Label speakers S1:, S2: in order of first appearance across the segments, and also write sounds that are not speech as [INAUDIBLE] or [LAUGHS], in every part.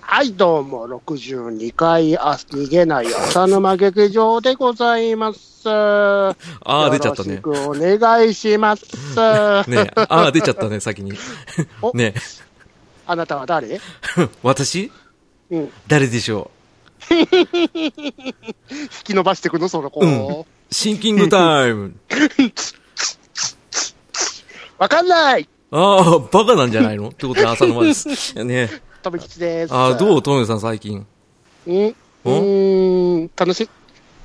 S1: はい、どうも、62回、あ逃げない浅沼劇場でございます。あ
S2: ああ、出ちゃったね
S1: よ。ろしくお願いし
S2: [LAUGHS]
S1: ます。
S2: ねああ、出ちゃった
S1: [LAUGHS]
S2: ね、先に。
S1: お
S2: ね
S1: あなたは誰
S2: [LAUGHS] 私
S1: うん。引
S2: 誰でしょ
S1: き伸ばしてくの、その子。
S2: うんうシンキングタ
S1: [LAUGHS]
S2: イム。
S1: わかんない
S2: ああ、バカなんじゃないのって
S1: [LAUGHS]
S2: ことで浅沼です。ね
S1: とめきちです。
S2: ああ、どうトムさん最近。
S1: うんうーん、楽しい。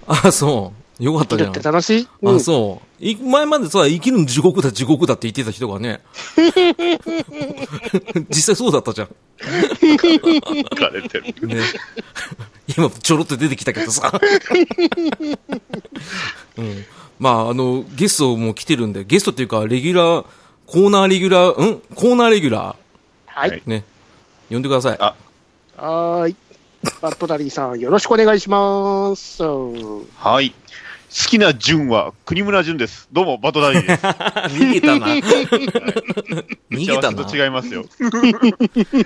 S2: ああ、そう。よかっ
S1: 生き
S2: たじ
S1: る
S2: ゃ
S1: っ
S2: ん
S1: て。楽しい。
S2: あ
S1: う
S2: あ、
S1: ん、
S2: そう。い前までさ、生きるの地獄だ、地獄だって言ってた人
S1: [LAUGHS]
S2: がね。 [LAUGHS] 実際そうだったじゃん。
S3: かれてる。
S2: ね、 [LAUGHS] 今、ちょろっと出てきたけど
S3: [LAUGHS]
S2: さ、うんまあ、あのゲストも来てるんで、ゲストっていうか、レギュラー、コーナーレギュラー、うんコーナーレギュラ
S1: は
S3: はいい。
S2: ー、ね、呼んでください。
S3: あ、
S1: はーい。バットダリーさん、よろしくお願いします。
S3: はい。好きな順は国村順です。どうも、バトダデ
S2: [LAUGHS]
S3: ィです。
S2: 逃げ
S3: [LAUGHS]
S2: たな。逃げた
S3: 幸
S2: な。
S3: せと違います
S2: [LAUGHS]
S3: よ。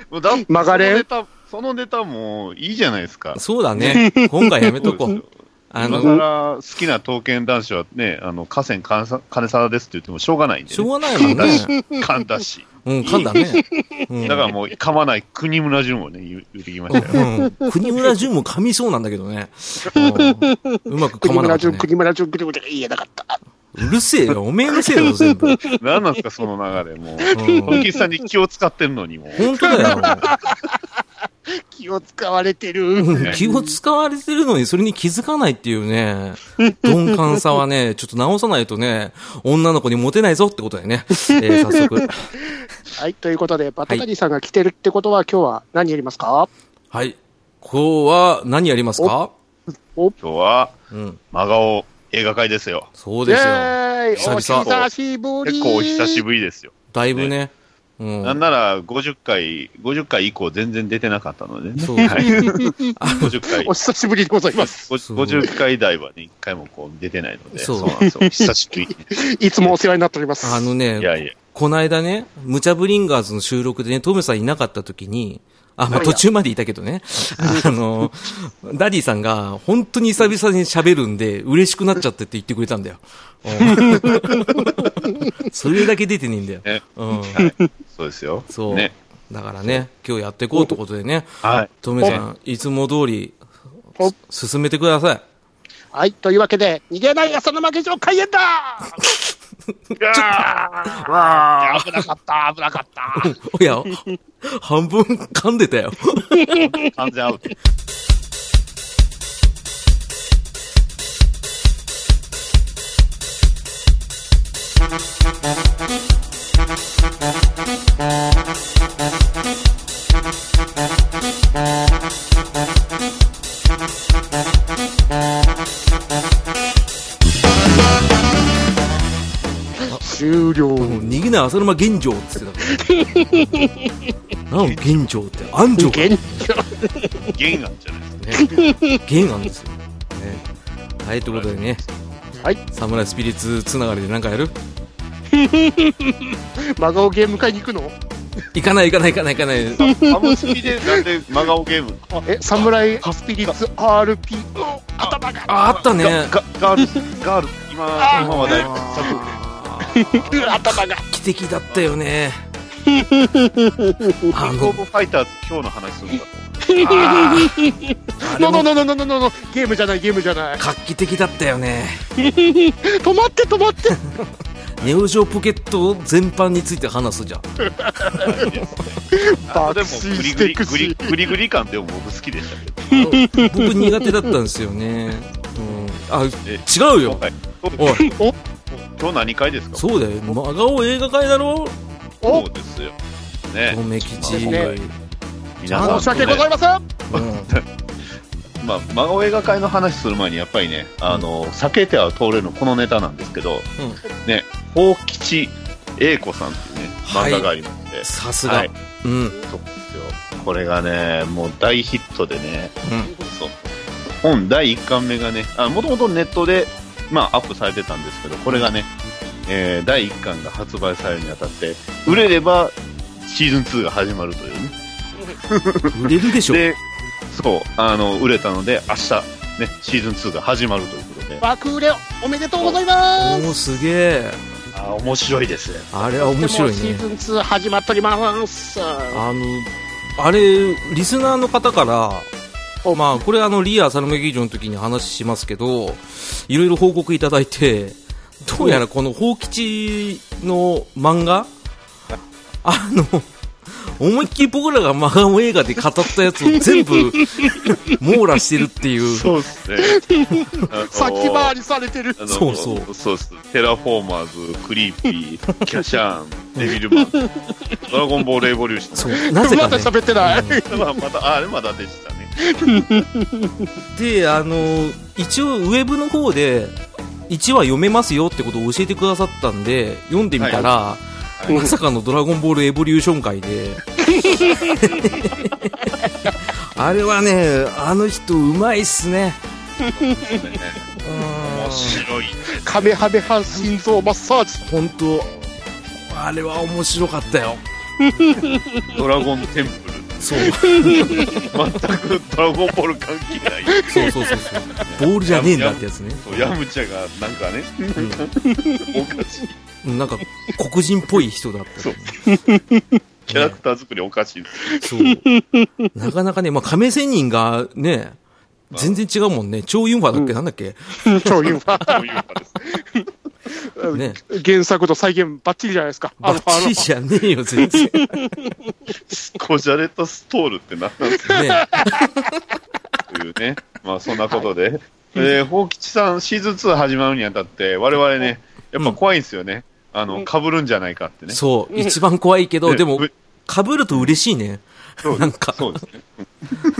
S3: もうだ
S1: 曲がれ
S3: そのネタ、そのネタもいいじゃないですか。
S2: そうだ
S3: [LAUGHS]
S2: ね。今回やめとこ
S3: そう
S2: う
S3: で。
S2: あ
S3: 今
S2: の、
S3: 更好きな刀剣男子はね、あの、河川かんさ金沢ですって言ってもしょうがないんで、ね。
S2: しょうがないもん
S3: [LAUGHS]
S2: ね。
S3: 噛んだし。
S2: うん、噛んだね。うん
S3: [LAUGHS] だからもう噛まない国村順をね、言う言ってきましたよ。
S2: うん国村淳も噛みそうなんだけど
S3: [LAUGHS]
S2: ね。うんうまく噛
S1: 国
S2: まな
S1: 村
S2: かった
S1: 淳、 [LAUGHS]
S2: ね。
S1: 国村淳、国村淳、言えなかった。
S2: うるせえよ。おめえのせいだろ、全部。
S3: 何なんですか、その流れ。もう、
S2: うん
S3: 小池さんに気を使ってるのにもう。
S2: 本当だよ。
S1: 気を使われてる。
S2: うん [LAUGHS] 気を使われてるのに、それに気づかないっていうね、鈍感さはね、ちょっと直さないとね、女の子にモテないぞってことでね、えー早速。
S1: はい、ということで、バトダリーさんが来てるってことは、今日は何やりますか
S2: はい。今日は何やりますか
S3: 今日は、
S2: うん。
S3: 真顔映画会ですよ。
S2: そう
S1: イ
S2: ですよ。
S1: ェーイ
S2: 久
S1: お
S2: 々
S1: 久しぶり
S3: 結構お久しぶりですよ。
S2: だいぶね。うん。
S3: なんなら50回、50回以降全然出てなかったのでね。
S2: そう
S3: はい、50回
S1: お。久しぶりでござい
S2: [LAUGHS]
S1: ます。
S2: そう
S3: 50回台はね、一回もこう出てないので、
S2: そう
S3: なんですよ。久しぶりに。
S1: いつもお世話になっております。
S2: あの
S3: いや
S2: ね、
S3: いや、
S2: こないだね、ムチャブリンガーズの収録でね、トムさんいなかった時に、あ、まあ、
S1: はい
S2: 途中までいたけど
S3: [LAUGHS]
S2: ね。あの、ダディさんが、本当に久々に喋るんで、嬉しくなっちゃってって言ってくれたんだよ。
S3: [LAUGHS]
S2: うんそれだけ出てねえんだよ。
S3: ね
S2: うん。
S3: そうですよ。
S2: そう。
S3: ね。
S2: だからね、今日やっていこうってことでね、
S3: はい。
S2: トムさん、いつも通り
S1: お、
S2: 進めてください。
S1: はい、というわけで、逃げない朝の負け場開演だわあ危なかった、危なかった。
S2: おや、半分噛んでたよ。
S3: 完全アウト。
S1: 終了。
S2: もう逃げない浅沼玄城って言
S1: [LAUGHS]
S2: ってたから。なん玄城って安城
S1: 現
S3: 原案じゃないですか。
S2: ね、弦なんですよ、ね、はいということでね
S1: はい
S2: サムライスピリッツつながりで何かやる
S1: 真顔ゲーム会に行くの
S2: 行かない行かない行かない行かない
S3: ハムスピでなんで真顔ゲーム
S1: あえ、サムライスピリッツ RP、うん頭が、
S2: ああったね
S3: ガガールズ、ガールズ、今、
S1: あー
S3: 今話題の
S1: うん頭が。
S2: 奇跡だった
S1: [LAUGHS]
S2: よねあ
S3: キングオ
S2: の
S3: ブファイターズ、今日の話するんだと
S2: あー
S1: ノ
S2: あれ
S1: ノ
S2: も
S1: ノノノノノノゲームじゃない、ゲームじゃない。
S2: 画期的だったよね
S1: 止まって、止まって。
S2: [LAUGHS] ネオジオポケット全般について話すじゃん
S3: あでも
S1: 爆睡
S3: グリ
S1: し
S3: グ
S1: て
S3: リ
S1: く
S3: グリ
S1: し。
S3: グリグリ感でも僕好きでしたけど
S2: 僕苦手だったんですよね、うん、あ
S3: え
S2: 違うよ
S3: 今回
S2: おい
S1: お
S3: 今日何回ですか
S2: そうだよ真顔映画会だろ
S1: お
S3: そうですよね
S2: トメ吉
S1: そうで
S3: 皆さんとね
S1: 申し訳ございません。
S2: うん
S3: まあ、真顔映画会の話する前にやっぱりね、あの避けては通れるのこのネタなんですけど、ね、大吉英子さんっていうね
S2: はい
S3: 漫画がありまして、はい、
S2: さすがうん
S3: そうですよこれがねもう大ヒットでね
S2: うん
S3: そう本第1巻目がねもともとネットで、まあ、アップされてたんですけどこれがね、えー第1巻が発売されるにあたって売れればシーズン2が始まるというね
S2: 売れるでしょ。
S3: で、そう、あの、売れたので、明日、ね、シーズン2が始まるということで、
S1: 爆売れおめでとうございま
S2: お
S1: す
S2: お、すげえ。
S3: あー面白いですね。
S2: あれは面白い
S1: で
S2: ね
S1: も。シーズン2始まっております
S2: あの、あれ、リスナーの方から、
S1: お
S2: まあ、これ、あの、リア・サルメ劇場の時に話しますけど、いろいろ報告いただいて、どうやらこの、宝吉の漫画、あの、思いっきり僕らが真顔映画で語ったやつを全部 [LAUGHS] 網羅してるっていう。
S3: そうです [LAUGHS] ね。あの
S1: 先回りされてる
S3: あの
S2: そうそう
S3: そうっすテラフォーマーズ、クリーピ
S2: [LAUGHS]
S3: ー、キャシャーン、デビルマン、ドラゴンボールエボリューシ
S2: そ
S3: ョン。
S2: う、なぜ
S1: ま
S2: か
S1: だ
S2: ね。
S1: 喋ってない、
S3: まあ、また、あれまだでしたね。
S2: であの一応ウェブの方で1話読めますよってことを教えてくださったんで読んでみたら、
S3: い
S2: まさかの「ドラゴンボールエボリューション」会
S3: [LAUGHS]
S2: であれはねあの人うまいっすね
S3: ね
S2: う
S3: 面
S2: ん
S3: 白い。
S1: カメハメハ心臓マッサージ
S2: 本当あれは面白かったよ
S3: ドラゴンテンプル。
S2: そう
S3: 全くドラゴンボール関係ない。
S2: そうそうそうそうボールじゃねえんだってやつね
S3: そう、ヤムチャが、なんかね、おかしい。
S2: うんなんか黒人っぽい人だった
S3: そうキャラクター作りおかしい。 [LAUGHS]
S2: そう。なかなかね、まあ、亀仙人がね、全然違うもんね。超ユンファだっけ、なんだっけ
S1: 超いいわ
S3: そういうかですね。
S2: ね。
S1: 原作と再現バッチリじゃないですか
S2: バッチリじゃねえよ、全
S3: [LAUGHS]
S2: 然。ね。
S3: こじゃれたストールって何なんですかという [LAUGHS] ね。まあ、そんなことで。えー、宝吉さん、シーズン2始まるにあたって、我々ね、やっぱ怖いんですよね。あの、被るんじゃないかってね。
S2: そう。一番怖いけど、
S3: ね
S2: でも
S3: ぶ、
S2: 被ると嬉しいね。
S3: そう
S2: なんか
S3: そうですね。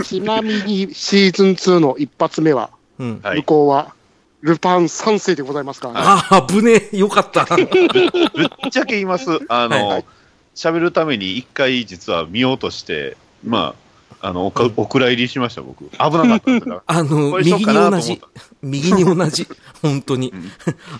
S1: ちなみにシーズン2の一発目は
S2: うん。
S3: は
S1: 向
S3: い。
S1: こうはルパン3世でございますからね、
S2: ああ、ぶねえ。よか
S3: [LAUGHS]
S2: った。
S3: ぶっちゃけ言います。
S2: は
S3: あ
S2: いは
S3: の
S2: い、
S3: 喋、るために一回実は見ようとして、まあ、あの、おかお蔵入りしました、僕。危なかったですから。
S2: あの、
S3: これ
S2: 右
S3: しよう
S2: に
S3: かなと
S2: 同
S3: 思っ
S2: じ
S3: た。
S2: 右に同じ。本当に。 [LAUGHS]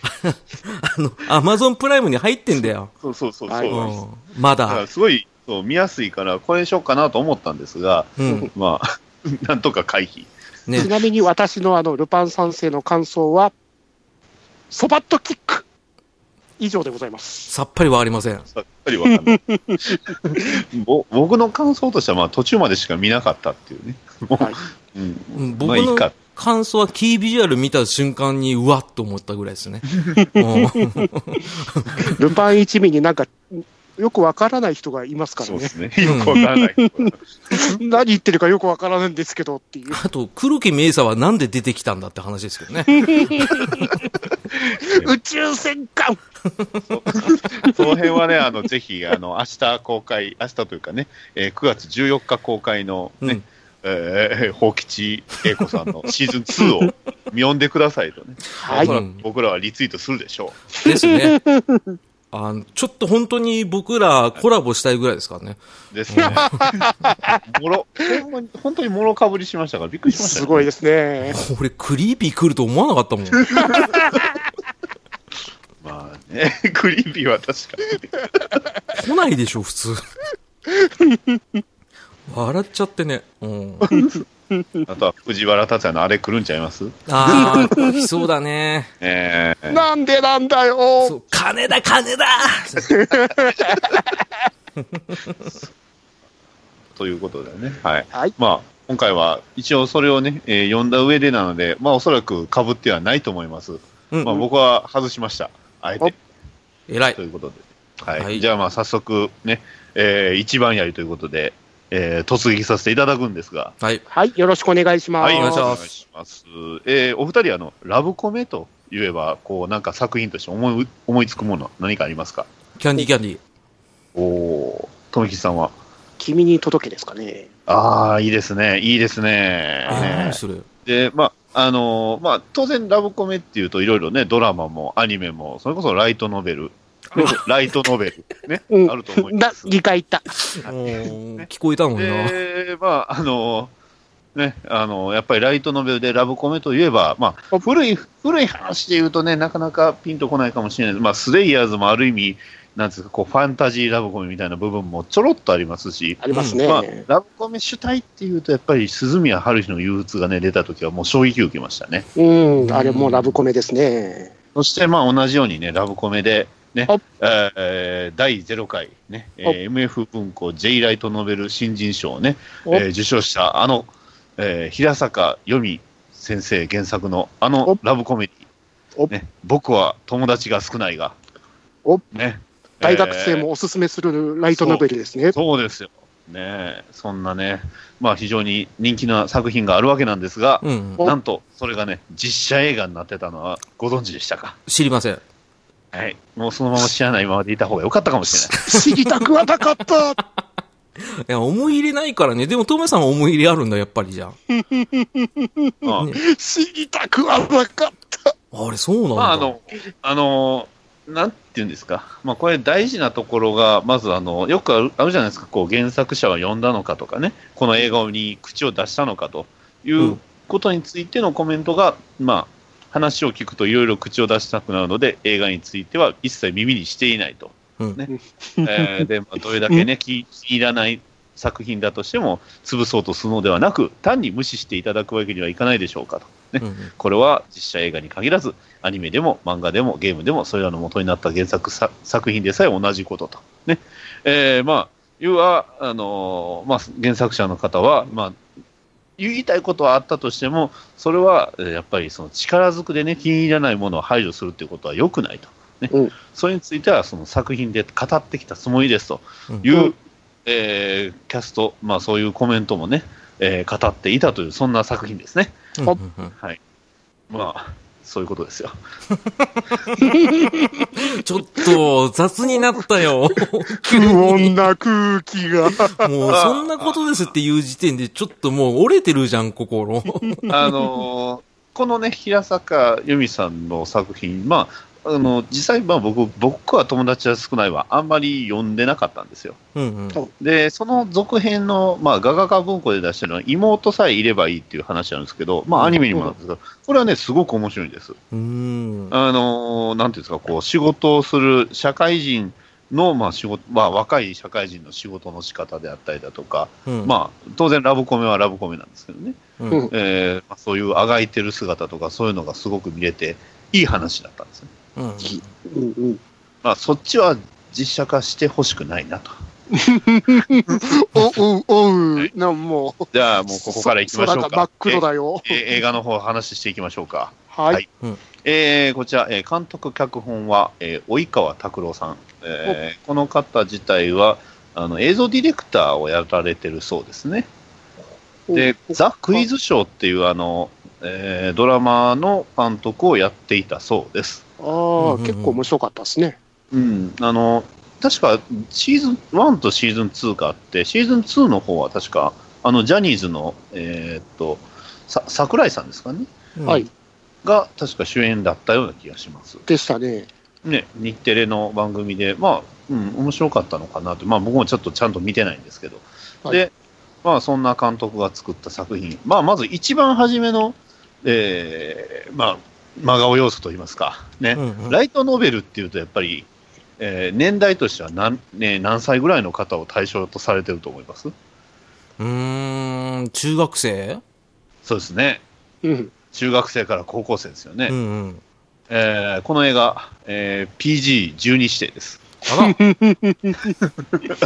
S2: あの、アマゾンプライムに入ってんだよ。
S3: [LAUGHS] そうそうそうそう。
S1: は
S2: う
S1: い
S2: ん。ま
S3: だから
S2: だ。
S3: すごいそう見やすいから、これにしようかなと思ったんですが、
S2: うん。
S3: まあ、 [LAUGHS] なんとか回避。
S2: ね
S1: ち。なみに私のあのルパン三世の感想は、そばっとキック以上でございます。
S2: さっぱりはありません。
S3: さっぱりわかんない。 [LAUGHS] ぼ僕の感想としては、まあ、途中までしか見なかったっていうね。もう
S1: はい
S3: うん
S2: うん僕
S3: まあいい
S2: の
S3: か
S2: 感想はキービジュアル見た瞬間にうわっと思ったぐらい
S3: [LAUGHS]
S2: ですね。うん
S1: ルパン一味になんか、よくわからない人がいますか
S3: そ
S1: ら
S3: うで
S1: ね。
S3: すね。よくわからない。
S1: [LAUGHS] 何言ってるかよくわからないんですけどっていう。
S2: あと、黒木メイサはなんで出てきたんだって話ですけどね。
S3: [LAUGHS]
S1: 宇宙戦艦
S3: その辺はね、あのぜひあの明日公開、明日というかね、えー9月14日公開のね、
S2: うん
S3: えー宝吉英子さんのシーズン2を見読んでくださいとね、
S1: はい
S2: うん。
S3: 僕らはリツイートするでしょ
S2: ですね。あの、ちょっと本当に僕らコラボしたいぐらいですからね。
S3: う。ですね。 [LAUGHS] もろ、ほんまに本当にもろかぶりしましたから、びっくりしました、
S1: すごい。ですね。
S2: これクリーピー来ると思わなかったもん。
S3: まあね、 [LAUGHS] クリーピーは確か
S2: 来ないでしょ、普通。笑っちゃってね。うん。
S3: に。あとは藤原竜也のあれ来るんちゃいます
S2: ああ、来そうだね。
S3: えー
S1: なんでなんだ
S2: そ
S1: よ
S2: う、金だ、金だ
S3: ということでね、はい。
S1: はい
S3: まあ、今回は一応それをね、えー読んだ上でなので、まあ、おそらく被ってはないと思います。
S2: うん
S3: [LAUGHS] まあ、僕は外しました。あえて。
S2: 偉い
S3: と。いうことで。はい。
S2: はい
S3: じゃあ、まあ、早速ね、えー一番やりということで、えー突撃させていただくんですが、
S2: はい。
S1: はい、よろしくお願いします。
S3: はい、
S2: お願いします
S3: します。えーお二人、あの、ラブコメと言えば、こう、なんか作品として思い思いつくもの、何かありますか
S2: キャンディーキャンディー。
S3: おおー、とめきちさんは。
S1: 君に届けですかね。
S3: ああ、いいですね、いいですね。
S2: えー、何それ。
S3: で、まあ、あのーまあ、当然ラブコメっていうといろいろね、ドラマもアニメも、それこそライトノベル、ライトノベル、 [LAUGHS] ね、
S1: うん
S3: あると思いま
S1: だ、
S3: す。
S1: 2回言った。
S2: うん聞こえたもんな。
S3: で、まあ、あのーね、あのやっぱりライトノベルでラブコメといえば、まあ、古い古い話で言うとね、なかなかピンとこないかもしれないです、まあ、スレイヤーズもある意味、なんですかこうファンタジーラブコメみたいな部分もちょろっとありますし、
S1: ありますね。
S3: まあ、ラブコメ主体っていうと、やっぱり鈴宮春日の憂鬱が、ね、出た時は、もう衝撃を受けましたね。
S1: うん、あれもうラブコメですね。
S3: そしてまあ同じようにね、ラブコメで、ね
S1: お
S3: えー第0回、ねえ
S1: お
S3: ー MF 文庫 J ライトノベル新人賞を、ねえ
S1: お
S3: ー受賞したあの、えー平坂由美先生原作のあの
S1: お
S3: ラブコメデ
S1: お
S3: ィ、ね、僕は友達が少ないが、
S1: お
S3: ね、
S1: 大学生もおすすめするライトノベルですね。
S3: [LAUGHS] そうですよ。ねえ、そんなね、まあ、非常に人気な作品があるわけなんですが、
S2: うん
S1: お
S3: なんとそれがね、実写映画になってたのはご存知でしたか
S2: 知りません。
S3: はい。もうそのまま知らないままでいた方が良かったかもしれない。
S1: 知りたくはなか
S3: [LAUGHS]
S1: った。
S2: いや、思い入れないからね。でも、トメさんは思い入れあるんだ、やっぱりじゃ
S3: まあ
S2: [LAUGHS]
S1: 知りたくはなかった。
S2: あ。あれ、そうなんだ。
S3: まあ、あの、あの、なんていうんですか。まあ、これ大事なところが、まず、あの、よくあるあるじゃないですか。こう、原作者は呼んだのかとかね、この映画に口を出したのかといううんことについてのコメントが、まあ、話を聞くといろいろ口を出したくなるので、映画については一切耳にしていない [LAUGHS] と。
S2: うん
S3: ねえーで、まあ、どれだけね、気気に入らない作品だとしても、潰そうとするのではなく、単に無視していただくわけにはいかないでしょうかと。ね
S2: うんうん
S3: これは実写映画に限らず、アニメでも漫画でもゲームでも、それらの元になった原作さ作品でさえ同じことと。ね。えーまあ、要は、あのーまあ、原作者の方は、まあ、言いたいことはあったとしても、それは、えーやっぱりその力ずくでね、気に入らないものを排除するっていうことは良くないと。ね
S1: うん
S3: それについては、その作品で語ってきたつもりですという、
S1: うん
S3: えーキャスト、まあそういうコメントもね、えー語っていたという、そんな作品ですね。
S2: うんうんうん
S3: まあ、そういうことです [LAUGHS] よ。
S2: ちょっと、雑になったよ。
S1: 不穏な空気が。
S2: もう、そんなことですっていう時点で、ちょっともう折れてるじゃん、心。
S3: あのーこのね、平坂由美さんの作品、まあ、あの実際、まあ、僕僕は友達は少ないはあんまり読んでなかったんですよ。
S2: うんうん。
S3: で、その続編の、まあ、ガガガ文庫で出してるのは、妹さえいればいいっていう話なんですけど、まあ、アニメにもなるんですけど、これはね、すごく面白いんです。
S2: うーん。
S3: あのーなんていうんですか、こう、仕事をする社会人の、まあ、仕事、まあ、若い社会人の仕事の仕方であったりだとか、
S2: ま
S3: まあ、当然ラブコメはラブコメなんですけどね。
S2: あ、うん
S1: うん
S3: えーまあそういうあがいてる姿とかそういうのがすごく見れていい話だったんですね。
S2: うん
S1: うんうん
S3: まあ、そっちは実写化してほしくないなと。
S1: おう、おう、なんもう。
S3: じゃあもうここから行きましょう
S1: そ空
S3: か。
S1: が真っ黒だよ。
S3: えー映画の方話していきましょうか。
S1: は。
S3: はいいえーこちら、えー監督脚本は、えー及川拓郎さん、えーこの方自体はあの映像ディレクターをやられてるそうですね。で、ザ・クイズショーっていうあの、えードラマの監督をやっていたそうです。
S1: あ
S2: う
S1: あ、
S2: んうんうん
S1: 結構面白かったですね。
S3: うん、あの、確かシーズン1とシーズン2があって、シーズン2の方は確か、あの、ジャニーズの、えーっと、さ桜井さんですかね
S2: うん
S1: は。い。
S3: が、確か主演だったような気がします。
S1: でしたね。
S3: ね、日テレの番組で、まあ、うん、面白かったのかなと、まあ僕もちょっとちゃんと見てないんですけど、
S1: はい
S3: で、まあそんな監督が作った作品、まあまず一番初めの、えーまあ、真顔要素といいますか、ね、
S2: うんうん
S3: ライトノベルっていうと、やっぱり、えー年代としては何,、ね、何歳ぐらいの方を対象とされてると思います
S2: うーん、中学生
S3: そうですね。
S1: うん。
S3: 中学生から高校生ですよね。
S2: うんうん。
S3: えーこの映画、えー PG12 指定です。
S2: あら、
S3: [LAUGHS]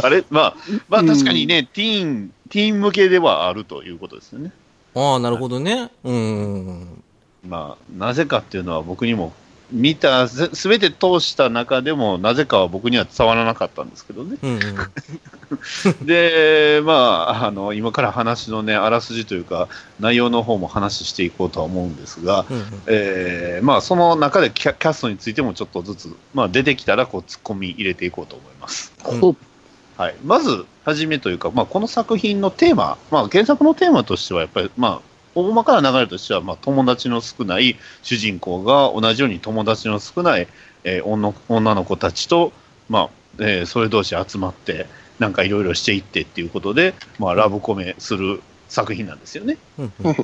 S3: あれまあ、まあ
S1: うん
S3: 確かにね、ティーン、ティーン向けではあるということですよね。
S2: ああ、なるほどね。うんうん
S3: まあ、なぜかっていうのは僕にも見た、すすべて通した中でも、なぜかは僕には伝わらなかったんですけどね。
S2: うん。うんうん。
S3: で、まあ、あの、今から話のね、あらすじというか、内容の方も話していこうとは思うんですが、
S2: うん
S3: えーまあ、その中でキャキャストについてもちょっとずつ、まあ、出てきたら、こう、突っ込み入れていこうと思います。
S2: うん
S1: ほ
S3: はい。まず、はじめというか、まあ、この作品のテーマ、まあ、原作のテーマとしては、やっぱり、まあ、大まかな流れとしては、まあ、友達の少ない主人公が、同じように友達の少ない、えー女女の子たちと、まあ、えーそれ同士集まって、なんかいろいろしていってっていうことで、まあ、ラブコメする作品なんですよね。
S2: うん
S1: うん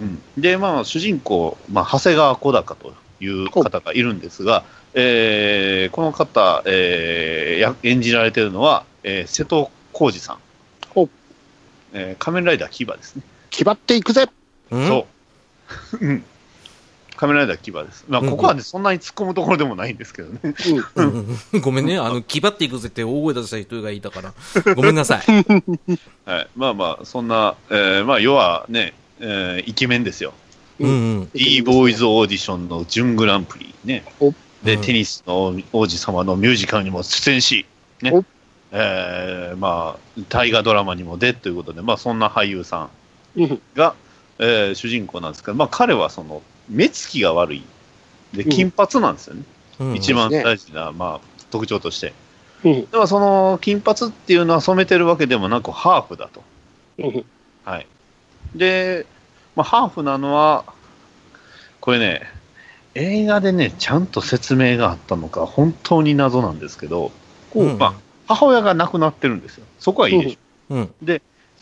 S3: うん、で、まあ、主人公、まあ、長谷川小高という方がいるんですが、えーこの方、えーや演じられているのは、えー瀬戸康史さん
S1: ほう、
S3: えー仮面ライダーキバですね。
S1: 決まっていくぜ
S2: うん
S3: そう。 [LAUGHS] うん仮面ライダーキバです。まあ、
S2: うんうん
S3: ここはね、そんなに突っ込むところでもないんですけどね。 [LAUGHS]
S2: うんうん [LAUGHS] ごめんね、あの、気張っていくぜって大声出した人がいたから、ごめんなさい。
S3: はい、まあまあ、そんな、えーまあ、要はね、えーイケメンですよ。
S2: うんうん。
S3: e ボーイズオーディションの準グランプリね
S1: お。
S3: で、
S2: うん
S3: テニスの王子様のミュージカルにも出演し、ね
S1: お。
S3: えーまあ、大河ドラマにも出ということで、まあ、そんな俳優さん
S1: うん
S3: が、えー主人公なんですけど、まあ、彼はその、目つきが悪い。で、
S1: うん
S3: 金髪なんですよね。
S2: うん
S3: 一番
S1: そう
S3: 大事な、まあ、特徴として。
S1: うん
S3: では、その、金髪っていうのは染めてるわけでもなく、ハーフだと。
S1: うん
S3: はい。で、まあ、ハーフなのは、これね、映画でね、ちゃんと説明があったのか、本当に謎なんですけど、こう
S2: うん
S3: まあ、母親が亡くなってるんですよ。そこはいいでしょ。
S2: うん。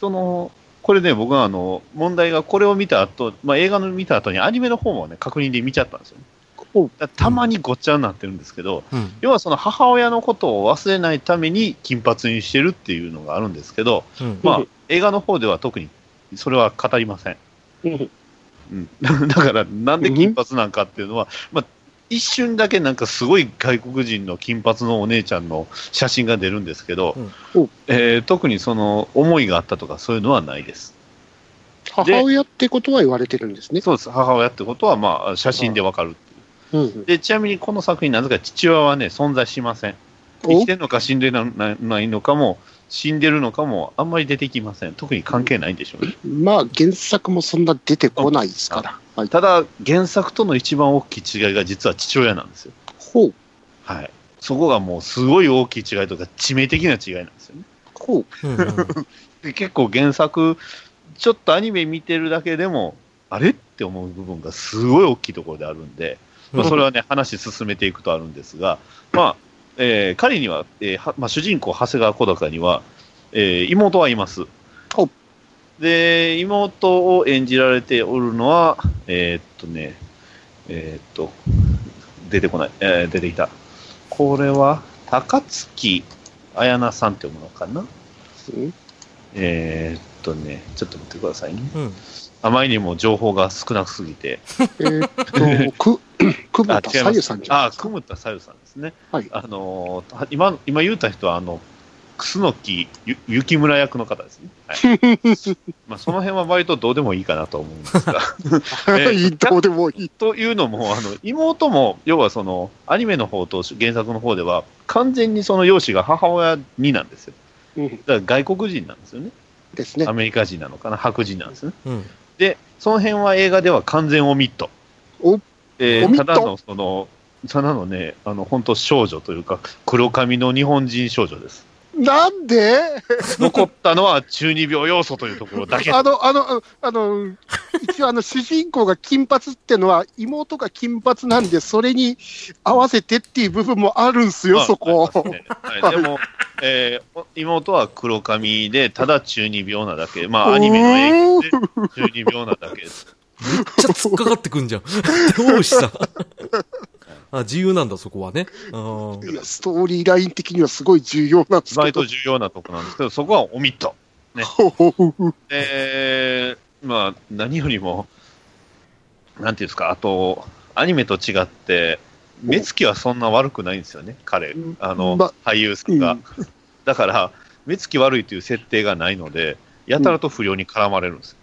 S3: その、これね、僕はあの、問題がこれを見た後、まあ、映画の見た後にアニメの方もね、確認で見ちゃったんですよね。
S1: お
S3: だからたまにごっちゃになってるんですけど、
S2: うん。
S3: 要はその母親のことを忘れないために金髪にしてるっていうのがあるんですけど、
S2: うん
S1: う
S3: まあ
S1: ん、
S3: 映画の方では特にそれは語りません。
S1: うん
S3: うん、 [LAUGHS] だから、なんで金髪なんかっていうのは、まあ、一瞬だけなんかすごい外国人の金髪のお姉ちゃんの写真が出るんですけど、
S1: うんお
S3: えー特にその思いがあったとかそういうのはないです。
S1: 母親ってことは言われてるんですね。
S3: そうです母親ってことは、まあ、写真でわかるってい
S1: う
S3: う
S1: ん
S3: でちなみにこの作品、なぜか父親はね、存在しません。生
S1: お
S3: きてるのか死んでななないのかも、死んでるのかも、あんまり出てきません。特に関係ないんでしょうね。
S1: まあ原作もそんな出てこないですから。はい、
S3: ただ、原作との一番大きい違いが実は父親なんですよ。
S1: ほう、
S3: はい、そこがもうすごい大きい違いとか致命的な違いなんですよね。
S1: ほう、
S2: うんうん
S3: で結構原作ちょっとアニメ見てるだけでもあれって思う部分がすごい大きいところであるんで、まあ、それはね話進めていくとあるんですが、まあえー彼には,、えーはまあ、主人公長谷川小高には、えー妹はいます
S1: ほう。
S3: で妹を演じられておるのはえーっとねえーっと出てこない、えー出てきたこれは高槻綾菜さんって読むのかな
S1: うん
S3: えーっとね、ちょっと待ってくださいね。
S2: うん。
S3: あまりにも情報が少なすぎて。
S1: えー
S3: [LAUGHS]
S1: っと、く、久保田さゆさんじゃない
S3: あ
S1: で、す
S3: く
S1: か。
S3: むたさゆさんですね。
S1: はい
S3: あのー今、今言うた人は、あの、楠木ゆ雪村役の方ですね。はい、
S1: [LAUGHS]
S3: まあその辺は割とどうでもいいかなと思うんですが。えー
S1: いい [LAUGHS] どうでもいい。
S3: というのも、あの妹も、要はその、アニメの方と原作の方では、完全にその容姿が母親になんですよ。
S1: うん
S3: だから外国人なんですよね。
S1: ですね
S3: ア。メリカ人なのかな、白人なんですね。
S2: うん。
S3: で、その辺は映画では完全オミット。
S1: お
S3: えー
S1: オミッ
S3: た
S1: ト
S3: だの、その、ただのね、あの、本当少女というか、黒髪の日本人少
S1: [LAUGHS]
S3: 女です。
S1: なんで
S3: 残ったのは中二病要素というところだけ。
S1: あの、あの、あの、一応あの、主人公が金髪ってのは、妹が金髪なんで、それに合わせてっていう部分もあるんす
S3: ま
S1: よ、
S3: あ
S1: そこ。
S3: ありますねはい、でも、えーお妹は黒髪で、ただ中二病なだけ。まあ、アニメの映画で中二病なだけです。
S2: ちゃ突っかかってくんじゃん。 [LAUGHS] どうしたあ、自由なんだ、そこはね。うん
S1: いや、ストーリーライン的にはすごい重要なんです
S3: バ
S1: け
S3: イト
S1: ど。
S3: 重要なとこなんですけど、そこはオミット。えー、まあ、何よりも、なんていうんですか、あと、アニメと違って、目つきはそんな悪くないんですよね、彼
S1: うん、
S3: あの、
S1: ま
S3: 俳優さんが。
S1: う
S3: だから、目つき悪いという設定がないので、やたらと不良に絡まれるんですよ。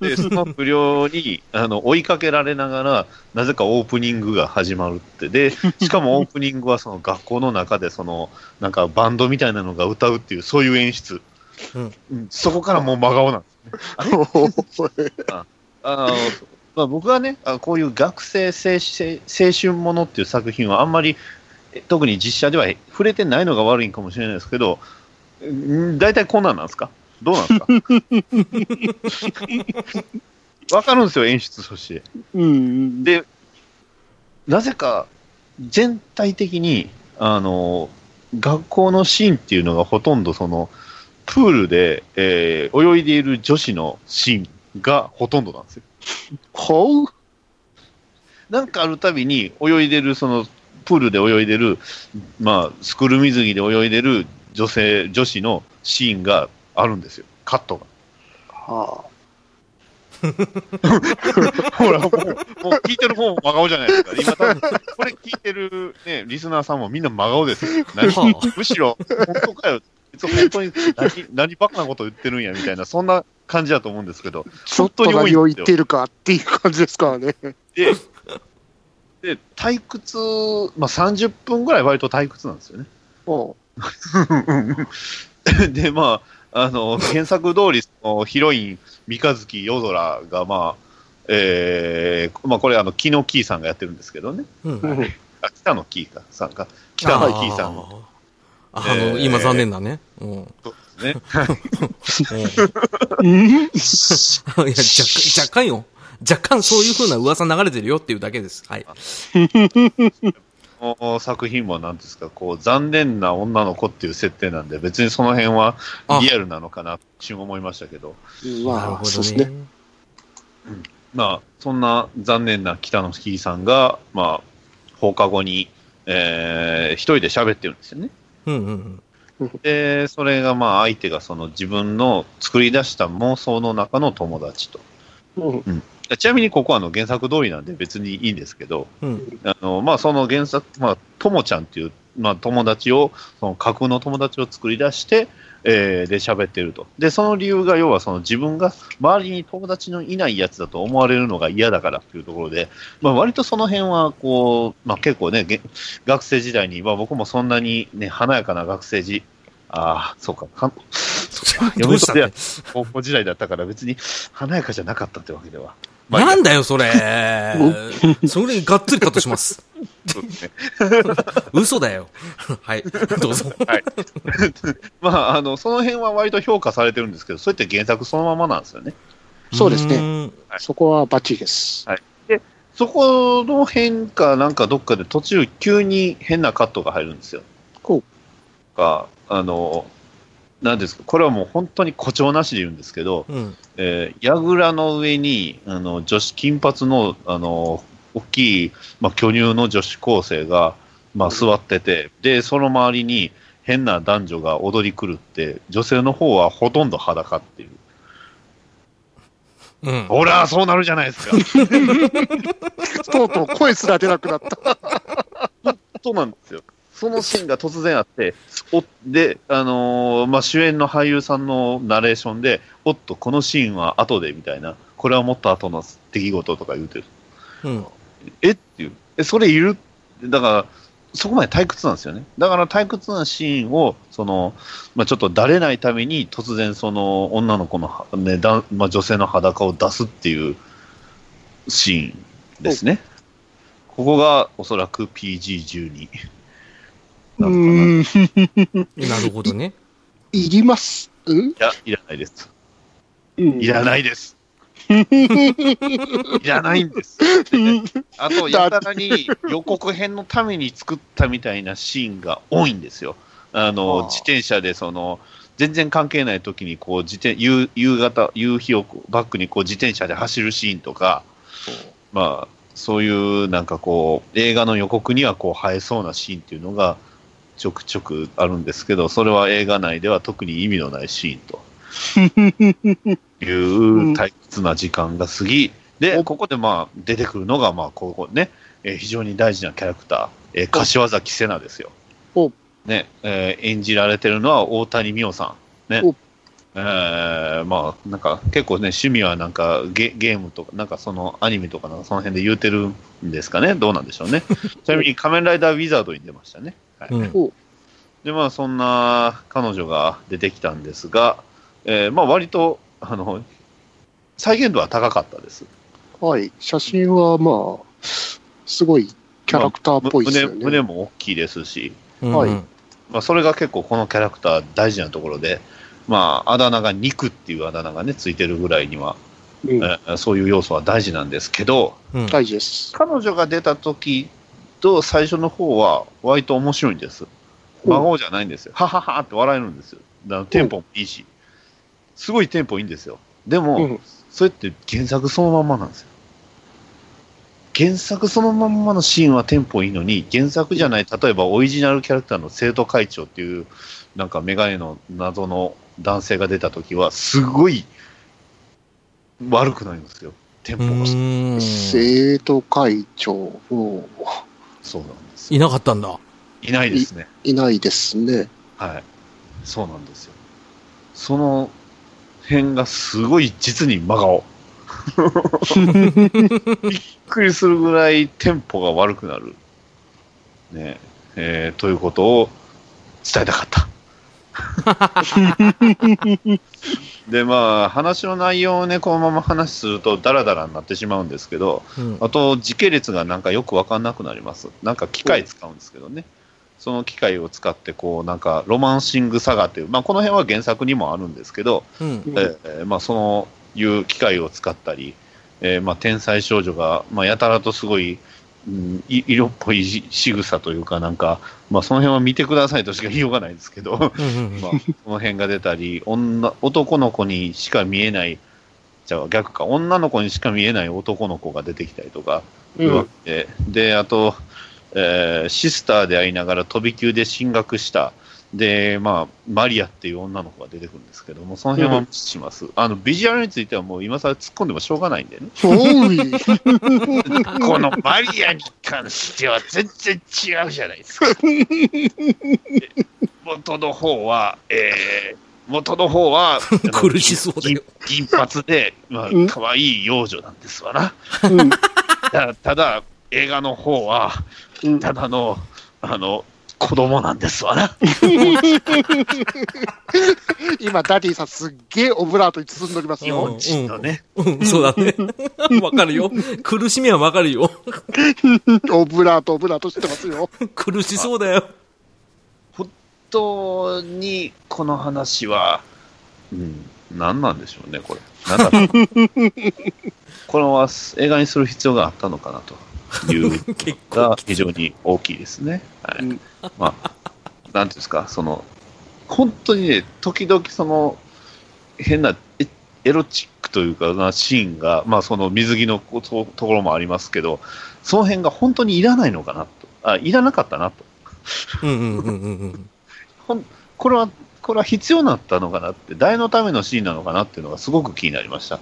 S3: で、その不良にあの追いかけられながら、なぜかオープニングが始まるって、で、しかもオープニングはその学校の中で、その、なんかバンドみたいなのが歌うっていう、そういう演出。
S2: うん
S3: うんそこからもう真顔なんですあのまあ、僕はね、あこういう学生青春青春ものっていう作品はあんまり、え特に実写では触れてないのが悪いんかもしれないですけど、ん大体こんなんなんですかどうなんですかわかるんですよ、演出として。
S1: [LAUGHS] うん。
S3: で、なぜか全体的に、あの、学校のシーンっていうのがほとんどその、プールで、えー泳いでいる女子のシーンがほとんどなんですよ。
S1: ほう。
S3: なんかあるたびに泳いでる、そのプールで泳いでる、まあ、スクール水着で泳いでる女性、女子のシーンがあるんですよ。カットが。
S1: は
S3: ほ [LAUGHS] ら、もう、もう聞いてる方も真顔じゃないですか。今多分、これ聞いてるね、リスナーさんもみんな真顔ですよ。何
S2: はあ
S3: むしろ、本当かよ。別に本当に何、何バカなこと言ってるんや、みたいな、そんな感じだと思うんですけど、
S1: あ、ちょっと何を言ってるかっていう感じですからね。
S3: で、で、退屈、まあ、30分ぐらい割と退屈なんですよね。
S1: ほ
S3: [LAUGHS] で、まあ、あの、原作通り、そのヒロイン、三日月夜空が、まあ、えー、まあ、これ、あの、キノキーさんがやってるんですけどね。
S2: うん
S1: う。うん
S3: あ、北野キーかさんか。北野キーさんの
S2: あーあの、
S3: えー
S2: 今残念だね。うん。うんい
S3: ね。 [LAUGHS]
S2: や、
S1: うん
S2: 若干、若干よ。若干そういう風な噂流れてるよっていうだけです。はい。
S3: この作品もなんですか、こう、残念な女の子っていう設定なんで、別にその辺は
S2: あ
S3: リアルなのかな、一瞬思いましたけど、
S2: なる
S1: まあ、
S2: ほ
S1: そうで
S2: ど
S1: すね。
S2: ね。
S3: まあ、そんな残念な北野キーさんが、まあ、放課後に、えー一人で喋ってるんですよね。
S2: うんうんうん。
S3: で、それがまあ、相手がその自分の作り出した妄想の中の友達と。
S1: うん
S3: ちなみにここはあの原作通りなんで別にいいんですけど、
S2: うん。
S3: あのまあ、その原作、まあ、ともちゃんっていう、まあ、友達を、その架空の友達を作り出して、えーで喋ってると。で、その理由が、要はその自分が周りに友達のいないやつだと思われるのが嫌だからっていうところで、まあ、割とその辺はこう、まあ、結構ね、げ学生時代に、まあ、僕もそんなに、ね、華やかな学生時、ああ、そうか、かん
S2: どうしたっ
S3: 嫁と出会
S2: て
S3: っ。高校時代だったから別に華やかじゃなかったってわけでは。まあいいや
S2: なんだよ、それ。それ、がっつりカットします。
S3: そうですね
S2: 嘘だよ。はい。どうぞ。
S3: まあ、あのその辺は割と評価されてるんですけど、そういった原作そのままなんですよね。
S1: そうですね
S2: ね。
S1: そこはバッチリです。
S3: そこの辺か、なんかどっかで途中、急に変なカットが入るんですよ。
S1: ほう
S3: か、あの、なんですか、これはもう本当に誇張なしで言うんですけど、
S2: うん。
S3: えー、櫓の上に、あの女子金髪の、あの、大きい、まあ、巨乳の女子高生が、まあ、座ってて、で、その周りに変な男女が踊り狂って、女性の方はほとんど裸っていう。
S2: うん。
S3: ほら、そうなるじゃないですか。
S1: とうとう声すら出なくなった。
S3: [LAUGHS] そうなんですよ。そのシーンが突然あって、おで、あのーまあ、主演の俳優さんのナレーションで、おっと、このシーンは後でみたいな、これはもっと後の出来事とか言うてる。
S2: うん。
S3: えっていう、え、それいるだから、そこまで退屈なんですよね。だから退屈なシーンを、その、まあ、ちょっとだれないために、突然、その、女の子のは、ね、だまあ、女性の裸を出すっていうシーンですね。ここが、おそらく PG12。
S1: うーん、
S2: なるほどね。
S1: いります。うん
S3: いや、いらないです。い
S1: い
S3: らないです。いらないんです。あと、やたらに予告編のために作ったみたいなシーンが多いんですよ。あ
S1: あ
S3: の、
S1: ー
S3: 自転車で、その、全然関係ない時に、こう、自転、夕、夕方、夕日をバックに、こう、自転車で走るシーンとか、まあ、そういう、なんかこう、映画の予告には、こう、映えそうなシーンっていうのが、ちょくちょくあるんですけど、それは映画内では特に意味のないシーンと。いう退屈な時間が過ぎ、で、ここでまあ出てくるのが、まあ、ここね、えー非常に大事なキャラクター、えー柏崎瀬奈ですよ
S1: お。
S3: ね、えー演じられてるのは大谷美桜さん。ね
S1: お。
S3: えーまあ、なんか結構ね、趣味はなんかゲゲームとか、なんかそのアニメとか、なんかその辺で言うてるんですかね、どうなんでしょう
S1: [LAUGHS]
S3: ね。ちなみに仮面ライダーウィザードに出ましたね。はい
S2: うん。
S3: で、まあ、そんな彼女が出てきたんですが、えーまあ、割と、あの、再現度は高かったです。
S1: はい、写真はまあ、すごいキャラクターっぽいですよ
S3: む
S1: ね。
S3: 胸胸も大きいですし、
S2: うん
S1: はい
S3: まあ、それが結構このキャラクター大事なところで、まあ、あだ名が肉っていうあだ名がね、ついてるぐらいには、
S1: うん
S3: えーそういう要素は大事なんですけど、
S2: うん。
S1: 大事です。
S3: 彼女が出た時と最初の方は割と面白いんです。
S1: お
S3: 孫じゃないんですよ。はははって笑えるんですよ。あのテンポもいいし、すごいテンポいいんですよ。でも、
S1: うん
S3: それって原作そのまんまなんですよ。原作そのまんまのシーンはテンポいいのに、原作じゃない、例えばオリジナルキャラクターの生徒会長っていう、なんかメガネの謎の男性が出たときは、すごい悪くなりますよ、テンポ
S2: う
S3: が。
S2: ーん
S1: 生徒会長、うん
S3: そうなんですよ
S2: いなかったんだ。
S3: いないですね。
S1: いないですね。
S3: はい。そうなんですよ。その辺がすごい実に真顔。びっくりするぐらいテンポが悪くなる。ねえーということを伝えたかった。で、まあ、話の内容をね、このまま話するとダラダラになってしまうんですけど、
S2: うん
S3: あと時系列がなんかよくわかんなくなります。なんか機械使うんですけどね。その機械を使って、こう、なんか、ロマンシングサガっていう、まあ、この辺は原作にもあるんですけど、
S2: うん
S1: うん
S3: えーまあ、そのいう機械を使ったり、えーまあ、天才少女が、まあ、やたらとすごい、うん、い色っぽいし仕草というか、なんか、まあ、その辺は見てくださいとしか言いようがないですけど、
S2: うんうん
S3: まあ、その辺が出たり女、男の子にしか見えない、じゃあ逆か、女の子にしか見えない男の子が出てきたりとか、
S1: うん
S3: わけでで、あと、えーシスターでありながら飛び級で進学した、で、まあ、マリアっていう女の子が出てくるんですけども、その辺は無視します。あの、ビジュアルについてはもう今更突っ込んでもしょうがないんでね。
S1: おい、
S3: このマリアに関しては全然違うじゃないですか。
S2: [LAUGHS]
S3: 元の方は、えー元の方は、
S2: 苦しそうだよ
S3: 銀銀髪で、まあ
S1: うん、
S3: 可愛い幼女なんですわな。
S1: うん
S3: たただ、映画の方は、
S1: うん
S3: ただの、あの、子供なんですわな。
S1: 今、ダディさん、すっげえオブラートに包んでおります
S3: 日
S1: よ。
S3: 本人のね。
S2: うん、そうだね。わかるよ。苦しみはわかるよ。
S1: オブラート、オブラートしてますよ。
S2: 苦しそうだよ。
S3: 本当に、この話は、うん、何なんでしょうね、これ。何だ [LAUGHS] ったのこれは映画にする必要があったのかなという
S2: 結
S3: が
S2: 構。
S3: 非常に大きいですね。はい
S1: うん
S3: まあ、なんていうんですか、その、本当にね、時々その、変なエエロチックというかなシーンが、まあその水着のことところもありますけど、その辺が本当にいらないのかなと。あ、いらなかったなと。
S2: うんうんうんうんうん。
S3: ほんこれは、これは必要だったのかなって、誰のためのシーンなのかなっていうのがすごく気になりました。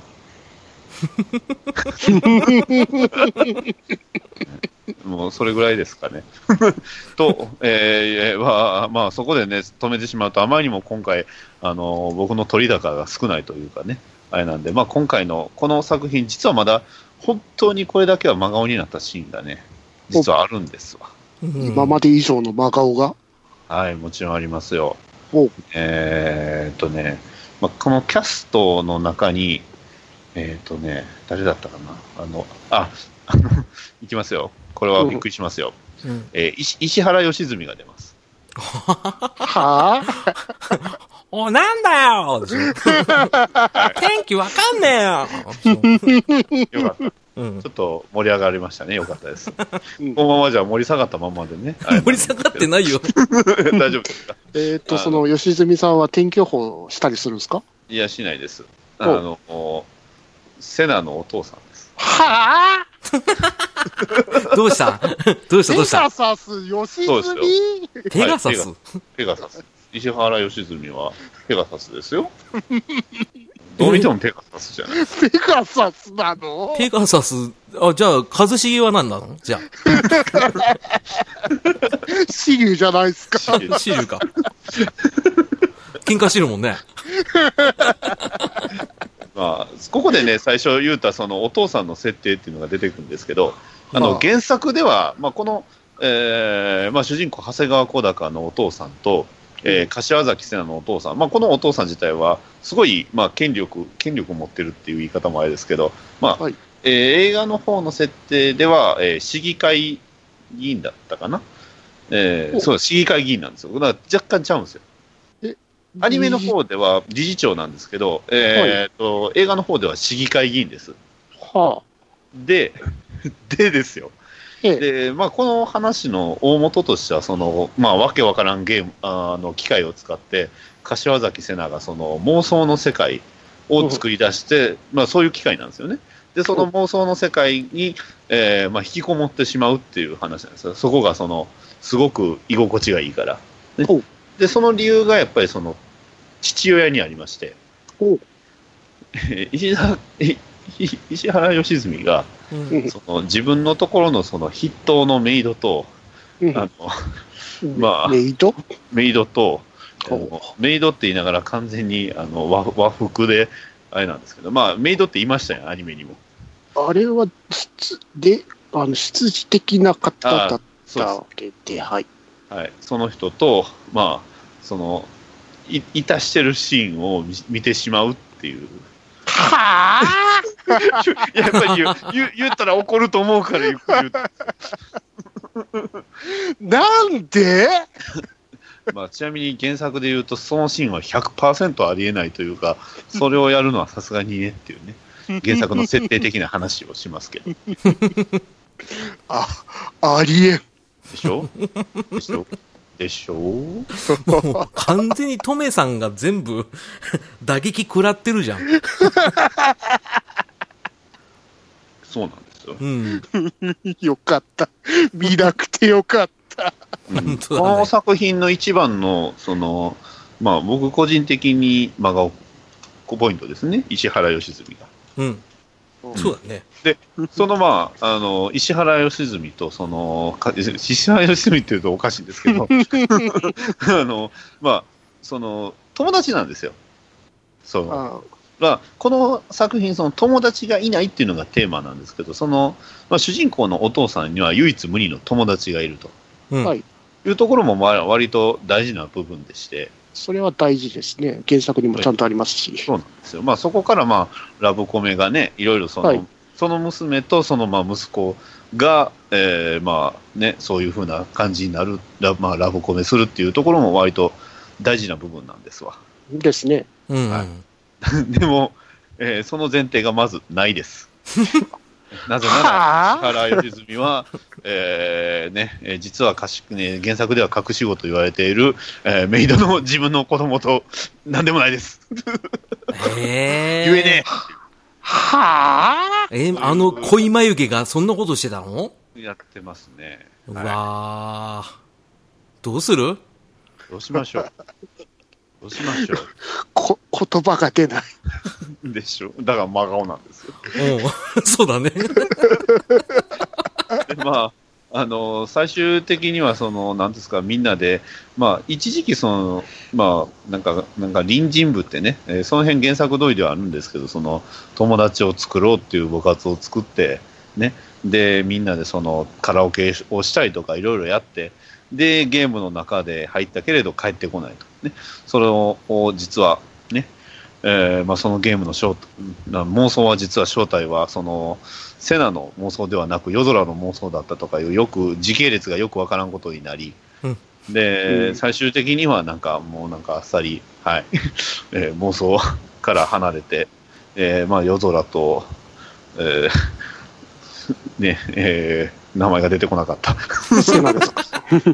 S3: もうそれぐらいですかね。 [LAUGHS] と、えーえーまあ、まあ、そこでね、止めてしまうと、あまりにも今回、あの僕の取り高が少ないというかね、あれなんで、まあ、今回のこの作品、実はまだ、本当にこれだけは真顔になったシーンがね、実はあるんですわ。
S2: うん
S1: 今まで以上の真顔が。
S3: はい、もちろんありますよ。
S1: お
S3: えーっとね、まあ、このキャストの中に、えーっとね、誰だったかな、あの、あ、あの、 [LAUGHS] いきますよ。これはびっくりしますよ。
S2: うん
S3: えー石石原良純が出ます。
S1: はぁ
S2: お、なんだ
S3: [LAUGHS]
S2: よ天気わかんねえよ
S3: よ
S2: [LAUGHS]
S3: かった。ち
S2: うん
S3: ょっと盛り上がりましたね。よかったです。こ
S1: うん
S3: のままじゃ盛り下がったままでね。あ
S2: [LAUGHS]
S3: れ
S2: 盛り下がってないよ。
S3: [LAUGHS] 大丈夫ですか
S1: えーっと、その、吉住さんは天気予報したりするんですか
S3: いや、しないです。あ
S1: お
S3: の、おセナのお父さんです。
S1: はぁ
S2: どうしたどうしたど
S1: ペ
S2: うした
S1: ガサス、吉住
S3: そう
S2: ペガサス
S3: は。ペガサス。石原良純はペガサスですよ。どう見てもペガサスじ
S1: [LAUGHS]
S3: ゃない。
S1: ペガサスなの
S2: ペガサス、あ、じゃあ、一茂は何なのじゃ
S1: 死流じゃないですか。
S2: あ、シルか。喧嘩してるもんね。
S3: まあ、ここでね、最初言うたそのお父さんの設定っていうのが出てくるんですけど、あ
S1: ま
S3: の
S1: あ
S3: 原作では、まあ、この、えーまあ、主人公、長谷川小高のお父さんと、えー柏崎瀬名のお父さん、まあ、このお父さん自体は、すごい、まあ、権力権力を持ってるっていう言い方もあれですけど、まあ
S1: はい
S3: えー映画の方の設定では、えー市議会議員だったかな、えー
S1: お
S3: そう市議会議員なんですよ、だから若干ちゃうんですよアニメの方では理事長なんですけど、えーと映画の方では市議会議員です。
S1: は
S3: で、 [LAUGHS] でですよ。
S1: ぁ。ええ
S3: で、まあ、この話の大元としては、その、まあ、わけわからんゲーム、あの、機械を使って、柏崎瀬名がその妄想の世界を作り出して、まあ、そういう機会なんですよね。で、その妄想の世界に、えーまあ、引きこもってしまうっていう話なんですよ。そこがその、すごく居心地がいいから。ね
S1: ほう
S3: で、その理由がやっぱりその、父親にありまして、
S1: ほう
S3: えー [LAUGHS] 石田いい石原良純が
S2: うん
S3: その自分のところのその筆頭のメイドと、
S1: うん
S3: あのまあ
S1: メイド
S3: メイドと、あ
S1: ほう
S3: のメイドって言いながら完全にあの和和服で、あれなんですけど、まあ、メイドって言いましたよ、アニメにも。
S1: あれは、質で、あの、執事的な方だっ
S3: そ
S1: た
S3: うです
S1: わけで、はい。
S3: はい、その人と、まあ、その、いいたしてるシーンを見見てしまうっていう。
S1: はあ
S3: やっぱり言う言う言ったら怒ると思うから言う言う
S1: なんで
S3: まあ、ちなみに原作で言うと、そのシーンは100%ありえないというか、それをやるのはさすがにねっていうね、原作の設定的な話をしますけど、で
S1: あ、ありえん。
S3: しょでしょでしょ
S2: もう完全にトメさんが全部打撃食らってるじゃん。
S3: そうなんですよ。
S2: うん。
S1: よかった。見なくてよかった。
S3: うん
S2: 本当
S3: こ
S2: だね
S3: の作品の一番の、その、まあ、僕個人的に真顔ポイントですね、石原良純が。
S2: うん。そうだね。
S3: そのまあ、あの、石原良純と、その、か石原良純っていうとおかしいんですけ
S2: [LAUGHS]
S3: ど、あの、まあ、その、友達なんですよ。その、
S1: あ
S3: まあ、この作品、その友達がいないっていうのがテーマなんですけど、その、まあ、主人公のお父さんには唯一無二の友達がいると
S2: うん。
S1: はい
S3: いうところも、まあ、割と大事な部分でして、
S1: それは大事ですね。原作にもちゃんとありますし。
S3: そうなんですよ。まあ、そこから、まあ、ラブコメがね、いろいろその、
S1: はい
S3: その娘とその、まあ、息子が、えーまあ、ね、そういうふうな感じになる、ラ,、まあ、ラブコメするっていうところも割と大事な部分なんですわ。 [LAUGHS]
S1: ですね。
S2: うん。
S3: はいでも、えーその前提がまずな
S1: [LAUGHS]
S3: いです。なぜなら、石
S1: はあ
S3: 原良純は、えーね、えー実は隠し、ね、原作では隠し子と言われている、えーメイドの自分の子供と何でもないです。
S2: へ
S3: 言えね
S1: はあ
S2: え。え、あの恋眉毛がそんなことしてたの
S3: えやってますね。
S2: う
S3: はい
S2: わー。どうする
S3: どうしましょう。どうしましょ
S1: こ [LAUGHS] 言葉が出ない。
S3: う。でしょ。だから真顔なんですよ。
S2: うん。 [LAUGHS] そうだね。
S3: で、まあ、あの、最終的には、その、なんですか、みんなで、まあ、一時期、その、まあ、なんか、なんか、隣人部ってね、えーその辺原作通りではあるんですけど、その、友達を作ろうっていう部活を作って、ね、で、みんなでその、カラオケをしたりとか、いろいろやって、で、ゲームの中で入ったけれど帰ってこないと。ね、それを、を実は、ね、えーまあ、そのゲームの正な妄想は実は正体は、その、セナの妄想ではなく夜空の妄想だったとかいうよく時系列がよくわからんことになり、
S2: うん
S3: で、
S1: うん
S3: 最終的にはなんかもうなんかあっさり、はい [LAUGHS] えー妄想から離れて、えーまあ、夜空と、えーねえー名前が出てこな
S1: [LAUGHS]
S3: かった。
S1: そうなんですか。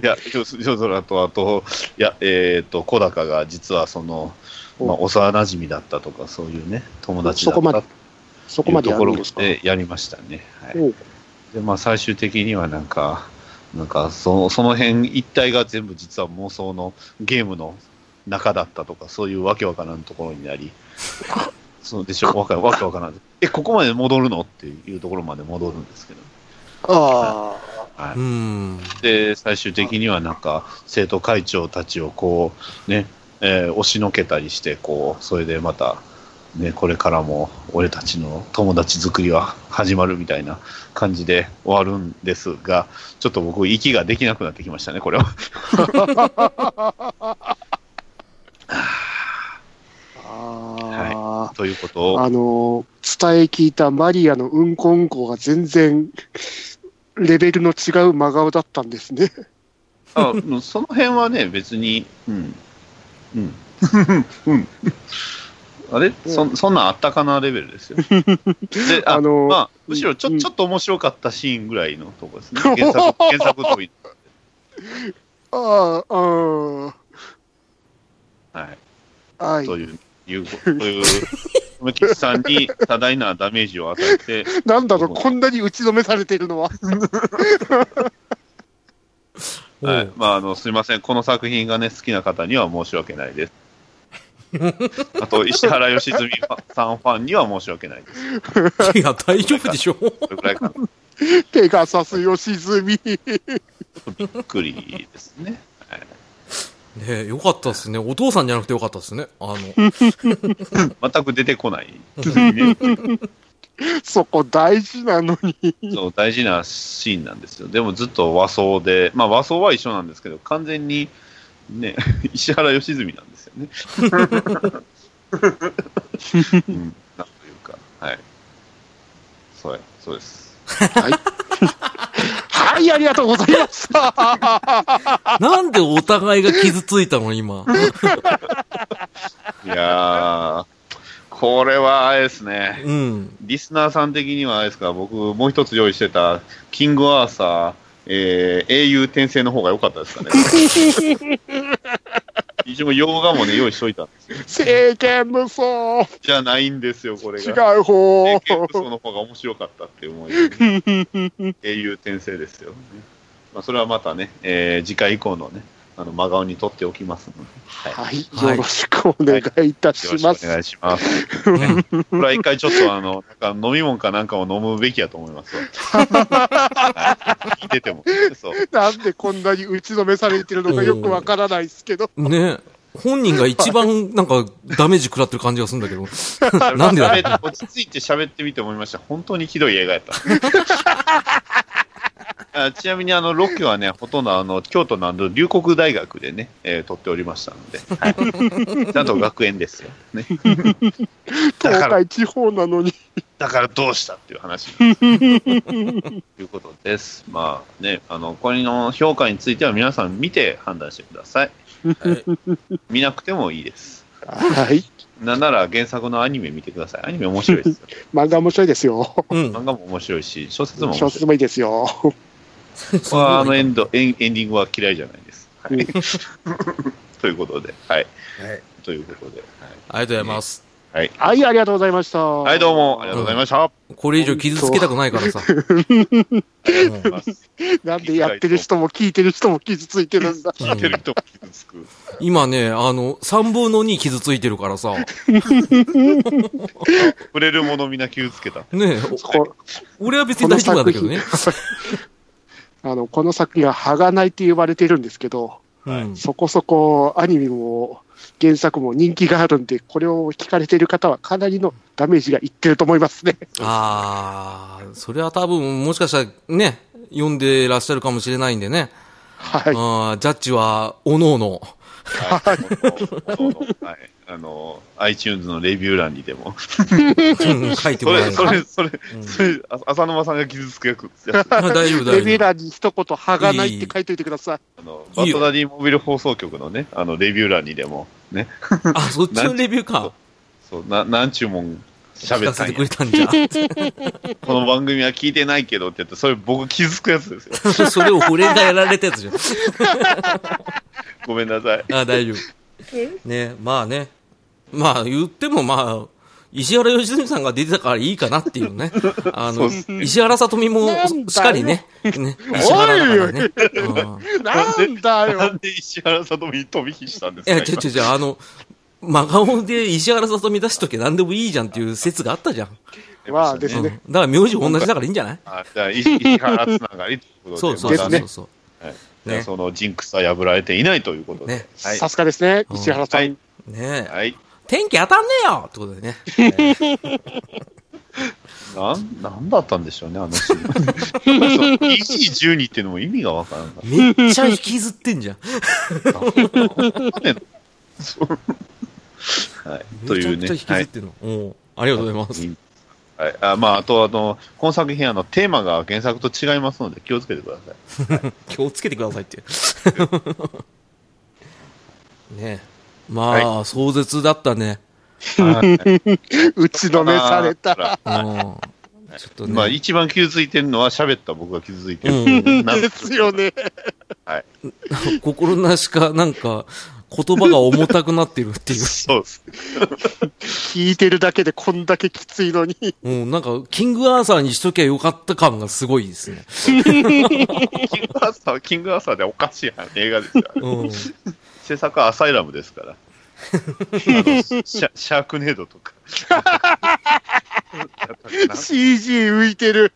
S3: いや、夜空と、あと、いや、えっ、と、小高が実はその、まあ、幼馴染だったとか、そういうね、友達だ
S1: そ
S3: った
S1: こまでそこまで
S3: と
S1: や
S3: こ
S1: る
S3: ろ
S1: んですか。
S3: でやりましたね。はい
S1: おう
S3: でまあ、最終的にはなんか、なんかそその辺一体が全部実は妄想のゲームの中だったとか、そういうわけわからんところに
S1: [LAUGHS]
S3: なり、そうでしょ、わけわけわからん。え、ここまで戻るのっていうところまで戻るんですけど、
S1: あ
S3: は
S2: う
S3: い、
S2: ん。
S3: で最終的にはなんか生徒会長たちをこう、ねえー押しのけたりしてこう、それでまた、ね、これからも俺たちの友達作りは始まるみたいな感じで終わるんですが、ちょっと僕、息ができなくなってきましたね、これは。
S1: あ。ああ。
S3: ということを、
S1: あのー、伝え聞いたマリアのうんこうんこが全然、レベルの違う真顔だったんですね。
S3: あうんその辺はね、別に、うん、うん、うん、 [LAUGHS] あれ、そそんなんあったかなレベルですよ。であ
S1: あのー
S3: まあ、むしろちょ,、
S1: うん
S3: ちょっと面白かったシーンぐらいのとこですね。 [LAUGHS] 原作、原作通り。
S1: ああ、ああ。
S3: はい。
S1: はい
S3: と。いう、いう、という、梅吉さんに多大なダメージを与えて、
S1: なんだろう、こんなに打ちのめされてるのは。 [LAUGHS]
S3: はいまあ、あのすみません、この作品がね、好きな方には申し訳ないです。あと、石原良純さんファンには申し訳ないで
S2: [LAUGHS]
S3: す。
S2: いや、大丈夫でしょ。
S3: それぐらいかな
S1: ペガサス、良純。
S3: [LAUGHS] びっくりですね。 [LAUGHS]
S2: ねえよかったですね。お父さんじゃなくてよかったですね。あ
S3: 全く出てこない、 [LAUGHS] ね。
S1: そこ大事なのに。
S3: そう、大事なシーンなんですよ。でもずっと和装で、まあ和装は一緒なんですけど、完全に、ね、 [LAUGHS] 石原良純なんですよね。 [LAUGHS] うん、なんというか、はい。そうや、そうです。
S1: はい、ありがとうございま [LAUGHS] した。
S2: の、なんでお互いが傷ついたの、今。
S3: いやー、これはあれですね。
S2: うん。
S3: リスナーさん的にはあれですか、僕、もう一つ用意してた、キングアーサー、えー英雄転生の方が良かった
S1: [LAUGHS]
S3: ですかね。一応、洋画もね、用意しといたんですよ。
S1: 政権無双。
S3: じゃないんですよ、これ
S1: 違
S3: が。
S1: う方
S3: 英。検武装の方が面白かったって思いで、英雄転生ですよ、ね。まあ、それはまたね、えー次回以降のね、あの真顔に取っておきますので、
S1: はい、
S2: はい
S1: よろしくお願いいたし
S3: よろしくお
S1: ます。
S3: 願いします。これは一回ちょっとあの、なんか飲み物かなんかを飲むべきやと思いますわ。はい聞いてても。そう。
S1: なんでこんなに打ちのめされてるのかよくわからないですけど、
S2: ねえ本人が一番なんかダメージ食らってる感じがするんだけど。 [LAUGHS] なんでだろう
S3: 喋って落ち着いて喋ってみて思いました。 [LAUGHS] 本当にひどい映画やった。あちなみにあのロケはね、ほとんどあの京都のあの龍谷大学でね、えー撮っておりましたので、はい、ちゃんと学園ですよ、ね。だ
S1: 東
S3: から、
S1: 海地方なのに。
S3: だからどうしたっていう話なんです。ということです。まあね、あの、これの評価については皆さん見て判断してください。見なくてもいいです。
S1: はい、
S3: なんなら原作のアニメ見てください。アニメ面白いで
S2: [LAUGHS]
S3: すよ。
S1: 漫画面白いですよ。
S2: うん。
S3: 漫画も面白いし、小説も面白
S1: 小
S3: い
S1: 説もいいですよ。
S2: す
S3: 僕
S2: ごい
S3: はあのエンドエンエンディングは嫌いじゃないです。はい、
S2: [LAUGHS]
S3: という [LAUGHS] ことで、はい。ということで、
S2: ありがとうございます。
S3: はい。
S1: はい、ありがとうございました。
S3: はい、はいどうもありがとうございました。
S2: これ以上傷つけたくないからさ。うん
S1: なんでやってる人も聞いてる人も傷ついてるんだ。
S3: 聞
S2: [LAUGHS]
S3: いてる人も傷つく。
S2: 今ね、あの、3分の2傷ついてるからさ。ね
S3: 触れるものみんな傷つけた。
S2: え、
S1: こ
S2: お俺は別に大丈夫なんだけどね。 [LAUGHS]
S1: あのこの作品ははがないって言われてるんですけど、
S2: うん。
S1: そこそこアニメも原作も人気があるんで、これを聞かれてる方はかなりのダメージがいってると思いますね。
S2: ああ、それは多分、もしかしたらね、読んでらっしゃるかもしれないんでね。
S1: はい。
S2: あージャッジは、おのお
S3: [LAUGHS]
S2: の。
S3: はい。もうもうはい。あの、iTunes のレビュー欄に
S2: [LAUGHS]
S3: でも。
S2: うん書いて
S3: そ
S2: もらえ
S3: れ、
S2: る。
S3: それ、それ、
S2: うん
S3: それ、あ浅沼さんが傷つくやつ。やつ
S2: あ大丈夫、
S1: レ
S2: 大
S1: ビュー
S2: 丈
S1: 欄に一言、はがないって書いといてください。
S3: あの、
S2: い
S3: バ
S2: いよ
S3: トダディモビル放送局のね、あの、レビュー欄にでも、ね。
S2: 夫。あ、そっちのレビューか。
S3: そう、な、なんちゅうもん
S2: 聞
S3: 喋
S2: か
S3: っ
S2: せ
S3: たん
S2: て
S3: や
S2: くれたんじゃ。
S3: この番組は聞いてないけどって言って、それ僕傷つくやつです
S2: [LAUGHS]
S3: よ。[LAUGHS]
S2: それを俺がやられたやつじゃん。
S3: ごめんな
S2: [LAUGHS]
S3: さい。
S2: あ大丈夫。ね、まあね。まあ言ってもまあ、石原良純さんが出てたからいいかなっていうね。あの、
S3: そうっす
S2: 石原さとみも
S1: なんだよ
S2: しっかりね。ね石原だからね。うん
S1: なんだ
S3: な
S1: よ。
S3: んで石原さとみに飛び火したんです
S2: い
S3: か
S2: や、ちょちょちょ、あの、真顔で石原さとみ出しとけ何でもいいじゃんっていう説があったじゃん。
S3: 今
S1: まあで
S2: う
S1: す
S2: ん。だ
S1: ね。
S2: から名字同じだからいいんじゃない
S3: あ [LAUGHS] じゃあ、石石原つながりということで。
S2: そうそう
S3: ま
S2: そう
S3: あ
S1: で
S2: そ
S1: す
S2: うそう。
S3: じゃあ
S2: ね
S3: そのジンクスは破られていないということで
S2: ね。
S3: はい
S1: さすがですね、
S2: うん
S1: 石原さん。
S3: はい
S2: ねえ。
S3: はい。
S2: 天気当たんねえよってことでね。
S3: なん、なんだったんでしょうね、あのシーン。
S2: [LAUGHS]
S3: EC12 っていうのも意味がわからんかっ
S2: めっちゃ引きずってんじゃん。
S3: た
S2: [LAUGHS]
S3: ね。そう [LAUGHS] はい。と
S2: めち
S3: い
S2: ゃ
S3: う
S2: く
S3: ね
S2: ちゃ引。き
S3: は
S2: ずっ
S3: い。
S2: てんの。うん。ありがとうございます。
S3: はい、あまあ、あと、あの、この作品、あの、テーマが原作と違いますので、気をつけてください。
S2: 気をつけてください
S3: [LAUGHS]
S2: って。ねえ。まあ、壮絶だったね。
S1: 打ちのめされた。
S2: うん。ちょっとね。
S3: まあ、一番傷ついてるのは、喋った僕が傷ついてる。
S2: うん
S3: なん
S1: ですよね。
S2: 心なしか、なんか、言葉が重たくなってるっていう。
S3: そうです。
S1: 聞いてるだけでこんだけきついのに。
S2: うん、なんか、キングアーサーにしときゃよかった感がすごい
S3: [LAUGHS]
S2: ですね。
S3: キングアーサー、キングアーサーでおかしい映画ですよ。
S2: うん。
S3: 制作はアサイラムですから。あのシャシャークネードとか。
S1: CG 浮いてる。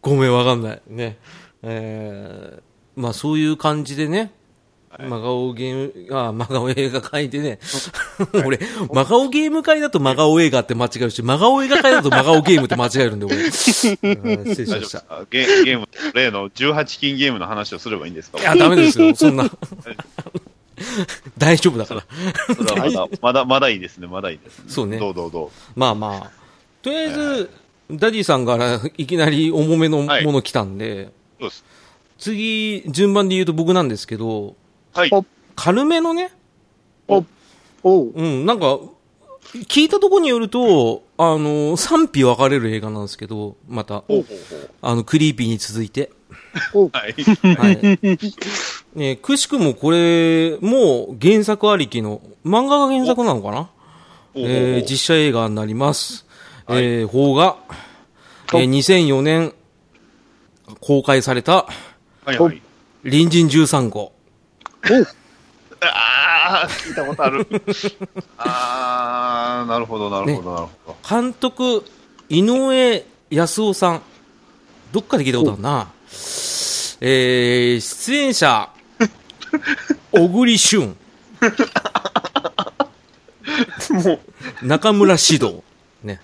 S2: ごめん、わかんない。ね。えー、まあそういう感じでね、真顔ゲーム、あ、真顔映画会でね、俺、真顔ゲーム会だと真顔映画って間違えるし、真顔映画会だと真顔ゲームって間違えるんで、俺。うん失礼し
S3: 大
S2: ま
S3: 丈夫で
S2: し
S3: す
S2: た。
S3: かゲーゲーム、例の18金ゲームの話をすればいいんですか
S2: いや、ダメですよ、そんな。大丈夫だから。
S3: それはまだ、まだ、まだいいですね、まだいいです、ね。
S2: そうね
S3: どうどうど
S2: まあまあ。とりあえず、ダディさんからいきなり重めのも
S3: はい
S2: の来たんで、
S3: う。そうです。
S2: 次、順番で言うと僕なんですけど、
S3: はい。
S1: お
S2: 軽めのね、
S1: お、おう。
S2: うん、なんか、聞いたとこによると、あの、賛否分かれる映画なんですけど、また、
S3: ほうほうほう。
S2: あの、クリーピーに続いて。
S3: [LAUGHS] はい。
S2: はい。ね、くしくもこれ、もう原作ありきの、漫画が原作なのかな
S3: ほうほうほう
S2: えー実写映画になります。
S3: はい
S2: えー、邦画、えー2004年公開された、
S3: はいはい。
S2: 隣人13号。
S3: ああ、聞いたこと
S2: [LAUGHS]
S3: ある。ああ、なるほど、なるほど、なるほ
S2: 監督、井上康夫さん。どっかで聞いたことあるな。えー、出演
S3: [LAUGHS]
S2: 者、小栗旬、
S3: ど。もう、
S2: 中村獅童。ね。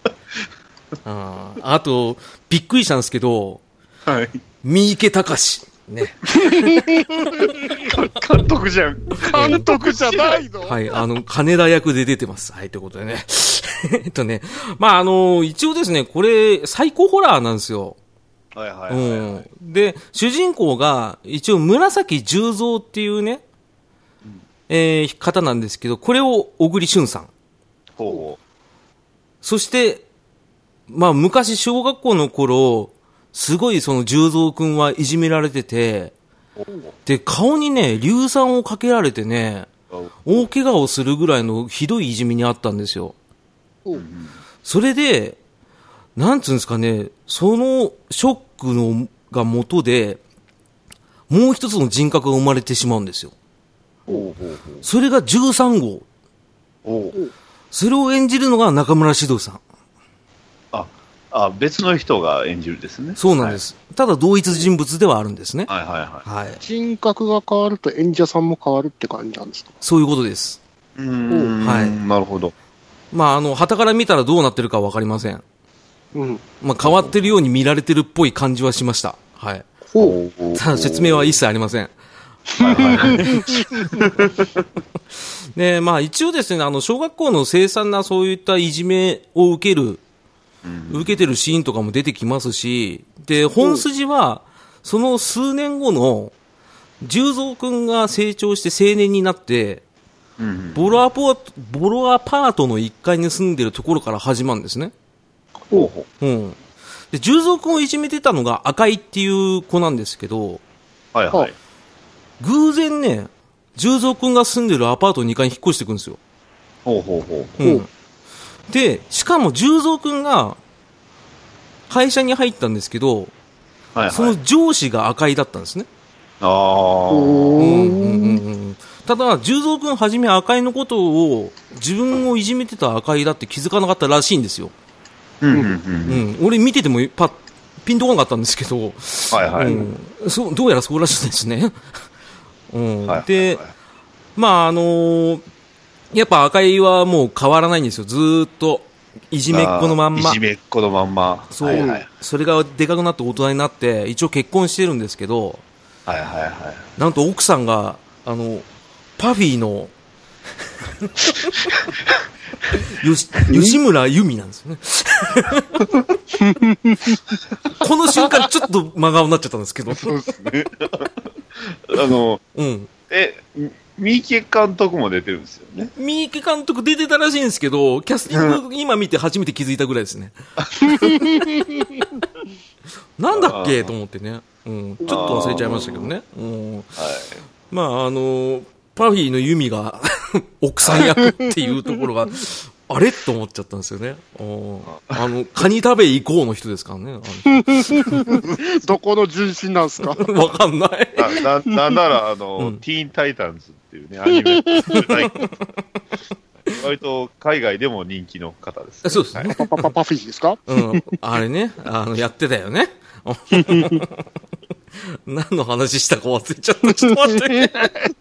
S2: あーあと、びっくりしたんですけど、
S3: はい。
S2: 三池隆。ね。
S3: 監督じゃん。
S1: 監督じゃないの、
S2: はい、あの、金田役で出てます。はい、ということでね。 [LAUGHS] えっとね、まあ、あの、一応ですね、これ、最高ホラーなんですよ。
S3: はいはいはいは
S2: うん。で、主人公が、一応、紫十三っていうね、えー方なんですけど、これを小栗旬さん。
S3: い。ほうほ
S2: そして、まあ、昔、小学校の頃、すごいその十三くんはいじめられてて、で、顔にね、硫酸をかけられてね、
S3: うほう。
S2: 大怪我をするぐらいのひどいいじめにあったんですよ。
S1: おう
S2: それで、なんつうんですかね、そのショックのが元で、もう一つの人格が生まれてしまうんですよ。
S3: ほうほうほう。
S2: それが13号。
S3: ほう
S2: それを演じるのが中村獅童さん。
S3: あ、あ、別の人が演じるですね。
S2: そうなんです。ただ同一人物ではあるんですね。
S3: はい。はいはいは
S2: はい。
S1: 人格が変わると演者さんも変わるって感じなんですか
S2: そういうことです。
S3: い。うーん、
S2: はい
S3: なるほど。
S2: まあ、あの、旗から見たらどうなってるかわかりません。
S1: うん。
S2: まあ、変わってるように見られてるっぽい感じはしました。はい。
S1: ほう。
S3: ほう
S2: ただ説明は一切ありません。
S3: はいはいはい
S2: ねまあ一応ですね、あの、小学校の凄惨なそういったいじめを受ける、受けてるシーンとかも出てきますし、で、本筋は、その数年後の、十三くんが成長して青年になって、
S3: うんうん
S2: ボロアポボロアパートの1階に住んでるところから始まるんですね。
S3: ほうほ
S2: うん。で、十三くんをいじめてたのが赤井っていう子なんですけど、
S3: う。はいはい。
S2: 偶然ね、十三くんが住んでるアパート2階に引っ越してくんですよ。
S3: ほうほうほう。
S2: うんで、しかも十三くんが会社に入ったんですけど、
S3: はい
S2: そ
S3: は
S2: の
S3: い。
S2: 上司が赤井だったんですね。
S3: ああ。
S1: お
S2: うんうんうんうんただ、十三くんはじめ赤井のことを自分をいじめてた赤井だって気づかなかったらしいんですよ。
S3: うんうんう。
S2: うんん、俺見ててもパッピンとこなかったんですけど、
S3: はいはい。
S2: うん、そうどうやらそうらしいです
S3: [LAUGHS]
S2: ね。うん
S3: はい
S2: で、まああのーやっぱ赤井はもう変わらないんですよ、ずーっと。いじめっ子のまんま。
S3: いじめっ子のまんま。
S2: そう、
S3: はいはい
S2: それがでかくなって大人になって、一応結婚してるんですけど、
S3: はいはいはい。
S2: なんと奥さんが、あの、パフィーの、
S3: [LAUGHS]
S2: よし吉村由美なんですよね。 [LAUGHS] この瞬間ちょっと真顔になっちゃったんですけど。
S3: あの、
S2: うん。
S3: え、み三池監督も出てるんですよね。
S2: 三池監督出てたらしいんですけど、キャスティング今見て初めて気づいたぐらいですね。なんだっけと思ってね。うん。ちょっと忘れちゃいましたけどね。うん。
S3: は
S2: まああのパフィーの弓が [LAUGHS] 奥さん役っていうところが、あれと思っちゃったんですよね。おーあの、カニ食べ行こうの人ですからね。あの人
S1: どこの純真なん [LAUGHS] すか
S2: わかんない。
S3: なななんなら、あの、
S2: うん
S3: ティーンタイタンズっていうね、ア
S2: [LAUGHS]
S3: ニメ。割と海外でも人気の方です、
S2: そうですね。
S1: パパパパフィーですか
S2: うん。あれね、あの、やってたよね。 [LAUGHS] 何の話したか忘れちゃった。ちょっと待 [LAUGHS] って。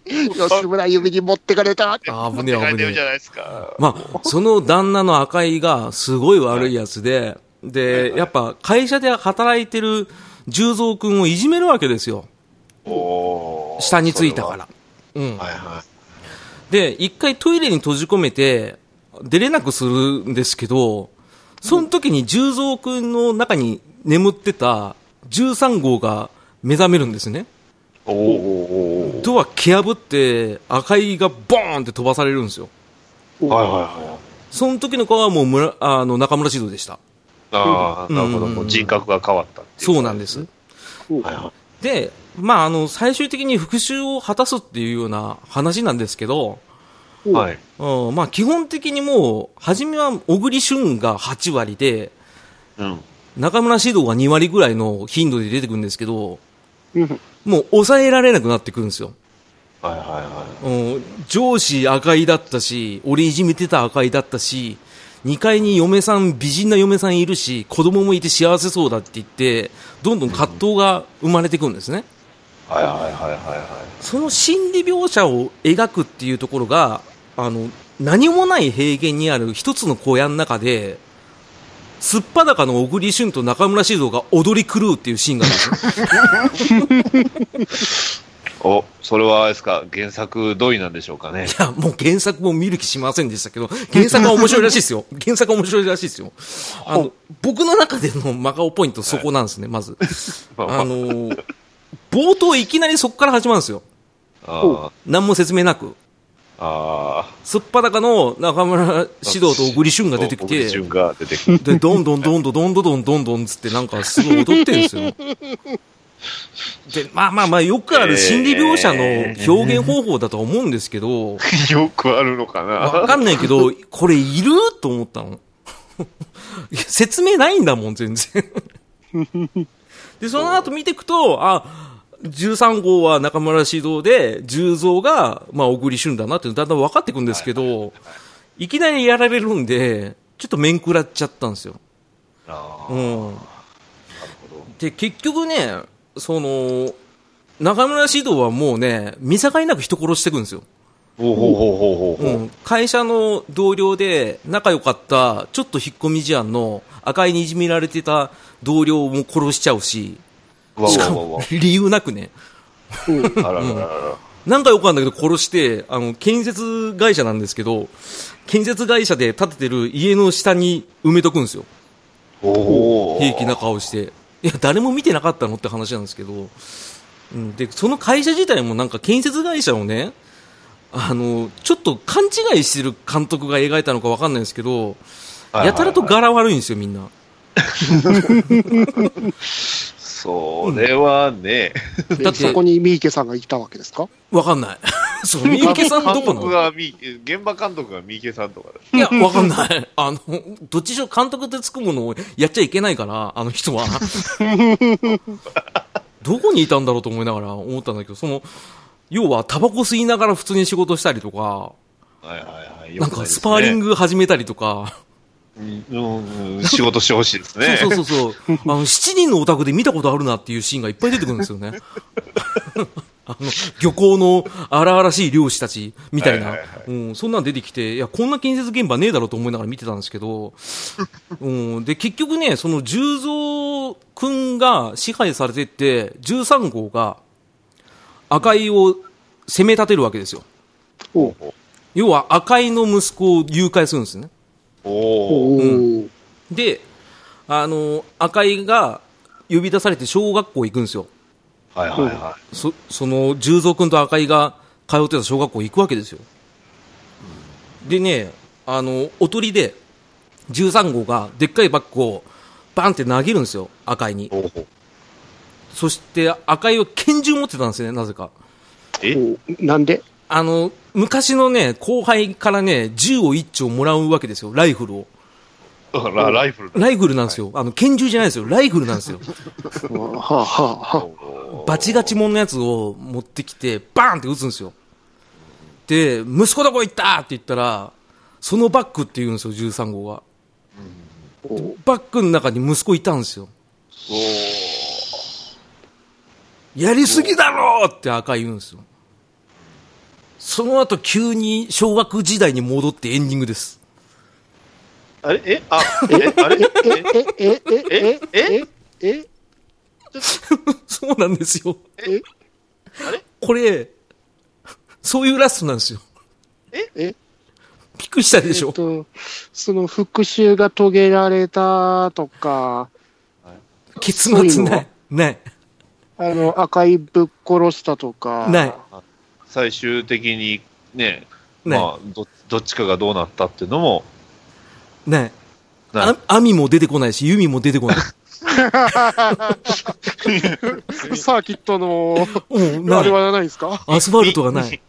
S1: 吉村指に持ってかれた。
S2: あー、危ね
S3: 書
S2: え、
S3: い
S2: 危
S3: て
S2: ね
S3: るじゃ
S2: え。
S3: ないですか。
S2: まあ、その旦那の赤井がすごい悪いやつで、で、やっぱ会社で働いてる十三くんをいじめるわけですよ。
S3: おー
S2: 下についたから。うん
S3: そ。れははいはい。
S2: で、一回トイレに閉じ込めて、出れなくするんですけど、その時に十三くんの中に眠ってた13号が目覚めるんですね。
S3: おーおーおー
S2: ドア蹴破って赤いがボーンって飛ばされるんですよ。
S3: おーはいはいはい。
S2: その時の子はもう村、あの、中村指導でした。
S3: ああ、なるほど。
S2: うん
S3: もう人格が変わったっていう。
S2: そうなんです。
S3: はいはい。
S2: で、まあ、あの、最終的に復讐を果たすっていうような話なんですけど、
S3: はい。
S2: うん、まあ、基本的にもう、初めは小栗旬が8割で、
S3: うん。
S2: 中村獅童が2割ぐらいの頻度で出てくるんですけど、
S1: うん
S2: もう抑えられなくなってくるんですよ。
S3: はいはいは
S2: うん上司赤いだったし、俺いじめてた赤いだったし、2階に嫁さん、美人な嫁さんいるし、子供もいて幸せそうだって言って、どんどん葛藤が生まれてくるんですね。
S3: い。はいはいはいはいはい。
S2: その心理描写を描くっていうところが、あの、何もない平原にある一つの小屋の中で、すっぱだかの小栗旬と中村獅童が踊り狂うっていうシーンがあるんですよ。
S3: お、それはあれですか、原作通りなんでしょうかね。
S2: いや、もう原作も見る気しませんでしたけど、原作は面白いらしいですよ。原作は面白いらしいですよ。あの、僕の中でのマカオポイントそこなんですね、まず。
S3: まあまあ
S2: あのー、冒頭いきなりそこから始まるんですよ。
S3: [LAUGHS] あ
S2: 何も説明なく。
S3: あ、あ
S2: すっぱだかの中村
S3: あ。
S2: 獅童と小栗旬が出てき
S3: 小栗
S2: て
S3: 旬、が出てきて。
S2: で、どんどんどんどんどんどんどんどんどんつってなんかすごい踊ってるんですよ。で、まあまあまあ、よくある心理描写の表現方法だとは思うんですけど、
S3: よくあるのかな。
S2: わかんないけど、これいると思ったの。いや説明ないんだもん、全
S3: [LAUGHS]
S2: 然。で、その後見ていくと、あ、13号は中村獅童で、10蔵が、まあ、小栗旬だなって、だんだん分かっていくんですけど、いきなりやられるんで、ちょっと面食らっちゃったんですよ。
S3: ああ
S2: う
S3: なる
S2: ん。
S3: ほど
S2: で、結局ね、その、中村獅童はもうね、見境なく人殺していくんですよ。
S3: ほうほうほうほうほう
S2: うん、会社の同僚で仲良かったちょっと引っ込み思案の赤いにいじめられてた同僚も殺しちゃうし
S3: うわ
S2: しか
S3: うわうわう
S2: も
S3: わ
S2: 理由なくね
S3: あらららら。
S2: 仲良くあるんだけど殺してあの建設会社なんですけど建設会社で建ててる家の下に埋めとくんですよ
S3: おお。
S2: 平気な顔していや誰も見てなかったのって話なんですけど、うん、でその会社自体もなんか建設会社をねあのちょっと勘違いしてる監督が描いたのかわかんないですけど
S3: はいはいはい
S2: やたらと柄悪いんですよ、みんな。
S3: それはね、
S2: だ
S1: で
S2: って
S1: そこに三池さんがいたわけですか
S2: わかん
S3: [LAUGHS]
S2: ない。そう、三
S3: 監
S2: 池さんどこな
S3: 督
S2: の
S3: [LAUGHS] がみ、現場監督が三池さんとかだ
S2: いや、わかんない。あの、どっちにしろ監督ってつくものをやっちゃいけないから、あの人
S3: [LAUGHS]
S2: は。どこにいたんだろうと思いながら思ったんだけど、その、要はタバコ吸いながら普通に仕事したりとか、
S3: はいはいはい。
S2: なんかスパーリン
S3: グ。
S2: グ始めたりとか、
S3: うんうん仕事してほしいですね。
S2: そうそうそう
S3: [LAUGHS]
S2: そう、あの、7人のお宅で見たことあるなっていうシーンがいっぱい出てくるんですよね。 [LAUGHS] あの、漁港の荒々しい漁師たちみたいな、
S3: はいはいは
S2: うん、そんなん出てきて、いや、こんな建設現場ねえだろうと思いながら見てたんですけど、うん、で、結局ね、その十三くんが支配されてって、13号が赤井を攻め立てるわけですよ。
S1: おう
S2: 要は赤井の息子を誘拐するんですね。
S3: おお。
S1: おう
S2: で、あの、赤井が呼び出されて小学校行くんですよ。
S3: はいはいは
S2: そ、その、十三君と赤井が通ってた小学校行くわけですよ。でね、あの、おとりで、13号がでっかいバッグをバンって投げるんですよ、赤井に
S3: い。。おお。
S2: そして赤井は拳銃持ってたんですよね、なぜか。
S3: え
S1: おうなんで
S2: あの、昔のね、後輩からね、銃を一丁もらうわけですよ、ライフルを。
S3: ラライフルだ
S2: ライフルなんですよ。あの、拳銃じゃないですよ、ライフルなんですよ。
S1: [LAUGHS] はあ、はあ、は
S2: バチガチもんのやつを持ってきて、バーンって撃つんですよ。で、息子どこ行ったって言ったら、そのバッグって言うんですよ、13号が。バッグの中に息子いたんですよ。
S3: おー
S2: やりすぎだろうって赤言うんですよ。その後急に小学時代に戻ってエンディングです。
S3: あれえあえあれえ
S1: あ。え、え、え、え、
S3: え
S1: え、え、え、
S2: [LAUGHS] そうなんですよ。
S1: え、
S2: これ、そういうラストなんですよ。
S1: え、
S2: びっくりしたでし
S1: え
S2: ょ
S1: っ。と、その復讐が遂げられたとか、
S2: 結
S1: そういう
S2: 末
S1: の
S2: ない。ない。
S1: あの、赤いぶっ殺したとか。
S2: ない。
S3: 最終的にね
S2: ね
S3: まあどどっちかがどうなったっていうのも
S2: ない。
S3: な
S2: あ網も出てこないし、弓も
S1: [LAUGHS]
S2: 出てこない。
S1: サーキットの、
S2: うん、な
S1: あれ
S2: い。
S1: はないですか
S2: アスファルトがない。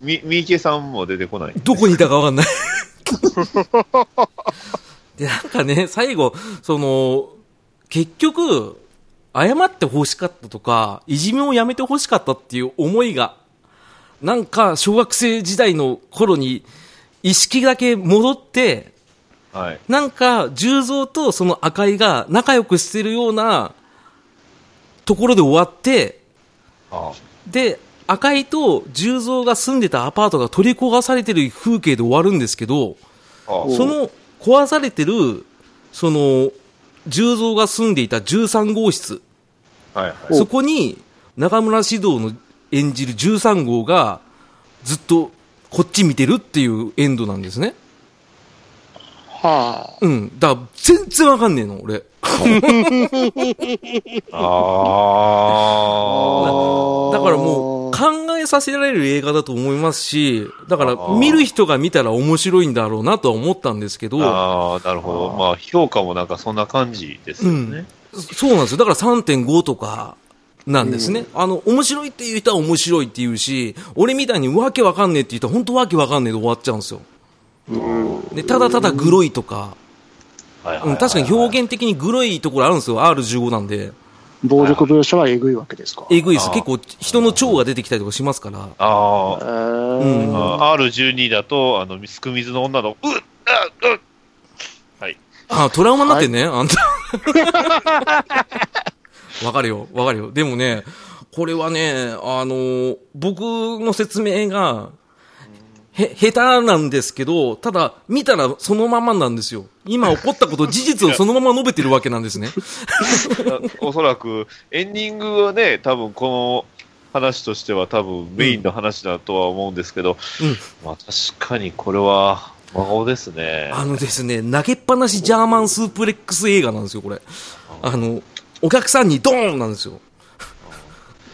S3: み三池さんも出てこない
S2: どこにいたかわかんない。 [LAUGHS] で、なんかね、最後、その、結局、謝って欲しかったとか、いじめをやめて欲しかったっていう思いが、なんか、小学生時代の頃に、意識だけ戻って、
S3: はい
S2: なんか、十蔵とその赤井が仲良くしてるような、ところで終わって、
S3: あ
S2: で、赤井と十蔵が住んでたアパートが取り壊されてる風景で終わるんですけど、
S3: あ
S1: お
S2: その壊されてる、その、十蔵が住んでいた13号室、
S3: はいはい
S1: お
S2: そこに中村獅童の演じる13号がずっとこっち見てるっていうエンドなんですね。
S1: は
S2: うん。だから全然わかんねえの、俺。
S3: あ
S1: あ。
S2: だからもう考えさせられる映画だと思いますし、だから
S3: あー
S2: 見る人が見たら面白いんだろうなとは思ったんですけど、
S3: ーあーなるほどまあ評価もなんかそんな感じですよね、
S2: そうなんですよ。だから3.5とかなんですね。あの、面白いっていう人は面白いって言うし、俺みたいにわけわかんねえって言ったら本当わけわかんねえで終わっちゃうんですよ。で、ただただグロいとか、
S3: はいはい
S2: うん、確かに表現的にグロいところあるんですよ。R15 なんで。
S1: 暴力描写はえぐいわけですか。
S2: えぐいです。
S3: あー
S2: 結構人の腸が出てきたりとかしますから。
S3: あー
S2: うん
S1: あ
S3: あー R12 だとあのすく水の女のうっあうっはい
S2: あ、トラウマになってんね、あんた。 [LAUGHS] わかるよ、わかるよ。でもね、これはね、あの、僕の説明が、へ、下手なんですけど、ただ、見たらそのままなんですよ。今起こったこと、事実をそのまま述べてるわけなん
S3: [LAUGHS]
S2: ですね。
S3: おそらくエンディングはね、多分この話としては多分メインの話だとは思うんですけど、
S2: うん
S3: まあ確かにこれは魔法ですね。
S2: あのですね、投げっぱなしジャーマンスープレックス映画なんですよ、これ。あの、お客さんにドーンなんですよ。
S3: こ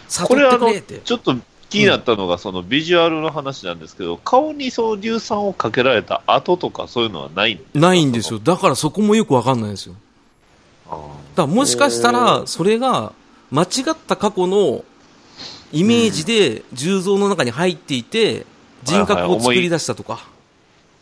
S2: 悟
S3: れ
S2: っ
S3: あ
S2: てく
S3: の、
S2: れって。
S3: ちょっと気になったのがそのビジュアルの話なんですけど、顔にそう硫酸をかけられた後とかそういうのはない
S2: ないんですよ。だからそこもよくわかんないんですよ。
S3: あ
S2: だからもしかしたら、それが間違った過去のイメージで重蔵の中に入っていて、人格を作り出したとか、
S3: はい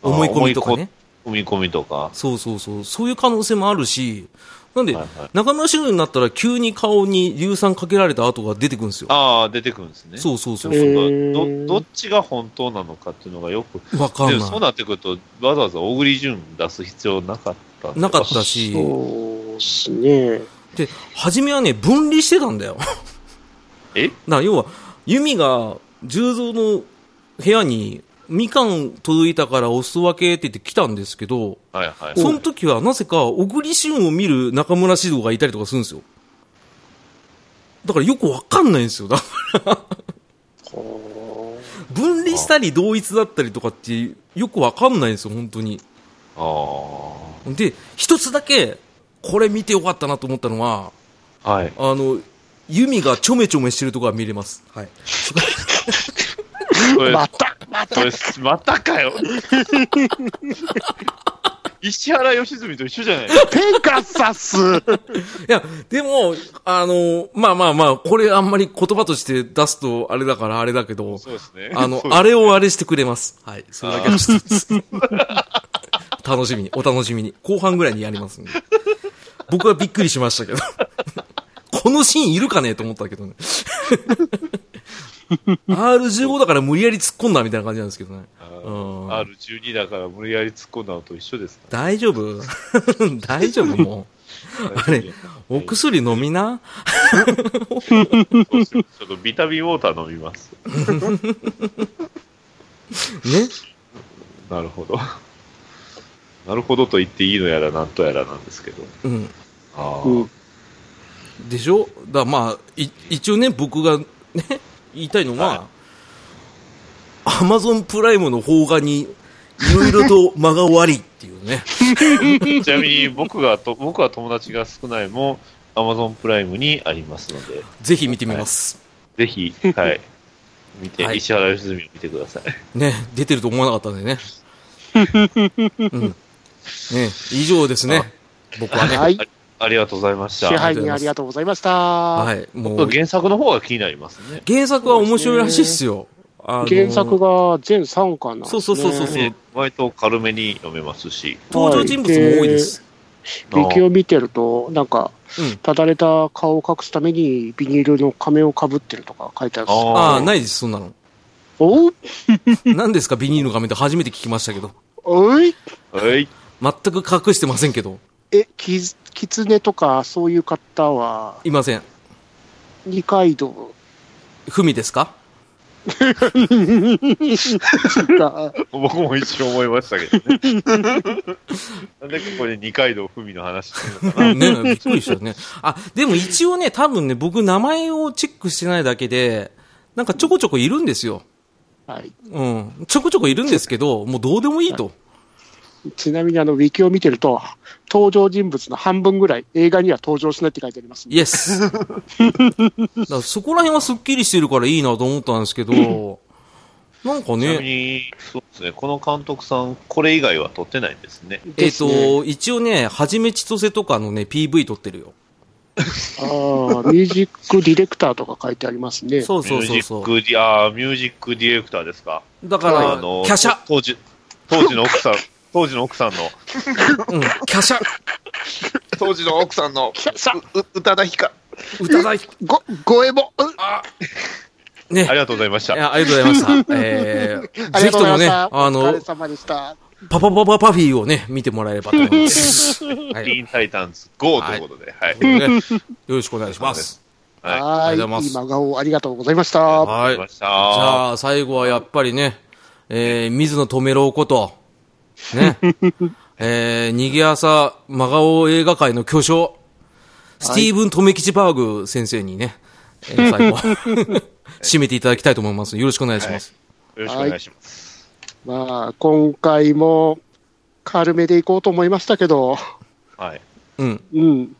S2: 思
S3: はいい
S2: 込みとかね。
S3: ー踏み込みとか。
S2: そうそうそう。そういう可能性もあるし、なんで
S3: はいはい、
S2: 中村獅童になったら急に顔に硫酸かけられた跡が出てくるんですよ。
S3: ああ、出てくるんですね。
S2: そうそうそう
S1: え
S2: そ
S1: ー
S2: う。
S3: どどっちが本当なのかっていうのがよく、
S2: わか
S3: で
S2: ん
S3: もそう
S2: な
S3: なってくると、わざわざ小栗旬出す必要なかったん
S2: い。
S3: で
S2: なかった
S1: ー
S2: し、
S1: そうですね。
S2: で、初めはね、分離してたんだよ。 [LAUGHS]
S3: え
S2: な要は、弓が十蔵の部屋にみかん届いたからお裾分けって言って来たんですけど、
S3: はいはい。
S2: その時はなぜか小栗旬を見る中村獅童がいたりとかするんですよ。だからよくわかんないんですよ。だ分離したり同一だったりとかってよくわかんないんですよ、本当に。
S3: あ
S2: で、一つだけ、これ見てよかったなと思ったのは、
S3: あ。はい。
S2: あの、弓がちょめちょめしてるとこは見れます。はい。
S3: これ、
S1: また、また
S2: [LAUGHS]
S3: これ、またかよ。石原良純と一緒じゃないですか。
S1: ペガサス [LAUGHS]
S2: いや、でも、あの、まあまあまあ、これあんまり言葉として出すとあれだからあれだけど、
S3: そうです [LAUGHS] ね。
S2: あの、
S3: そうです
S2: あれをあれしてくれます。はい。それだけの一つ楽しみに、お楽しみに。後半ぐらいにやりますんで。僕はびっくりしましたけど。 [LAUGHS] このシーンいるかねと思ったけどね。R15 だから無理やり突っ込んだみたいな感じなんですけどね。うん。
S3: R12 だから無理やり突っ込んだのと一緒ですか
S2: 大丈夫 [LAUGHS] 大丈夫も
S3: ら、
S2: あれう。お薬飲みな
S3: そうですねちょっとビタミンウォーター飲みます。
S2: ね
S3: なるほど。なるほどと言っていいのやらなんとやらなんですけど。
S2: うん。
S3: あ
S1: う
S3: ー
S1: ん
S2: でしょだまあ、い一応ね、僕がね、言いたいのは、アマゾンプライムの邦画に、いろいろと間が悪いっていうね。
S3: ちなみに僕がと、僕は友達が少ないも、Amazon プライムにありますので、
S2: ぜひ見てみます。
S3: ぜひ、はい。見て、
S2: はい
S3: 石原良純を見てください。
S2: ね、出てると思わなかったんで
S1: [LAUGHS]
S2: ね。うん。ね、以上ですね。僕はね。
S1: はい。
S3: ありがとうございました。
S1: 支
S2: い
S1: 配人ありがとうございました。は
S2: はい。もう、
S3: 原作の方が気になりますね。
S2: 原作は面白いらしいっすよ。あの
S1: 原作が全3巻なんです、ね。
S2: そうそうそうそう
S3: ね割と軽めに読めますし、
S2: 登場人物も多いです。
S1: 歴を見てると、なんか、
S2: うん
S1: ただれた顔を隠すためにビニールの仮面をかぶってるとか書いてあるんですよ
S2: ああ、
S3: い。
S2: ないです、そんなの。
S1: おう
S2: 何ですか、ビニールの画面って初めて聞きましたけど。
S1: おい
S3: はい。
S2: 全く隠してませんけど。
S1: え、きキツネとかそういう方は、
S2: いません。
S1: 二階堂
S2: ふみですか [LAUGHS]
S1: が、
S3: 僕も一瞬思いましたけどね。なんでここで二階堂ふみの話してるの
S2: [LAUGHS]
S3: か
S2: ね、びっくりしたよね。あ、でも一応ね、多分ね、僕名前をチェックしてないだけで、なんかちょこちょこいるんですよ。
S1: はい。
S2: うん。ちょこちょこいるんですけど、もうどうでもいいと。
S1: ちなみにあの、ウィキを見てると、登場人物の半分ぐらい映画には登場しないって書いてありますね、
S2: イエス。だからそこら辺はスッキリしてるからいいなと思ったんですけど、なんか
S3: な。ちなみ
S2: ね、
S3: に、そうですね、この監督さん、これ以外は撮ってないんですね。
S2: え
S1: で
S2: っ
S1: すね。
S2: と、一応ね、はじめちとせとかのね、PV 撮ってるよ。
S1: ああ、ミュージックディレクターとか書いてありますね。
S2: そうそうそうそう。
S3: ミュージックディ、あーミュージックディレクターですか。
S2: だから、
S3: あの、
S2: キャシャ、
S3: 当時、当時の [LAUGHS] 奥さん、当時の奥さんの、
S2: うん、キャシャ、
S3: 当時の奥さんの、うう宇多田ヒカ。
S2: 宇多田ヒカ
S1: ご、ごえぼ、うん
S2: ね
S3: ありがとうございまし
S2: い
S3: た。
S2: やありがとうございました。えー、
S1: あり
S2: ぜひ
S1: がとう
S2: と
S1: ござい
S2: も
S1: ま
S2: ね、
S1: し
S2: あ
S1: た。お疲
S2: の
S1: れ、様でした。
S2: パパパパパフィーをね、見てもらえればと思います。は
S3: ティ
S2: い。
S3: ーンタイタンズ GO ということで、はい。
S2: ということでねよろしくお願いします。
S3: はい
S1: は
S2: ありがとう
S1: ー
S2: ございま
S1: い。
S2: す
S1: 今顔ありがとうございました。は
S2: はい。
S3: ありがとうございま
S2: じ
S3: した
S2: ゃあ、最後はやっぱりね、えー、水野留郎こと、ね、 [LAUGHS] えー、逃げ朝真顔映画界の巨匠、スティーブン・留吉バーグ先生にね、えー最後、
S1: [LAUGHS]
S2: 締めていただきたいと思います。よろしくお願いします。
S3: よろしくお願いします。
S1: まあ、今回も軽めでいこうと思いましたけど、
S3: はい。
S2: うん。
S1: うん。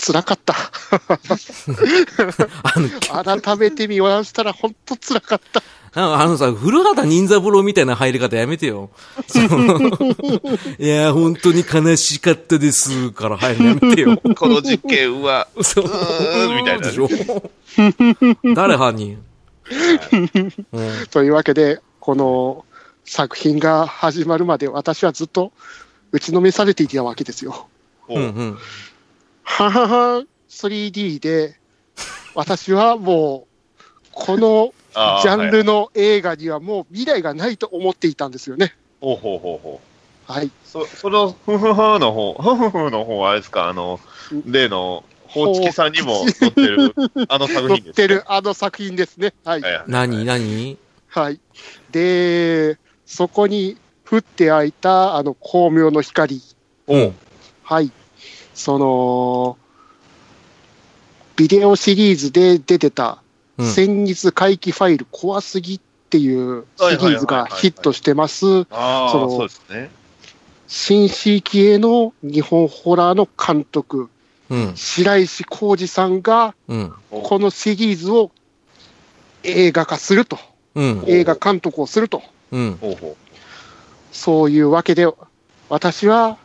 S1: 辛かった。 [LAUGHS]
S2: あの、
S1: 改めて見終わらせたら本当辛かった。
S2: なんかあのさ、古畑任三郎みたいな入り方やめてよ。そのいや、本当に悲しかったですから入るのやめてよ。
S3: この実験は、
S2: そう
S3: ーんみたいなね
S2: でしょ。誰犯人うん
S1: というわけで、この作品が始まるまで私はずっと打ちのめされていたわけですよ。
S3: こ
S2: う
S3: うん
S2: うん。
S1: ははは 3D で、私はもう、この
S3: あー
S1: ジャン
S3: はい
S1: ルの映画にはもう未来がないと思っていたんですよね。
S3: ほうほうほうほう。
S1: はい。
S3: そ、その、ふふふの方、ふふふの方はあれですか、あの、例の、ほうつきさんにも載ってる、あの
S1: 載
S3: 作品
S1: っ
S3: です。
S1: てるあの作品ですね。はい。
S3: はいはい。
S2: 何何
S1: はい。で、そこに降って開いたあの光明の光。
S2: うん。
S1: はい。その、ビデオシリーズで出てた、
S2: うん
S1: 戦日回帰ファイル怖すぎっていうシリーズがヒットしてます、
S3: ああ、
S1: その
S3: そうですね。
S1: 新世紀への日本ホラーの監督、
S2: うん。
S1: 白石浩二さんが、
S2: うん。
S1: このシリーズを映画化すると、
S2: うん。
S1: 映画監督をすると、
S2: うん。
S3: ほうほ
S1: そういうわけで、私は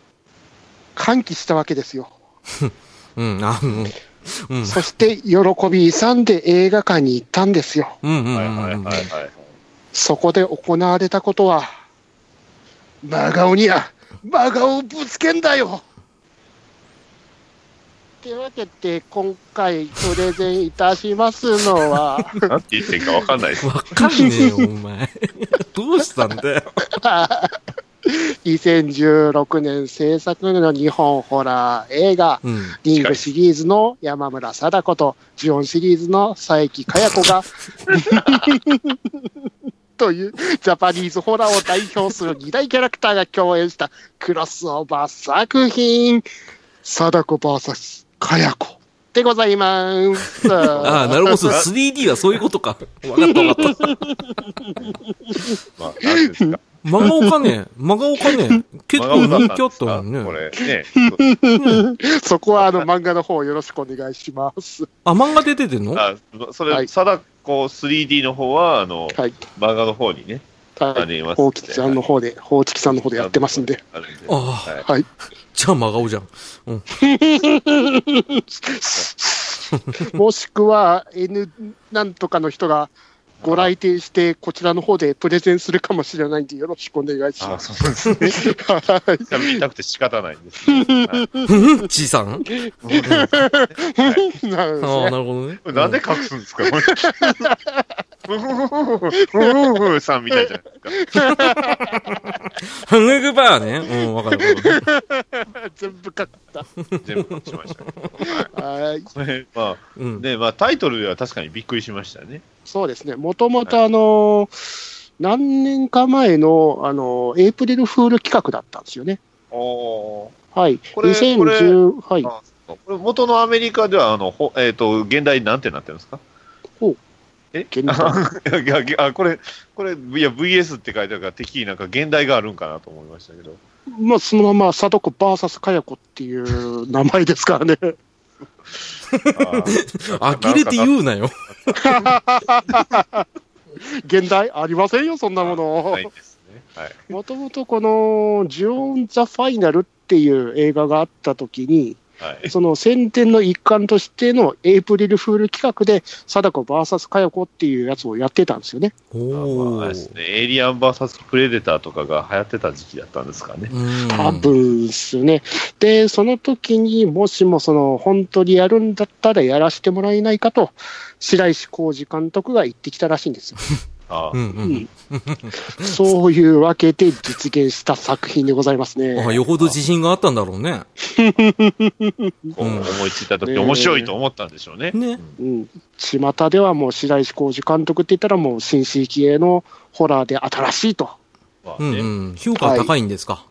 S1: 歓喜したわけですよ。
S2: うん、あの、うん、
S1: そして喜び勇んで映画館に行ったんですよ。
S2: うん、うん、
S3: は
S2: う
S3: いはいはい
S2: んうん
S3: は。い。
S1: そこで行われたことは、真顔にや、真顔をぶつけんだよってわけで、今回プレゼンいたしますのは、
S2: [LAUGHS]
S3: なんて言っていいかわかんないです。
S2: わかんねえよ、お
S3: [LAUGHS]
S2: 前。どうしたんだよ。
S1: 2016年制作の日本ホラー映画、
S2: うん。
S1: リングシリーズの山村貞子と、ジオンシリーズの佐伯佳代子が、というジャパニーズホラーを代表する2大キャラクターが共演したクロスオーバー作品、貞子 VS 佳代子でございます。
S2: ああ、なるほど。3D はそういうことか。わかったわかった。
S3: まあ、なんですか。
S2: 真顔かね真顔かね結構
S3: 真顔だ
S2: 人
S3: ったん
S2: 気あ
S3: で
S2: っ
S3: す
S2: た
S3: か
S2: もんね。
S3: これね。
S1: [LAUGHS] そこはあの漫画の方よろしくお願いします。
S2: あ、漫画で出てんの
S3: あ、そ
S1: は
S3: れ、
S1: い
S3: 貞子 3D の方は、あの、
S1: はい。
S3: 漫画の方にね、あ
S1: はい。
S3: りますんで。
S1: ほうききさんの方で、ほうききさんの方でやってますんで。
S3: あるんで。
S2: ああ
S3: はい
S1: はい。
S2: じゃあ真顔じゃん。うん。
S3: [LAUGHS]
S1: もしくは N なんとかの人がご来店して、こちらの方でプレゼンするかもしれないんで、よろしくお願いし
S3: あ
S1: ます。
S3: そうですね。
S1: はい
S3: 見たくて仕方ないんです、ね。はい
S2: ふふちいさん
S1: なるほ
S2: ああ、
S1: どね
S2: なるほどね。
S3: なんで隠すんですか、これ。ふふふふさんみたいじゃないですか。
S2: ハングバーね。うん、わかるわかる。
S1: 全部書った。
S3: 全部しましたけど。
S1: はい。
S3: これ、ま
S2: う
S3: あ、
S2: ん。
S3: ね、まあ、タイトルでは確かにびっくりしましたね。
S1: そうですね。もともとあのー何年か前の、あのーエイプリルフール企画だったんですよね。
S3: お
S1: はい。
S3: これ
S1: 2010、はい。
S3: あこれ元のアメリカでは、あの、ほえっ、と、現代なんてなってるんですか
S1: ほう
S3: え
S1: 現代
S3: あいやいやあこれ、これ、いや、VS って書いてあるから、敵になんか現代があるんかなと思いましたけど。
S1: まあ、そのまま、貞子 VS かや子っていう名前ですからね。 [LAUGHS]
S3: あ
S2: 呆れて言うなよ。
S1: 現代ありませんよ、そんなもの。
S2: [LAUGHS]
S3: ーないですね。はい。
S1: もともとこの「ジオン・ザ・ファイナル」っていう映画があった時に、
S3: はい。
S1: その宣伝の一環としてのエイプリルフール企画で、貞子 VS 佳代子っていうやつをやってたんですよね。
S3: あ
S2: お
S3: まああ
S2: お
S3: れ。ですね、エイリアン VS プレデターとかが流行ってた時期だったんですかね。
S2: うん
S1: 多分ですね。で、その時にもしもその本当にやるんだったらやらせてもらえないかと、白石浩二監督が言ってきたらしいん
S2: [LAUGHS]
S1: ですよ。
S3: あ
S2: うんうん。
S1: そういうわけで実現した作品でございますね。
S2: あよほど自信があったんだろうね。
S3: こう
S2: うん
S3: 思いついた時、
S1: ねえ
S3: 面白いと思ったんでしょうね。
S2: ね。
S1: うん、巷ではもう白石浩二監督って言ったら、もう新世紀系のホラーで新しいと、
S3: まあ
S2: うん
S3: ね
S2: うん。評価は高いんですか。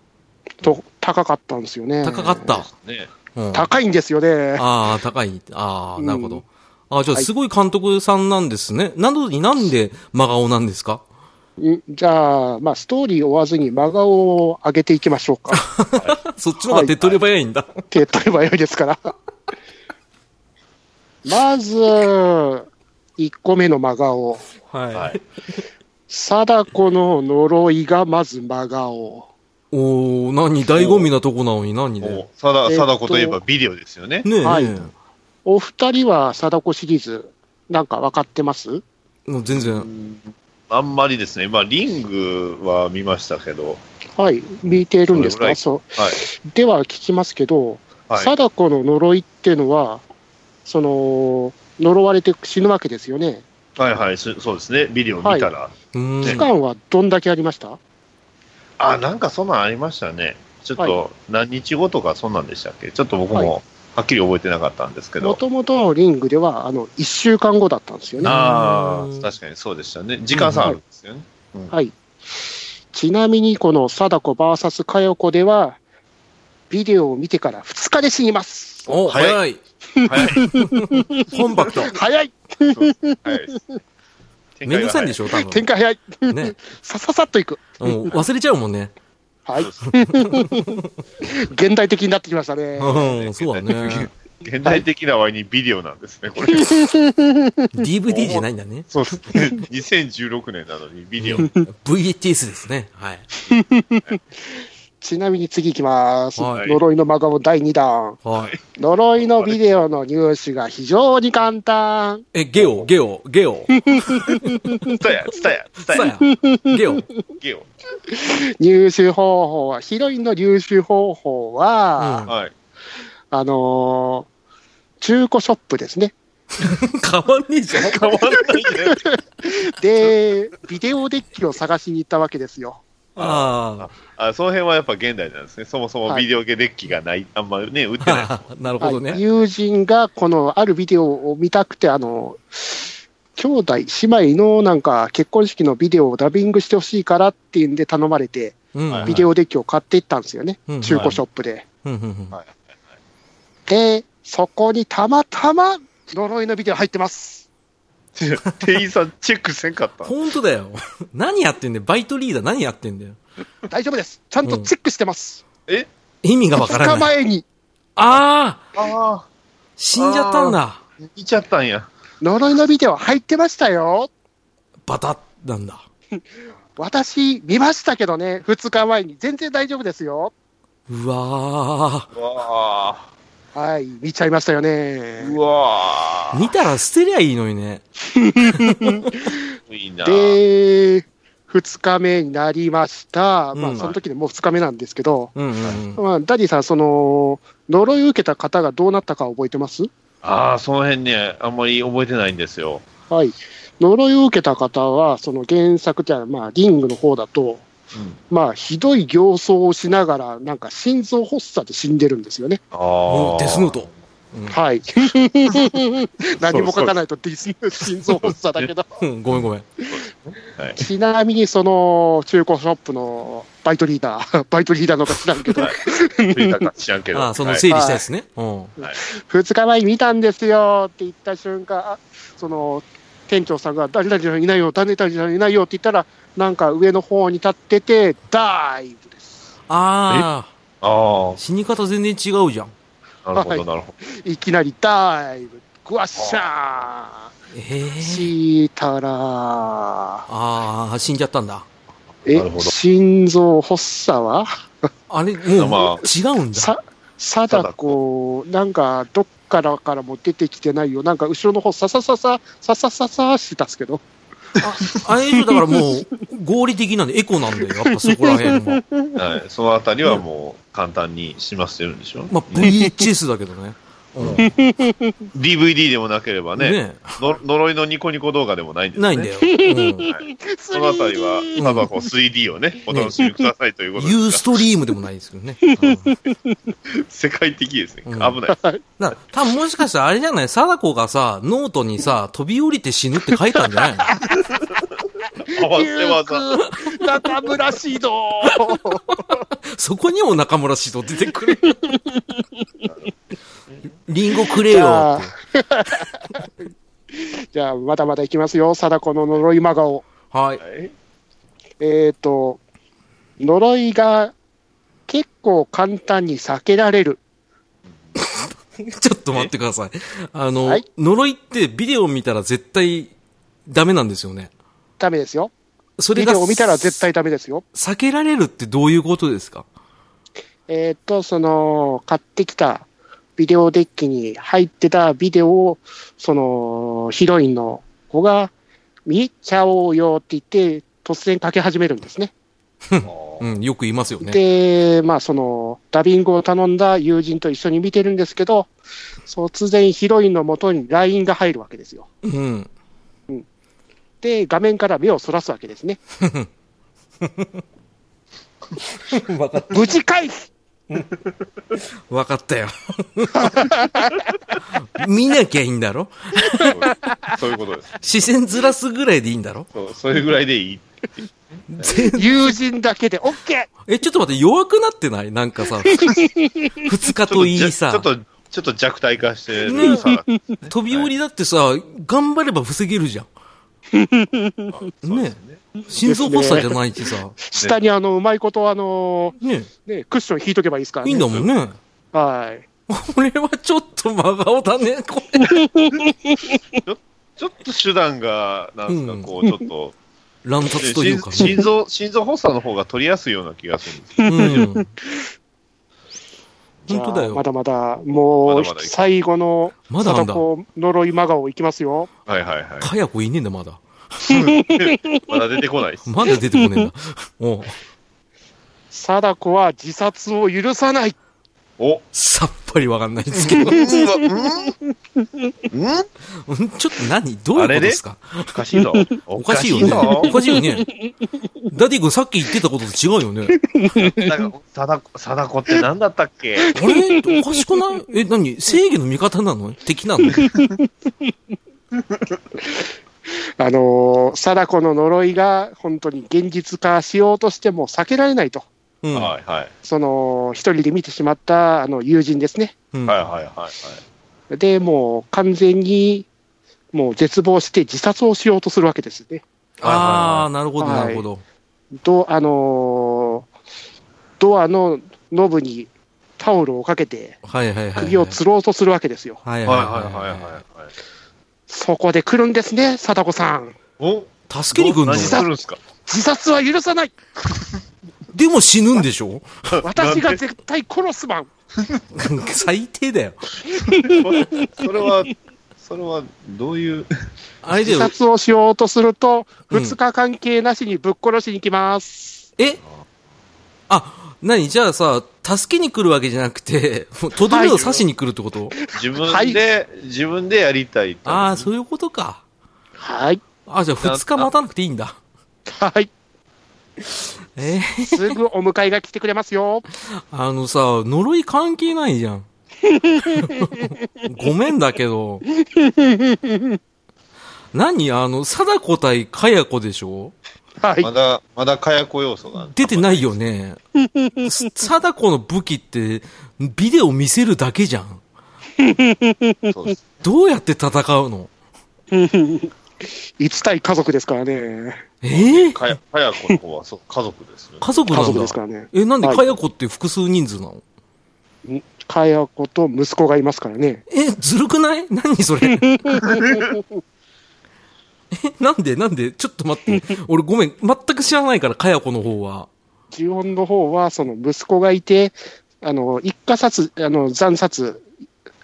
S1: と高かったんですよね。
S2: 高かった。
S3: ね
S2: うん。
S1: 高いんですよね。
S2: ああ、高い。ああ、なるほ
S1: う
S2: ど
S1: ん。
S2: あじゃあ、
S1: はい
S2: すごい監督さんなんですね。なのになんで真顔なんですか
S1: うんじゃあ、まあ、ストーリーを追わずに真顔を上げていきましょう
S2: [LAUGHS]
S1: か。
S2: そっちの方が手っ取り早いんだ。
S1: 手っ取り早いですから。 [LAUGHS] まず、1個目の真顔。
S2: はい。
S3: はい。
S1: 貞子の呪いがまず真顔。
S2: おー、何醍醐味なとこなのに何で
S3: も
S2: ね
S3: う、さだ、
S1: えっと
S3: さだこといえばビデオですよね。
S2: え、
S1: はい
S2: ね
S1: お二人は貞子シリーズ、なんか分かってます
S2: えもう全然。
S3: あんまりですね、まあ、リングは見ましたけど、
S1: はい、見てるんです
S3: それぐら
S1: か
S3: い
S1: そう
S3: はい。
S1: では聞きますけど、
S3: はい。
S1: 貞子の呪いっていうのは、その呪われて死ぬわけですよね、
S3: はいはい、そそうですね、ビデオ見たら。
S2: うーん。
S1: 期間はどんだけありました、
S3: あ、なんかそんなんありましたね。ちょっ
S1: は
S3: と、何日後とかそんなんでしたっけちょっと僕も、はっきり覚えてなかったんですけ
S1: も
S3: ど。
S1: ともとのリングではあの1週間後だったんですよね。
S3: あ
S2: うん
S3: あ、確かにそうでしたね。時間差あるんですよね。
S1: はい、ちなみに、この貞子 VS 佳代子では、ビデオを見てから2日で死にます。
S2: お、
S3: 早い
S2: 早い。
S3: はい。
S2: コンパクト。
S1: 早い、
S3: はい。
S2: [LAUGHS] めんどくさいんで
S3: し
S2: しょ多
S1: 展
S2: 分。
S1: 開早い、
S2: ね。
S1: [LAUGHS] さささっといく、
S2: もう忘れちゃうも
S1: [LAUGHS]
S2: んね。
S1: はい、現代的になってきましたね。
S2: うん、そうだね。
S3: 現代的な割にビデオなんですね、これ。
S2: DVD じゃないんだね。
S3: そうですね。2016年なのにビデオ。
S2: VHS ですね。はい。
S1: ちなみに次行きます。
S2: はい
S1: 呪いの真顔第2弾。
S2: はい。
S1: 呪いのビデオの入手が非常に簡単。
S2: え、ゲオ、ゲオ、ゲオ。
S3: ツタヤ、ツタヤ、ツタ
S2: さ
S3: ヤ
S2: や、ゲ [LAUGHS] オ。
S3: ゲオ。
S1: 入手方法は、ヒロインの入手方法は、
S3: はい。 [LAUGHS]
S1: あのー中古ショップですね。
S2: 変わんねえ [LAUGHS] じゃん。
S3: 変わらないじゃない
S2: [LAUGHS]
S1: で、ビデオデッキを探しに行ったわけですよ。
S2: あ
S3: あその辺はやっぱ現代なんですね。そもそもビデオゲデッキがない、あんまりね、売っ
S2: [LAUGHS]
S3: てない。
S2: あ。なるほど
S1: は
S2: ね
S1: い。友人が、この、あるビデオを見たくて、あの、兄弟、姉妹のなんか結婚式のビデオをダビングしてほしいからっていうんで頼まれて、
S2: うん。
S3: はい
S1: ビデオデッキを買っていったんですよね、
S2: うん
S1: 中古ショップで。
S2: うんうんうん
S3: はい
S1: で、そこにたまたま呪いのビデオ入ってます。
S3: 店員さんチェックせんかった。
S2: 本当だよ。 [LAUGHS] 何やってんだよ。バイトリーダー何やってんだよ。
S1: 大丈夫です。ちゃんとチェックしてます。
S3: え
S2: 意味がわか
S1: 2
S2: ら
S1: 日
S2: ない。
S1: 前に
S2: ああ
S3: ああ、
S2: 死んじゃったんだ。
S3: 見ちゃったんや。
S1: 呪いのビデオ入ってましたよ。
S2: バタッなんだ。
S1: 私、見ましたけどね、2日前に。全然大丈夫ですよ。
S2: うわ
S3: わあ、
S1: はい、見ちゃいましたよね。
S3: うわ
S2: ー見たら捨てりゃいいのにね。
S3: あ、いいな。
S1: で、2日目になりました。まあ、
S2: うん
S1: その時でもう2日目なんですけど、
S2: うんうんうん。
S1: まあ、ダディさん、その、呪いを受けた方がどうなったか覚えてます
S3: ああ、その辺ね、あんまり覚えてないんですよ。
S1: はい、呪いを受けた方は、その原作じゃ、まあ、リングの方だと、まあ、ひどい形相をしながら、なんか心臓発作で死んでるんですよね。
S3: あ
S2: もう
S3: あ。
S2: デスノート。
S1: [LAUGHS] はい。何も書かないとディス心臓発作だけど。
S2: うん、ごめんごめん。
S3: はい。
S1: ちなみに、その、中古ショップのバイトリーダー、 [LAUGHS] バイトリーダーのか知らんけ [LAUGHS] ど、
S3: ついたか知らんけど。
S2: [LAUGHS] ああ、その
S3: はい
S2: 整理したやつね。うん。
S1: 2日前に見たんですよって言った瞬間、あその、店長さんが、誰々じゃいないよ、誰々じゃいないよって言ったら、なんか上の方に立ってて、ダイブです。
S2: ああ、
S3: あ
S2: 死に方全然違うじゃん。
S3: あ、なるほ
S1: は
S3: ど、
S1: い
S3: なるほ
S1: いきなりダイブ、グワッシャ
S2: ええ
S1: ー、したら、
S2: ああ、死んじゃったんだ。
S1: え
S3: なるほ、ど
S1: 心臓発作は
S2: あれ、もう、
S3: まあ
S2: 違うんだ。
S1: さ、貞子、なんか、どっからからも出てきてないよ。なんか、後ろの方、ささささ、ささささしてたっすけど。
S2: あれ以上だからもう、合理的なんで、エコなんだよ。やっぱそこら辺も。
S3: ど。はい。そのあたりはもう簡単に済ませてるんでしょ。
S2: まあ、VHS だけどね。うん、ね
S3: DVD でもなければね、の呪いのニコニコ動画でもないんですね。
S2: ないんだよ。うん
S3: そのあたりは、
S1: 3D
S3: ただこう 3D をね、お楽しみくださいということ
S2: ユー
S3: です
S2: ストリームでもないですけどね。うん
S3: が、世界的ですね。
S2: う
S3: 危
S2: ん
S3: ない。
S2: だから多分もしかしたらあれじゃない貞子がさ、ノートにさ、飛び降りて死ぬって書いたんじゃない
S1: [LAUGHS]
S2: の
S3: 合わせ技。
S1: ゆうくん [LAUGHS] 中村獅童
S2: そこにも中村指導出てくる。リンゴくれよって。
S1: じゃあ、まだまだいきますよ。貞子の呪い真顔。
S2: はい。
S3: はい
S1: えっ、ー、と、呪いが結構簡単に避けられる。
S2: ちょっと待ってください。あの、
S1: はい
S2: 呪いってビデオ見たら絶対ダメなんですよね。
S1: ダメですよ。
S2: それ
S1: ビ
S2: が
S1: デオを見たら絶対ダメですよ。
S2: 避けられるってどういうことですか
S1: えっ、と、その、買ってきたビデオデッキに入ってたビデオを、その、ヒロインの子が、見ちゃおうよって言って、突然かけ始めるんですね。
S2: うん、よく言いますよね。
S1: で、まあ、その、ダビングを頼んだ友人と一緒に見てるんですけど、そう突然ヒロインの元に LINE が入るわけですよ。
S2: うん。
S1: で、画面から目をそらすわけです
S2: [LAUGHS]
S1: ね。
S2: わかっ
S1: 無事回避
S2: わかったよ。見なきゃいいんだろ
S3: そういうことです。
S2: 視線ずらすぐらいでいいんだろ
S3: そうそれぐらいでいい。
S2: 全
S1: 友人だけで OK!
S2: え、ちょっと待って、弱くなってないなんかさ、 [LAUGHS] 二日といい
S3: [LAUGHS] ちょ
S2: さ
S3: っ、と、ちょっと弱体化してるさ。
S2: 飛び降りだってさ、頑張れば防げるじゃん。
S3: そうで
S2: ね
S3: すね
S2: 心臓発作じゃないしさ、
S1: 下にあの、うまいことあの、
S2: ね
S1: ね、クッション引いとけばいいですから
S2: い
S1: ね。
S2: いんだもんね。
S1: はい。
S2: これはちょっと真顔だね、これ。
S3: ちょっと手段が、なん
S2: う
S3: か
S2: ん
S3: こう、ちょっと、
S2: 乱殺と
S3: [LAUGHS]
S2: いうか、
S3: 心心臓、心臓発作の方が取りやすいような気がするんですよ。
S2: うん、
S1: じゃあ
S2: 本当だよ
S1: まだまだ、も
S3: ま
S1: う
S3: だまだいく
S1: 最後の
S2: まだあん
S1: 貞
S2: だ
S1: 子呪い真顔いきますよ。
S3: はいはいはい。
S2: かやこいねえんだ、まだ。
S3: まだ出てこないです。
S2: まだ出てこねえんだ。おう
S1: 貞子は自殺を許さない。
S3: お
S2: さっぱりわかんないですけど、うんちょっと何どういうことですか
S3: おかしいぞ。
S2: お
S3: お
S2: か
S3: か
S2: し
S3: し
S2: い
S3: い
S2: よね。
S3: ぞ
S2: お。かしいよね。ダディ君さっき言ってたことと違うよね。
S3: なんか貞子貞子って何だったっけ
S2: あれおかしくないえ、何正義の味方なの敵なの
S1: あのー、貞子の呪いが本当に現実化しようとしても避けられないと。
S2: うん。うん
S3: はいはい。
S1: その、一人で見てしまった、あの、友人ですね。
S3: はいはいはいはい。
S1: で、もう完全に、もう絶望して自殺をしようとするわけですね。
S2: ああ、なるほど、なるほど。
S1: ドあのードアのノブにタオルをかけて、
S2: はいはいはいはい。
S1: 首を吊ろうとするわけですよ。
S2: はい
S3: は
S2: はいい
S3: はい
S2: は
S3: はい
S2: いは。
S3: はいいはい。
S1: そこで来るんですね、貞子さん。
S3: お
S2: 助けに来んの
S3: 何するんすか
S1: 自殺は許さ
S2: [LAUGHS]
S1: ない
S2: でも死ぬんでしょ
S1: 私が絶対殺すまん
S2: 最低だよ。
S3: それは、それは、どういう。
S2: あれだ
S1: 自
S2: よ。
S1: 殺をしようとすると、
S2: うん
S1: 2日関係なしにぶっ殺しに来ます。
S2: えあ、何じゃあさ、助けに来るわけじゃなくて、もうとどめを刺しに来るってこと、
S3: 自分で、自分でやりたいって。
S2: ああ、そういうことか。
S1: はい。
S2: あ、じゃあ2日待たなくていいんだ。
S1: はい。
S2: えー
S1: すぐお迎えが来てくれますよ。
S2: あのさ、呪い関係ないじ [LAUGHS] ゃん。ごめんだけど。何あの、貞子対かや子でしょ
S1: はい
S3: ま。だ、まだかやこ要素が。
S2: 出てないよね。す貞子の武器って、ビデオ見せるだけじゃん。
S3: そうです。
S2: どうやって戦うの
S1: 一対家族ですからね。
S2: ええ
S3: かや、かやこの方は、そう、家族ですよね。
S2: 家族なん
S1: 家
S2: だ
S1: 族ですからね
S2: え、なんで
S1: はい
S2: かや子って複数人数なの、
S1: んかや子と息子がいますからね。
S2: え、ずるくない何
S1: [LAUGHS]
S2: それえ、なんでなんでちょっと待って。俺ごめん。全く知らないから、かや子の方は。
S1: ジオンの方は、その息子がいて、あの、一家殺、あの、残殺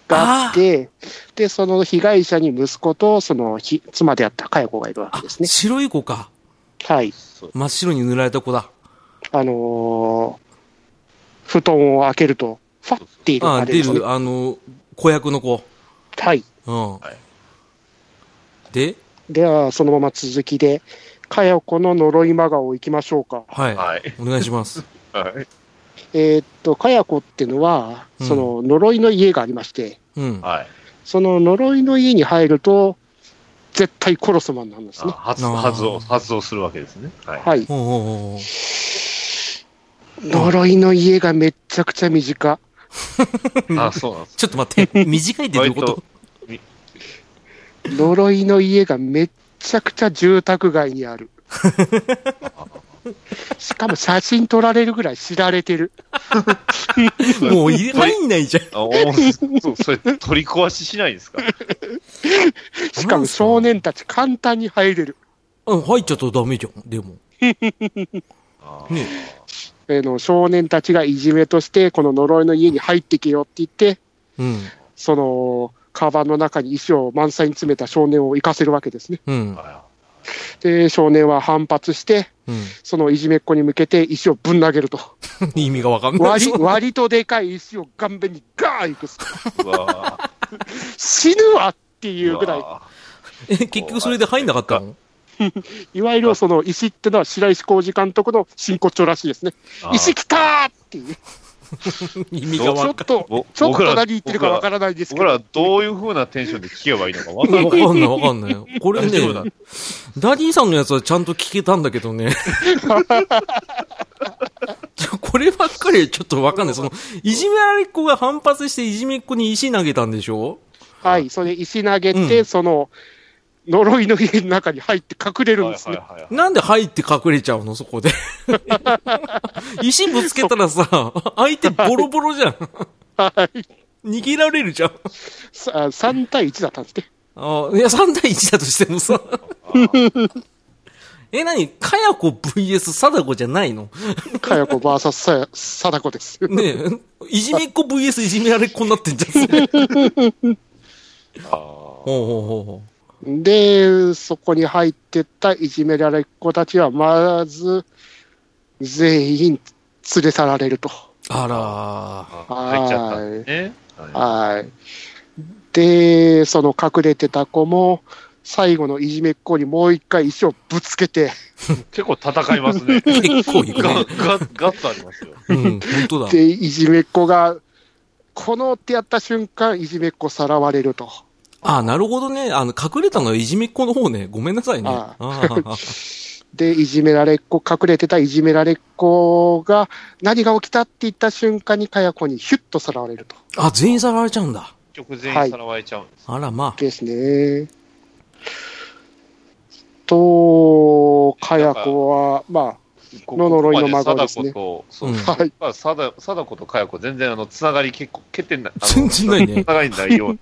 S1: があって、で、その被害者に息子と、そのひ、妻であったかや子がいるわけですね。
S2: 白い子か。
S1: はい。
S3: そう
S2: 真っ白に塗られた子だ。
S1: あのー布団を開けると、ファッている
S2: あ
S1: あ
S2: あ、
S1: れ
S2: 出
S1: ですね
S2: る、。あの、子役の子。
S1: はい。
S2: うん。
S3: い
S2: で
S1: では、そのまま続きで、かやこの呪い真顔行きましょうか。
S2: はい。
S3: はい。
S2: お願いします。
S3: はい。
S1: えーっと、かやこってのは、
S2: うん
S1: その呪いの家がありまして、
S2: うん。
S3: はい。
S1: その呪いの家に入ると、絶対コロスマンなんです
S3: あ
S1: ね。
S3: 発
S2: あー
S3: 発動、発動するわけですね。はい。
S1: はい。
S2: おうおうおう
S1: 呪いの家がめっちゃくちゃ身近。
S3: あ、そうなんです。
S2: ちょっと待
S1: [LAUGHS]
S2: って。短いってどういうこと
S3: 割
S1: 呪いの家がめっちゃくちゃ住宅街にある。しかも写真撮られるぐらい知られてる。
S2: もう入れ入んないじゃん。
S3: あ、おーそう、それ、取り壊ししないんですか
S1: しかも少年たち簡単に入れる。
S2: うん、入っちゃったらダメじゃん。でも。
S3: あー
S2: ね
S1: あの少年たちがいじめとして、この呪いの家に入ってけよって言って、
S2: うん。
S1: その、カバンの中に石を満載に詰めた少年を生かせるわけですね。
S2: うん。
S3: あ
S1: で、少年は反発して、
S2: うん。
S1: そのいじめっ子に向けて石をぶん投げると。
S2: [LAUGHS] 意味がわかんない。
S1: 割り、割とでかい石を顔面にガーンいく。
S3: ーうわー
S1: 死ぬわっていうぐら
S3: う
S1: い、
S3: わ
S2: え、結局それで入んなかったの
S1: いわゆるその石ってのは白石浩二監督の真骨頂らしいですね。
S3: ーあー
S1: 石来たーっていう。
S2: 意味
S1: ち
S2: が
S1: ょ
S2: わ
S1: っ
S2: かん
S1: と
S3: ぼ、
S1: ちょっ
S3: 僕
S1: と
S3: ら
S1: 何言ってるかわからないですけど。
S3: 僕らはどういう風なテンションで聞けばいいのかわかん
S2: な。
S3: ないい。
S2: わかんない、わかんない。これね
S3: 大丈夫だ、
S2: ダディさんのやつはちゃんと聞けたんだけどね。ちょこればっかりはちょっとわかんない。その、いじめられっ子が反発していじめっ子に石投げたんでしょ
S1: はい、それ石投げ
S2: う
S1: て、
S2: ん
S1: その、呪いの家の中に入って隠れるんですね。
S3: はいはいはい
S2: なんで入って隠れちゃうのそこで。石ぶつけたらさ、相手ボロボロじゃん。
S1: はい。
S2: 逃げられるじゃん。
S1: さ3対1だったんですね。
S2: あいや、3対1だとしてもさ。え、なにかやこ VS 貞子じゃないの
S1: かやこ VS さや、貞子です。
S2: ねえ、いじめっ子 VS いじめられっ子になってんじゃん、それ。
S3: あ
S2: ほうほうほうほ
S1: で、そこに入ってったいじめられっ子たちは、まず、全員連れ去られると。
S2: う。あらー。
S3: あ入っちゃったんですね。は
S1: はい。で、その隠れてた子も、最後のいじめっ子にもう一回石をぶつけて、
S3: い結構戦いますね。
S2: 結 [LAUGHS] 構いく
S3: ガ
S2: ね。
S3: ッ、ガッ、ガッとありますよ。
S2: うん、本当だ。
S1: で、いじめっ子が、このってやった瞬間、いじめっ子さらわれると。
S2: あ、なるほどね。あの、隠れたのはいじめっ子の方ね。ごめんなさいね。
S1: あ
S2: あ
S1: あ
S2: あ
S1: で、いじめられっ子、隠れてたいじめられっ子が、何が起きたって言った瞬間に、かや子にヒュッとさらわれると。
S2: あ、全員さらわれちゃうんだ。
S3: 結局全員さらわれちゃうんです。
S2: あら、ま
S1: ですね。と、かや子は、ま
S3: こ
S1: の呪いの孫ですね
S3: ここま貞子と、そううん
S1: あ、はい。
S3: まあ、貞貞子と佳代子、全然あのつながり結構、欠点な、あ
S2: あ。
S3: の
S2: 全然ないね
S3: つ。ながりないような
S2: う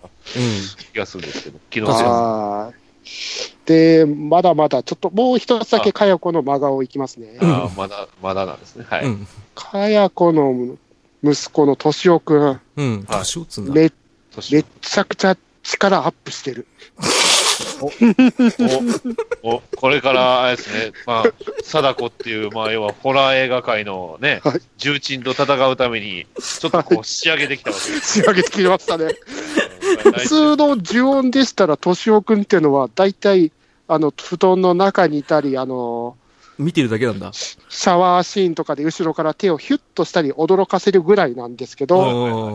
S3: 気がするんですけど、気のせいです
S1: はい。で、まだまだ、ちょっともう一つだけかや子の真顔いきますね。
S3: あーまだ、まだなんですね。はい。
S2: ん。うん。
S1: かや子の息子の敏夫くん、
S2: うん。年をつんだ。
S1: め
S3: 年
S1: めっちゃくちゃ力アップしてる。
S3: お、お、これから、あれですね、まあ、貞子っていう、まあ、要はホラー映画界のね
S1: はい、
S3: 重鎮と戦うために、ちょっとこう、仕上げてきたわけです
S1: 仕上げてきま
S2: [LAUGHS]
S1: したね。
S3: ね。
S1: 普通の呪音でしたら、敏夫君っていうのは、大体、あの、布団の中にいたり、あの、
S2: 見てるだけなんだ。
S1: シャワーシーンとかで後ろから手をヒュッとしたり驚かせるぐらいなんですけ
S2: う
S1: ど、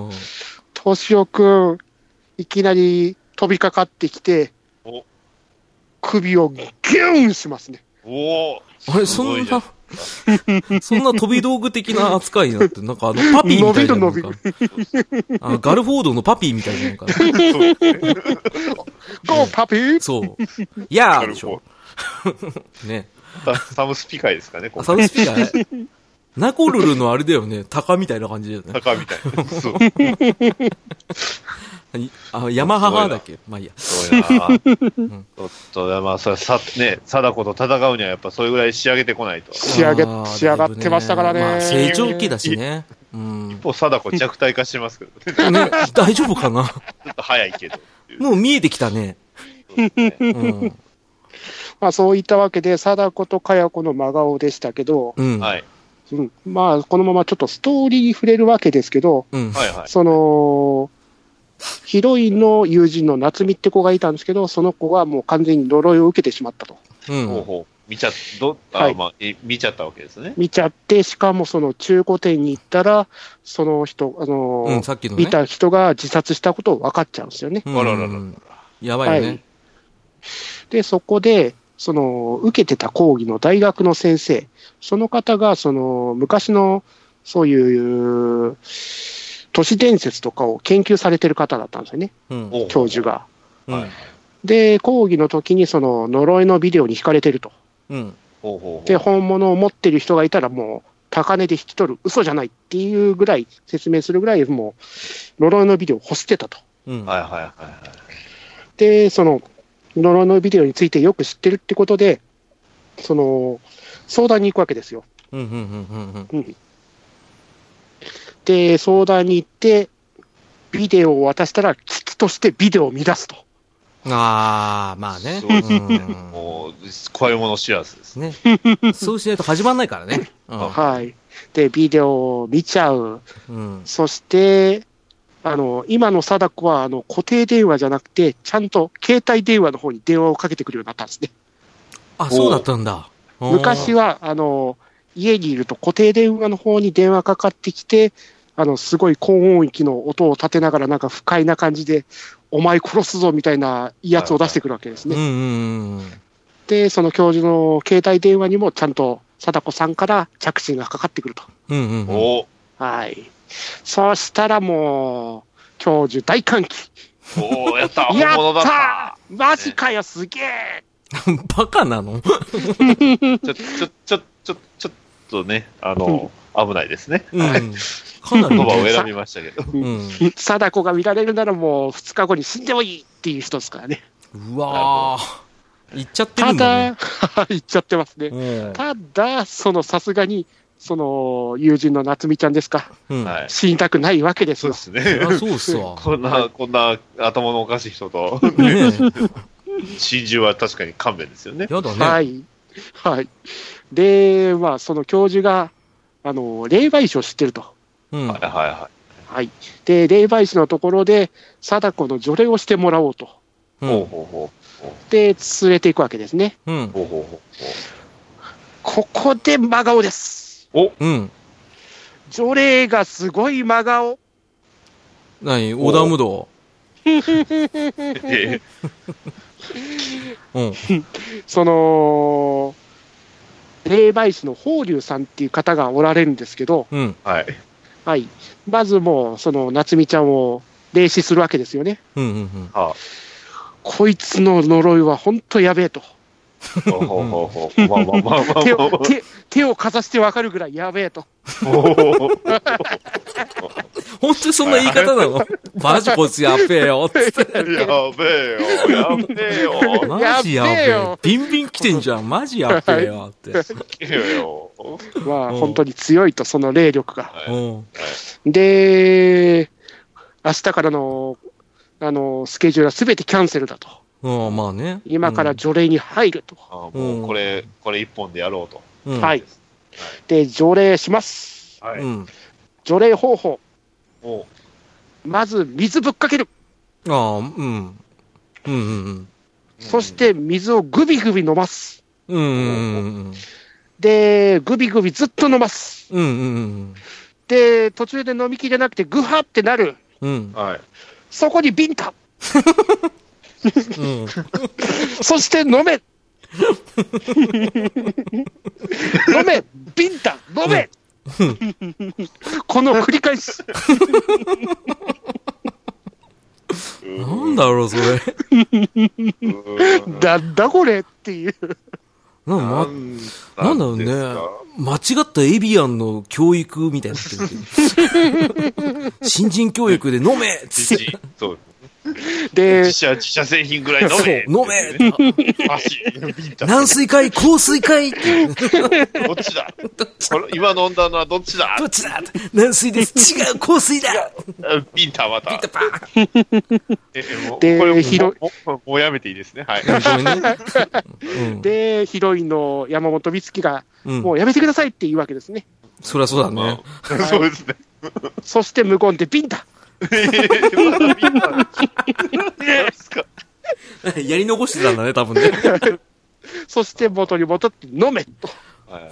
S2: ん。
S1: 敏夫君、いきなり飛びかかってきて
S3: お、
S1: 首をギューンし
S3: [LAUGHS]
S1: ますね。
S3: おー
S2: あれ、
S3: す
S2: そ
S3: ごい
S2: ん
S3: じゃ
S2: な、そんな飛び道具的な扱いになって、なんかあの、パピーみたいな。
S1: 伸びる
S2: なんかあのガルフォードのパピーみたいななんか。
S1: ゴーパピー
S2: そう。いやー
S3: ガル
S2: で
S3: フ
S2: し
S3: ォー
S2: ょ。ね。
S3: ササムスピ会ですかね、こ
S2: あ
S3: う
S2: サウスピア、 [LAUGHS] ナコルルのあれだよね。鷹みたいな感じだよね。
S3: 高みたいな。そう。
S2: いあ、ヤマハハだっけまあいいや。
S3: そうやな。ちょっと、まあ、それ、さ、ね、貞子と戦うには、やっぱ、それぐらい仕上げてこないと。一
S1: 仕上げ
S2: あー、
S1: 仕上がってましたからね。
S2: だいぶまあ、成長期だしね。うん。
S3: 方、貞子弱体化してますけど、ね、ち
S2: ね大丈夫かな [LAUGHS]
S3: ょっと早いけど。
S2: もう見えてきたね。
S3: そうですね
S2: うん。
S1: まあそういったわけで、貞子と佳代子の真顔でしたけど、
S2: うん。
S3: はい。
S1: うん、まあこのままちょっとストーリーに触れるわけですけど、
S2: うん。
S3: はいはい。
S1: その、ヒロインの友人の夏美って子がいたんですけど、その子がもう完全に呪いを受けてしまったと。
S2: う。
S3: ほうんほう。見ちゃ、ど、あ、
S1: はい
S3: まあ、え見ちゃったわけですね。
S1: 見ちゃって、しかもその中古店に行ったら、その人、あのー
S2: うん、さっきのね。
S1: 見た人が自殺したことを分かっちゃうんですよね。
S2: う
S3: あららら
S2: ん。やばいよね。
S1: で、そこで、その受けてた講義の大学の先生、その方がその昔のそういう都市伝説とかを研究されてる方だったんですよね、
S2: うん。
S3: おう
S1: 教授が。
S2: うん
S3: はい
S1: で、講義の時にその呪いのビデオに惹かれてると。
S2: うん。
S3: ほうほうほう。
S1: で、本物を持ってる人がいたら、もう高値で引き取る、嘘じゃないっていうぐらい説明するぐらい、もう呪いのビデオを欲してたと。
S2: うん。
S3: はいはいはいはい。
S1: で、その呪いのビデオについてよく知ってるってことで、その相談に行くわけですよ。
S2: うんうんうんうんうん。
S1: で、相談に行って、ビデオを渡したら、機器としてビデオを見出すと。
S2: あー、まあね。
S3: そうですね
S2: うん
S3: もう、怖いもの知らずですね。
S2: ね。そうしないと始まんないからね。う
S1: はい。で、ビデオを見ちゃう。
S2: ん。うん。
S1: そして、あの、今の貞子は、あの、固定電話じゃなくて、ちゃんと携帯電話の方に電話をかけてくるようになったんですね。
S2: あ、そうだったんだ。
S1: 昔
S2: は。
S1: は、あの、家にいると固定電話の方に電話かかってきて、あの、すごい高音域の音を立てながら、なんか不快な感じで、お前殺すぞみたいな威圧を出してくるわけです
S2: うん
S1: ね。
S2: うんうん。
S1: で、その教授の携帯電話にも、ちゃんと貞子さんから着信がかかってくると。
S2: うんうんうん。
S3: お
S1: はい。そしたらもう、教授大歓喜。
S3: おやった
S1: [LAUGHS]
S3: 本
S1: や
S3: 物だ
S1: っ
S3: ったた
S1: ーマジかよ、すげえ
S2: バカなの
S3: ちょ、ちょ、ちょ、ちょ、ちょっとね、あの、危ないですね。
S2: うん。かなり
S3: 言葉
S2: ね。
S3: を選 [LAUGHS] びましたけど。
S2: うん。
S1: 貞子が見られるならもう2日後に死んでもいいっていう人ですからね。
S2: うわー。言っちゃってる
S1: た
S2: んだね
S1: だ、 [LAUGHS] 言っちゃってますね。
S2: うん
S1: ただ、そのさすがに、その友人の夏美ちゃんですか、
S2: うん
S3: はい。
S1: 死にたくないわけです
S3: そう
S1: よ
S3: で。す
S2: [LAUGHS]
S3: ね。
S2: あそうっす
S3: [LAUGHS]
S2: わ。
S3: こんな、こんな頭のおかしい人と、
S2: ね
S3: 真珠は確かに勘弁ですよね。
S2: やだね。
S1: はい。はい。で、まあ、その教授が、あの、霊媒師を知ってると。
S2: うん
S3: はいはいは
S1: はい。で、霊媒師のところで、貞子の除霊をしてもらおうと。
S2: う
S3: い。
S2: ん
S3: ほうほうほ
S1: で、連れていくわけですね。
S2: うん
S3: う。ほうほうほ
S1: ここで真顔です。
S2: うん。
S1: 除霊がすごい真顔。
S2: 何横断無道。
S3: う。え
S2: うん。
S1: その、霊媒師の法隆さんっていう方がおられるんですけど、
S2: うん。
S3: はい。
S1: はい。まずもう、その、夏美ちゃんを霊視するわけですよね。
S2: うん。うん。
S3: はあ。
S1: こいつの呪いは本当やべえと。
S3: ほうほうほうほう。まあまあまあまあ
S1: 手
S3: まあ
S1: を手手をかざしてわかるぐらいやべえと。
S3: ほう。
S2: 本当にそんな言い方なのマジこいつやっべえよ。っつって。
S3: やべえよ。やべえよ。
S2: マジやべ
S1: やっべえ
S2: え
S1: よ。
S2: ビンビン来てんじゃん。マジやっべえよ。って。
S3: いいよ。
S1: まあ、
S2: うん
S1: 本当に強いと、その霊力が。
S2: うん。
S1: で、明日からのあのスケジュールはすべてキャンセルだと。
S2: うん、まあね。
S1: 今から除霊に入ると。
S3: あもうこれ、これ一本でやろうと。
S2: うん、うん。
S1: はい。で、除霊します。
S3: は
S2: う。ん。
S1: 除霊方法。
S3: お
S1: まず、水ぶっかける。
S2: ああ、うん。うんうん
S1: そし、て、水をぐびぐび飲ます。
S2: うん。うんうん
S1: で、ぐびぐびずっと飲ます。
S2: うん。うんうん
S1: で、途中で飲みきれなくて、ぐはってなる。
S2: うん。うん。
S3: はい。
S1: そこにビンタ。
S2: うん。
S1: [LAUGHS] そして飲め飲めビンタ飲め [LAUGHS] この繰り返し、
S2: なんだろう、それ。
S1: なんだこれっていう。
S2: なま、なんだろうね。間違ったエビアンの教育みたいになってる新人教育で飲めっつって。
S3: そう。
S1: で
S3: 自、社、自社製品ぐらい飲
S2: そう
S3: め
S2: 飲め
S3: [LAUGHS] 足、ビンタ。
S2: 軟水会硬水会
S3: [LAUGHS] どっちだこれ今飲んだのはどっちだ
S2: どっちだ軟水です。違う、硬水だ
S3: ビンタまた。
S2: パーン
S3: ええもう
S1: で
S3: これもう
S1: ひろ
S3: もうもうやめていいですね。はい。
S2: ごめんね。
S1: で、ヒロインの山本美月が、
S2: うん。う
S1: も
S2: ん。
S1: うやめてくださいって言うわけですね。
S2: そりゃそうだね。
S3: あ [LAUGHS] そうですね。
S1: そして無言でビンタ。
S3: えまだビンタなんですか
S2: やり残してたんだね、多分ね。
S1: そして元に戻って飲めと。
S3: はい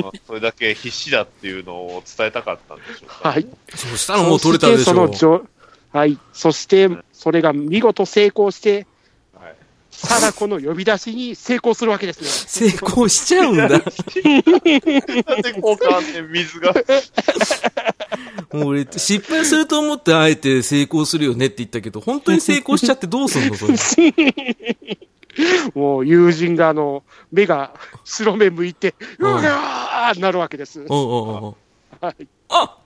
S3: まあそれだけ必死だっていうのを伝えたかったんでしょうか。
S1: はい。
S2: そうしたらもう取れたでし
S1: そし。て
S2: ょ
S1: そのじょはい。そして、それが見事成功して、
S3: はい。
S1: 貞子の呼び出しに成功するわけですね。
S2: 成功しちゃうんだ。
S3: なんで交換で水が。
S2: もう俺、失敗すると思ってあえて成功するよねって言ったけど、本当に成功しちゃってどうすんの
S1: [LAUGHS]
S2: それ。
S1: もう友人があの目が白目向いて、うわーなるわけです。
S2: うんうんうんうん。
S1: はい
S2: あ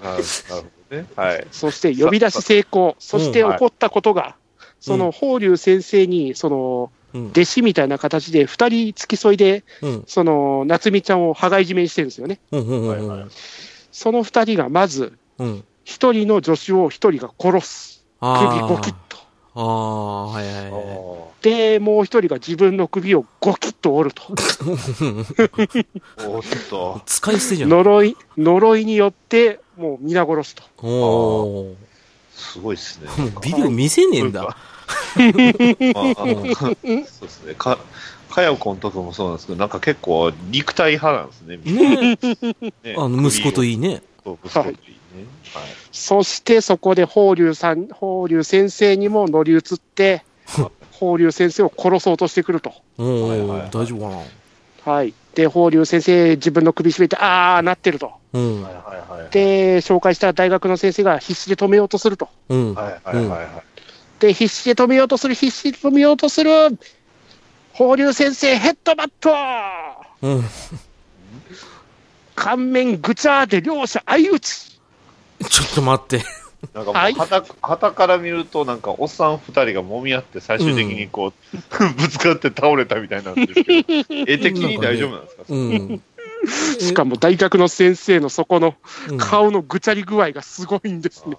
S3: なるほどね。はい。
S1: そして呼び出し成功、そして起こったことが、その法隆先生に、その
S2: うん。
S1: 弟子みたいな形で、二人付き添いで、
S2: うん。
S1: その夏美ちゃんを羽交い締めにしてるんですよね。
S2: うんうんうんう
S3: はいは
S2: ん。
S1: その二人がまず、
S2: うん。
S1: 一人の助手を一人が殺す、首
S2: あ
S1: ゴキッ
S2: ー
S1: と。
S2: あー、はいはい
S1: [LAUGHS]
S2: はい。
S3: あー
S1: で、もう一人が自分の首をゴキッと折ると。
S3: おっと。
S2: 使い捨てじゃん。
S1: 呪い、呪いによって、もう皆殺しと。
S2: おお
S3: すごいですね。
S2: ー。もうビデオ見せねえんだ。
S3: まああの [LAUGHS] そうですね。か、かやこんとかもそうなんですけど、なんか結構肉体派なんですね。
S2: ねえ。
S3: ね
S2: あの、息子とい
S3: い。
S2: いね。
S3: そう息子といいね。はい。
S1: そしてそこで法隆さん、法隆先生にも乗り移
S2: [LAUGHS]
S1: って、法隆先生を殺そうとしてくると。
S2: おお、
S3: はいはいはい
S2: 大丈夫かな。
S1: はい。で、法隆先生、自分の首絞めて、あー、なってると。
S2: うん。
S3: はいはいはい。
S1: で、紹介した大学の先生が必死で止めようとすると。
S2: うん。
S3: はいはいはいはい。
S1: で、必死で止めようとする、必死で止めようとする。法隆先生、ヘッドバット
S2: うん。
S1: 顔面ぐちゃーで両者相打ち
S2: ちょっと待って。
S3: なんかもう、
S1: はい
S3: はた、から見ると、なんか、おっさん二人が揉み合って、最終的にこう、 [LAUGHS] ぶつかって倒れたみたいなんですけ
S2: [LAUGHS]
S3: ど、絵的に大丈夫なんですか
S2: うん。
S1: しかも大学の先生のそこの
S2: うん
S1: 顔のぐちゃり具合がすごいんですね。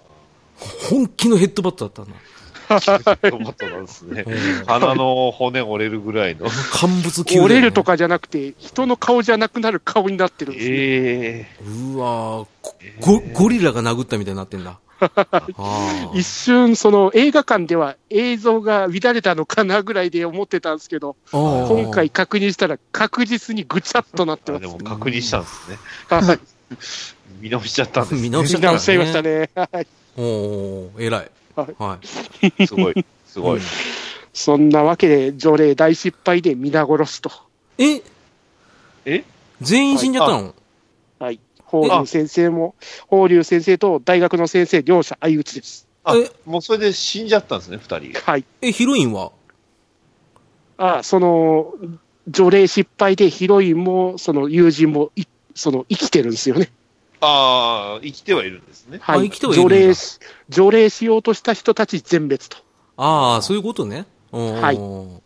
S2: 本気のヘッドバットだったな。
S3: トマトなんですね
S2: う。ん
S3: 鼻の骨折れるぐらいの。
S2: 乾物級だよ
S1: 折
S2: ね
S1: れるとかじゃなくて、人の顔じゃなくなる顔になってるんですね。
S3: え
S2: うわーごゴリラが殴ったみたいになって
S1: [LAUGHS]
S2: んだ。ああ
S1: 一瞬、その映画館では映像が乱れたのかなぐらいで思ってたんですけど、今
S2: 今
S1: 回確認したら確実にぐちゃっとなって
S3: ー、あ
S1: ま。
S3: ですも確認したんですね。
S1: はい。
S3: 見直しちゃったんです、ね。
S2: [LAUGHS] 見直し
S1: 見直しちゃいましたね。はい
S2: おおー偉い。
S1: はい
S2: はい。
S3: すごい、すごい。
S1: そんなわけで、除霊大失敗で皆殺しと。
S2: え
S3: え
S2: 全員死んじゃったの
S1: はい。法隆先生も、法隆先生と大学の先生、両者相打ちです。
S3: あ
S2: え、
S3: もうそれで死んじゃったんですね、二人。
S1: はい。
S2: え、ヒロインは
S1: ああその、除霊失敗でヒロインも、その友人もい、その生きてるんですよね。
S3: ああ、生きてはいるんですね。
S1: はい。
S2: あ生きてはいるんだ
S1: 除霊し、除霊しようとした人たち全滅と。
S2: ああ、そういうことね。おー
S1: はい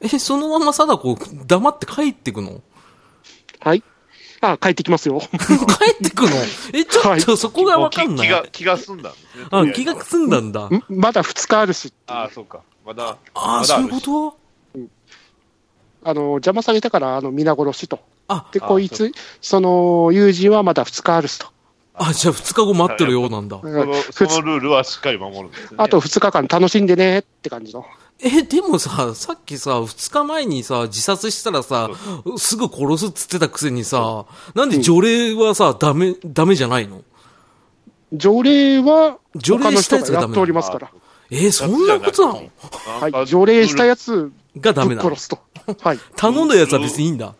S2: え、そのまま貞子、黙って帰ってくの [LAUGHS]
S1: はい。ああ帰ってきますよ。 [LAUGHS]
S2: 帰ってくのえ、ちょっとそこがわかんな
S3: もう気
S2: い。
S3: 気が、気が済んだんですね。
S2: あ、気が済んだんだ。
S1: んまだ2日あるし、
S3: ああ、そうか。まだ、
S2: あ
S3: ま
S2: あ、
S3: だ
S2: そ
S3: あ
S2: うい
S3: る
S2: うこと
S1: あの、邪魔されたから、あの、皆殺しと。
S2: あ、
S1: で、
S3: あ
S1: こいつ、その、友人はまだ2日あるしと。
S2: あ、じゃあ2日後待ってるようなんだ。
S1: う
S3: そ
S1: ん
S3: のそのルールはしっかり守るんですね。
S1: あと、2日間楽しんでねって感じの。
S2: え、でもさ、さっきさ、2日前にさ、自殺したらさ、すぐ殺すっつってたくせにさ、なんで除霊はさ、ダメ、ダメじゃないの
S1: 除霊は、
S2: 除
S1: 他
S2: 霊
S1: の
S2: し
S1: 人
S2: たやつ
S1: がや
S2: がダ
S1: っ
S2: メ
S1: てお
S2: なの
S1: りますから。
S2: えーそんなことなの
S3: な
S1: はい。除霊したや
S3: つ。
S1: つ、
S2: がダ
S1: ぶ
S2: メ
S1: っ
S2: なの
S1: 殺すと。はい。
S2: 頼んだやつは別にいいんだ。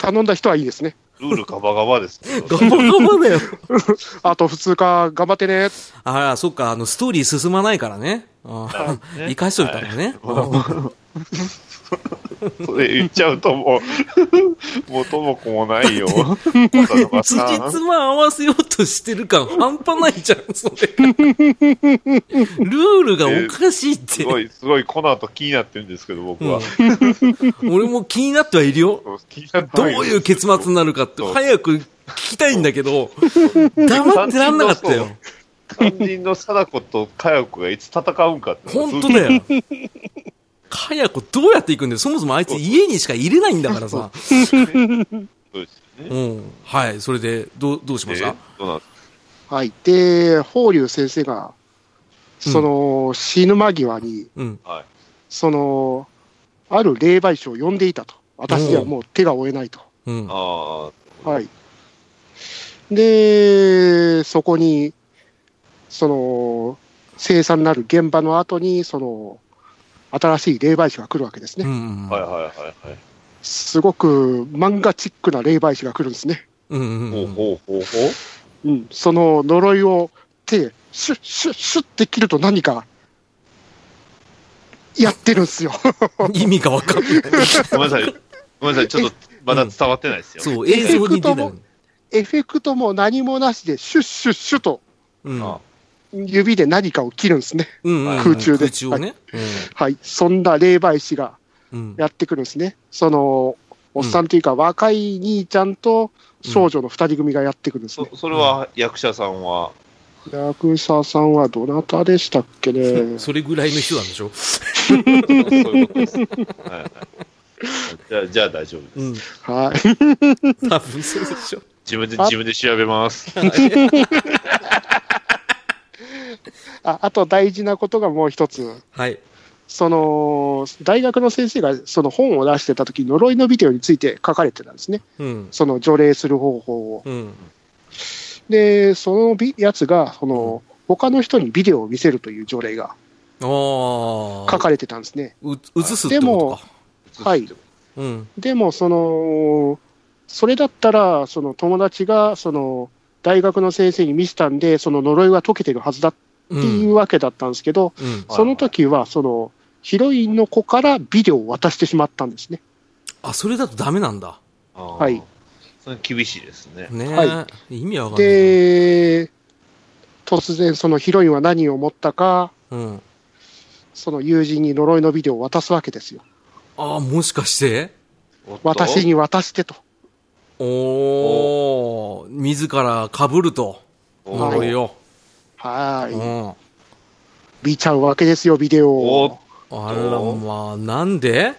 S1: 頼んだ人はいいですね。
S3: ルールガバガバですけど。
S2: ガバガバだよ。 [LAUGHS]
S1: あと、普通か、頑張ってね。
S2: あら、そっか、あの、ストーリー進まないからね。ああ、
S3: ね
S2: 生かしといたらね。うん
S3: それ言っちゃうと [LAUGHS] もう、もうともこもな
S2: [LAUGHS]
S3: いよ。笹沼
S2: つじ
S3: さん
S2: つま合わせようとしてる感半端ないじゃん、 [LAUGHS] それ。ルールがおかしいっ
S3: す
S2: て。
S3: ごい、すごい、この後気になってるんですけど、僕は。
S2: うん俺も気になってはいるよ。
S3: [LAUGHS] 気になって
S2: どう
S3: るんです
S2: いう結末になるかって、
S3: そう
S2: 早く聞きたいんだけど、黙ってらんなかったよ。
S3: 肝心の貞子と佳代子がいつ戦うんかって。
S2: 本当だよ。かやこどうやって行くんだよ。そもそもあいつ家にしか入れないんだからさ。
S3: そうですね。
S2: うん。はい。それで、どう、どうしまし
S3: で
S2: た
S3: どうなん
S1: はい。で、法隆先生が、その、死ぬ間際に、
S2: うん。
S3: はい。
S1: その、ある霊媒師を呼んでいたと。私にはもう手が負えないと。
S2: うん。
S3: ああ、
S1: はい。で、そこに、その、生産なる現場の後に、その、新しい霊媒師が来るわけですね。
S2: うん。
S3: はいはいはいはい。
S1: すごく漫画チックな霊媒師が来るんですね。
S2: うんうん
S3: ほう
S2: うん。
S3: ほうほうほ
S1: うん、その呪いを手でシュッシュッシュッって切ると何かやってるんすよ。 [LAUGHS]
S2: 意味がわかんない。
S3: う。ごめんなさい。ごめんなさい。ちょっと、まだ伝わってないですよ。
S2: そう、映像に出ない。
S1: エフェクトも何もなしでシュッシュッシュと
S2: うん。
S3: あ
S1: 指で何かを切るんですね。
S2: うんうんうん
S1: 空中で
S2: 空中をね。
S1: はい。そんな霊媒師が
S2: うん。
S1: やってくるんですね。その、おっさんというか若い兄ちゃんと少女の二人組がやってくるんですね
S3: そ。それは役者さんは、
S1: 役者さんはどなたでしたっけ
S2: う
S1: ね
S2: ん。それぐらいの人なんでしょ
S3: そういうことです。はいはいじゃあ、じゃあ大丈夫です。 [LAUGHS]
S2: うん。
S1: はい。
S2: 多分そうでしょ。
S3: 自分で、自分で調べます。
S1: ああと大事なことがもう一つ。
S2: はい。
S1: その大学の先生がその本を出してた時呪いのビデオについて書かれてたんですね、
S2: うん。
S1: その除霊する方法を。
S2: うん。
S1: で、そのビやつがその他の人にビデオを見せるという除霊が
S2: ああ。
S1: 書かれてたんですね。
S2: う、映すってことか。
S1: はい
S2: うん。
S1: でもその、それだったら、その友達がその大学の先生に見せたんで、その呪いは解けてるはずだって
S2: う。
S1: いうんわけだったんですけど、
S2: うん。
S1: その時はそのヒロインの子からビデオを渡してしまったんですね。
S2: あ、それだとダメなんだ。
S3: あー
S1: はい。
S3: それ厳しいですね。
S2: ね
S1: は
S2: え。意味わかんない。
S1: で、突然そのヒロインは何を思ったか、
S2: うん。
S1: その友人に呪いのビデオを渡すわけですよ。
S2: ああ、もしかして
S1: 私に渡してと。
S2: おー、自ら被ると。
S3: お
S1: ー
S2: 呪いを。
S1: はー
S2: う
S1: い。
S2: ん。あ
S1: 見ちゃうわけですよ、ビデオ
S3: お
S1: を。
S2: ら、まあ、なんで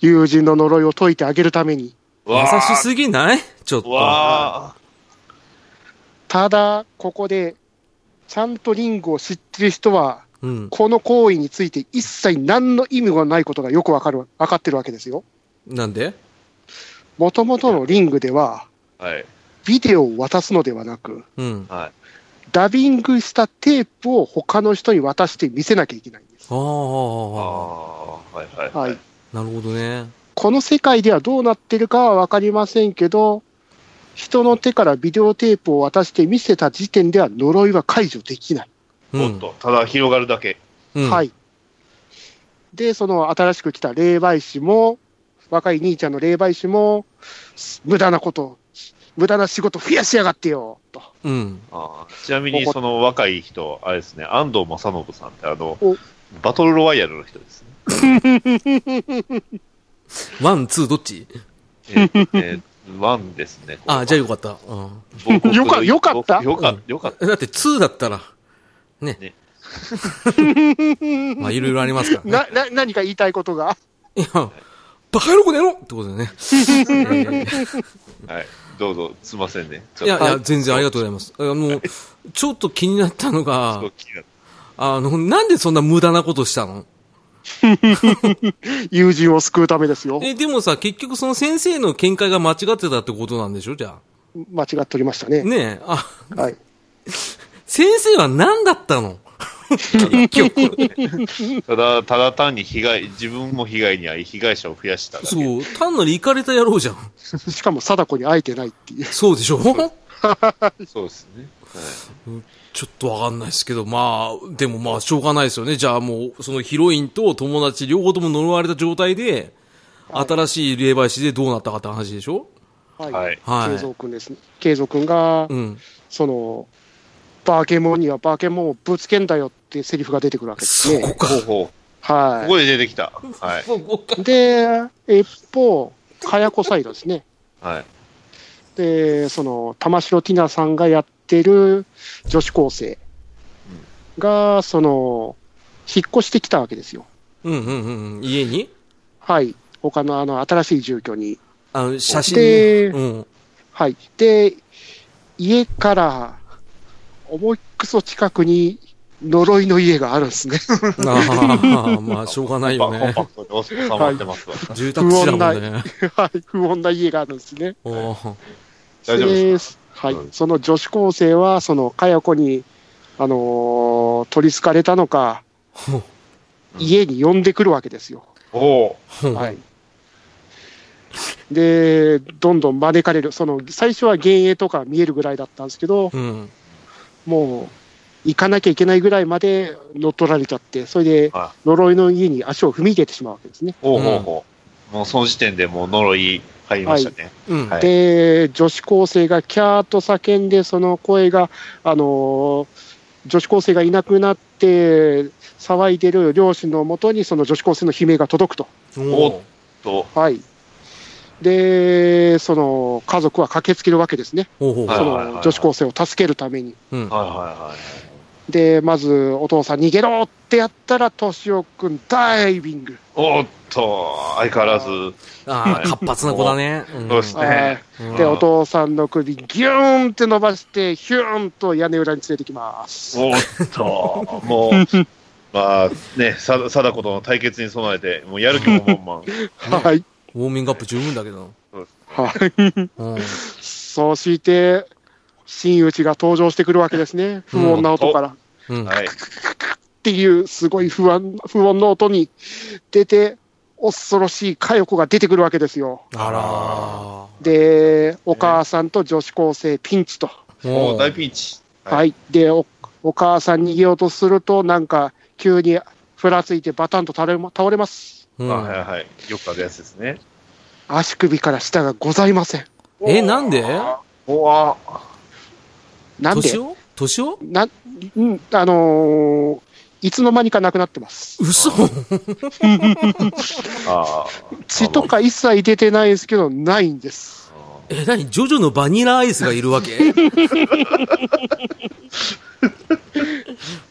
S1: 友人の呪いを解いてあげるために。
S3: う
S2: 優
S3: わ
S2: しすぎないちょっ
S3: う
S2: と。
S3: わ
S1: ただ、ここで、ちゃんとリングを知ってる人は、
S2: うん。
S1: この行為について一切何の意味がないことがよくわかる、わかってるわけですよ。
S2: なんで
S1: もともとのリングでは、
S3: ーはい
S1: ビデオを渡すのではなく、
S2: うん。あ
S3: はい
S1: ダビングしたテープを他の人に渡して見せなきゃいけないんです。
S2: あ
S3: あ
S2: ー、
S3: あはいはい
S1: は
S3: はいい。
S2: なるほどね。
S1: この世界ではどうなってるかはわかりませんけど、人の手からビデオテープを渡して見せた時点では呪いは解除できない。
S2: う
S3: おっとただ広がるだけ
S2: うん
S1: はい。で、その新しく来た霊媒師も、若い兄ちゃんの霊媒師も、無駄なこと、無駄な仕事増やしやがってよ、と。
S2: うん。
S3: あーちなみ
S1: こ
S3: に
S1: こ
S3: その若い人あれですね安藤正信さんってあの
S1: お
S3: バトルロワイヤルの人ですね
S2: ワン、ツー、どっち
S3: え
S1: [LAUGHS]
S3: ーえーワンですね。
S2: あ、じゃあよかった。うん。
S3: 母国の
S1: よかよかった
S3: よかった。よかった。
S2: えだって2だったら、ね。
S3: ね
S2: [LAUGHS] まあ、いろいろありますからね。
S1: な、な、何か言いたいことが
S2: いや、バカ野郎この野郎ってことでね。えー
S3: はい。どうぞ、すいませんね。
S2: いや、い
S3: ちょっ
S2: や、全然ありがとうございます。あの、ちょっと気になったの
S3: と
S2: が
S3: すごい、気になった
S2: あの、なんでそんな無駄なことしたの
S1: 友人を救うためですよ。
S2: え、でもさ、結局その先生の見解が間違ってたってことなんでしょじゃ
S1: 間違っておりました
S2: あ。
S1: ね。
S2: ねえ、あ、
S1: はい。
S2: 先生は何だったの結局。
S3: ただ、ただ単に被害、自分も被害に遭い、被害者を増やしただけ。
S2: そう、単なるイカれた野郎じゃん。
S1: しかも貞子に会えてないっていう。
S2: そうでしょ
S3: そうですね。はい
S2: ちょっとわかんないですけど、まあ、でもまあ、しょうがないですよね。じゃあもう、そのヒロインと友達、両方とも呪われた状態で、新しい霊媒師でどうなったかって話でしょ
S1: はい。
S3: はい
S2: はい
S1: 慶三君ですね。慶三君が、
S2: うん。
S1: その、バーケモンにはバーケモンをぶつけんだよってセリフが出てくるわけです
S2: そ
S1: ね
S2: こ。か。
S3: ほうほう。こ
S1: は
S3: こで出てきた。はい。
S2: そこか。
S1: い。で、一方、かやこサイドですね。
S3: はい。
S1: で、その、玉城ティナさんがやってる女子高生が、その、引っ越してきたわけですよ。
S2: うんうんうんうん。家に
S1: はい。他のあの、新しい住居に。
S2: あの、写真
S1: で
S2: うん。
S1: はい。で、家から、思いっくそ近くに、呪いの家があるんですね。 [LAUGHS]
S2: ああ、まあ、しょうがないよ
S3: [LAUGHS]
S2: ね
S3: コ。ンパコンパクトに収まってますわ。
S2: 住宅地だもんね。
S1: はい。不穏な家があるんですね。
S2: おー
S3: 大丈夫です
S1: すはい
S3: うん。
S1: その女子高生は、その、かやこに、あのー取り憑かれたのか、
S2: ほ
S3: うん
S1: 家に呼んでくるわけですよ。
S3: おお
S2: ほ
S1: はい。で、どんどん招かれる。その、最初は幻影とか見えるぐらいだったんですけど、
S2: うん。
S1: もう、行かなきゃいけないぐらいまで乗っ取られちゃって、それで
S3: あ、
S1: 呪いの家に足を踏み入れてしまうわけですね。
S3: ほうほうほう。もうその時点でもう呪い入りましたね。
S2: うん。
S3: はい
S1: で、女子高生がキャーと叫んで、その声が、あのー女子高生がいなくなって、騒いでる両親のもとに、その女子高生の悲鳴が届くと。
S2: おー
S3: と、
S1: はい。で、その家族は駆けつけるわけですね。
S2: ほうほう
S3: はい
S1: そ
S2: ほ
S3: はいはいは
S1: の
S3: い
S1: 女子高生を助けるために。
S2: う。うん。
S3: はいは
S1: で、まず、お父さん逃げろってやったら、敏夫くんダイビング。
S3: いはい。おっと、相変わらず。
S2: ああ、活発な子だね。ん
S3: そうですね。
S2: うん
S1: で、
S3: うん
S1: お父さんの首、ギューンって伸ばして、ヒューンと屋根裏に連れてきます。
S3: おっと、もう、 [LAUGHS] まあね、さ貞子との対決に備えて、もうやる気も [LAUGHS] 満々。
S1: はい。
S2: ウォーミングアップ十分だけど。
S1: はい。
S2: うん。
S1: そうして、真打ちが登場してくるわけですね。不穏な音から。っ
S2: うん。
S3: [LAUGHS] はい。
S1: ていう、すごい不安、不穏な音に出て、恐ろしい佳代子が出てくるわけですよ。
S2: あら
S1: で、お母さんと女子高生ピンチと。
S2: ー。
S3: もう大
S2: ン。
S3: ピンチ。はい
S1: はい。で、お、お母さん逃げようとすると、なんか、急にふらついてバタンと倒れま倒れます。
S2: う
S3: あ
S2: ん
S3: はいはい。よくあるやつですね。
S1: 足首から下がございません。
S2: え、なんで
S3: おわ
S1: なんで
S2: 年を年を
S1: な、んあのーいつの間にかなくなってます。
S2: 嘘
S3: あ
S1: 血とか一切出てないですけど、ないんです。
S2: え、なにジョジョのバニラアイスがいるわ
S1: [LAUGHS]
S2: け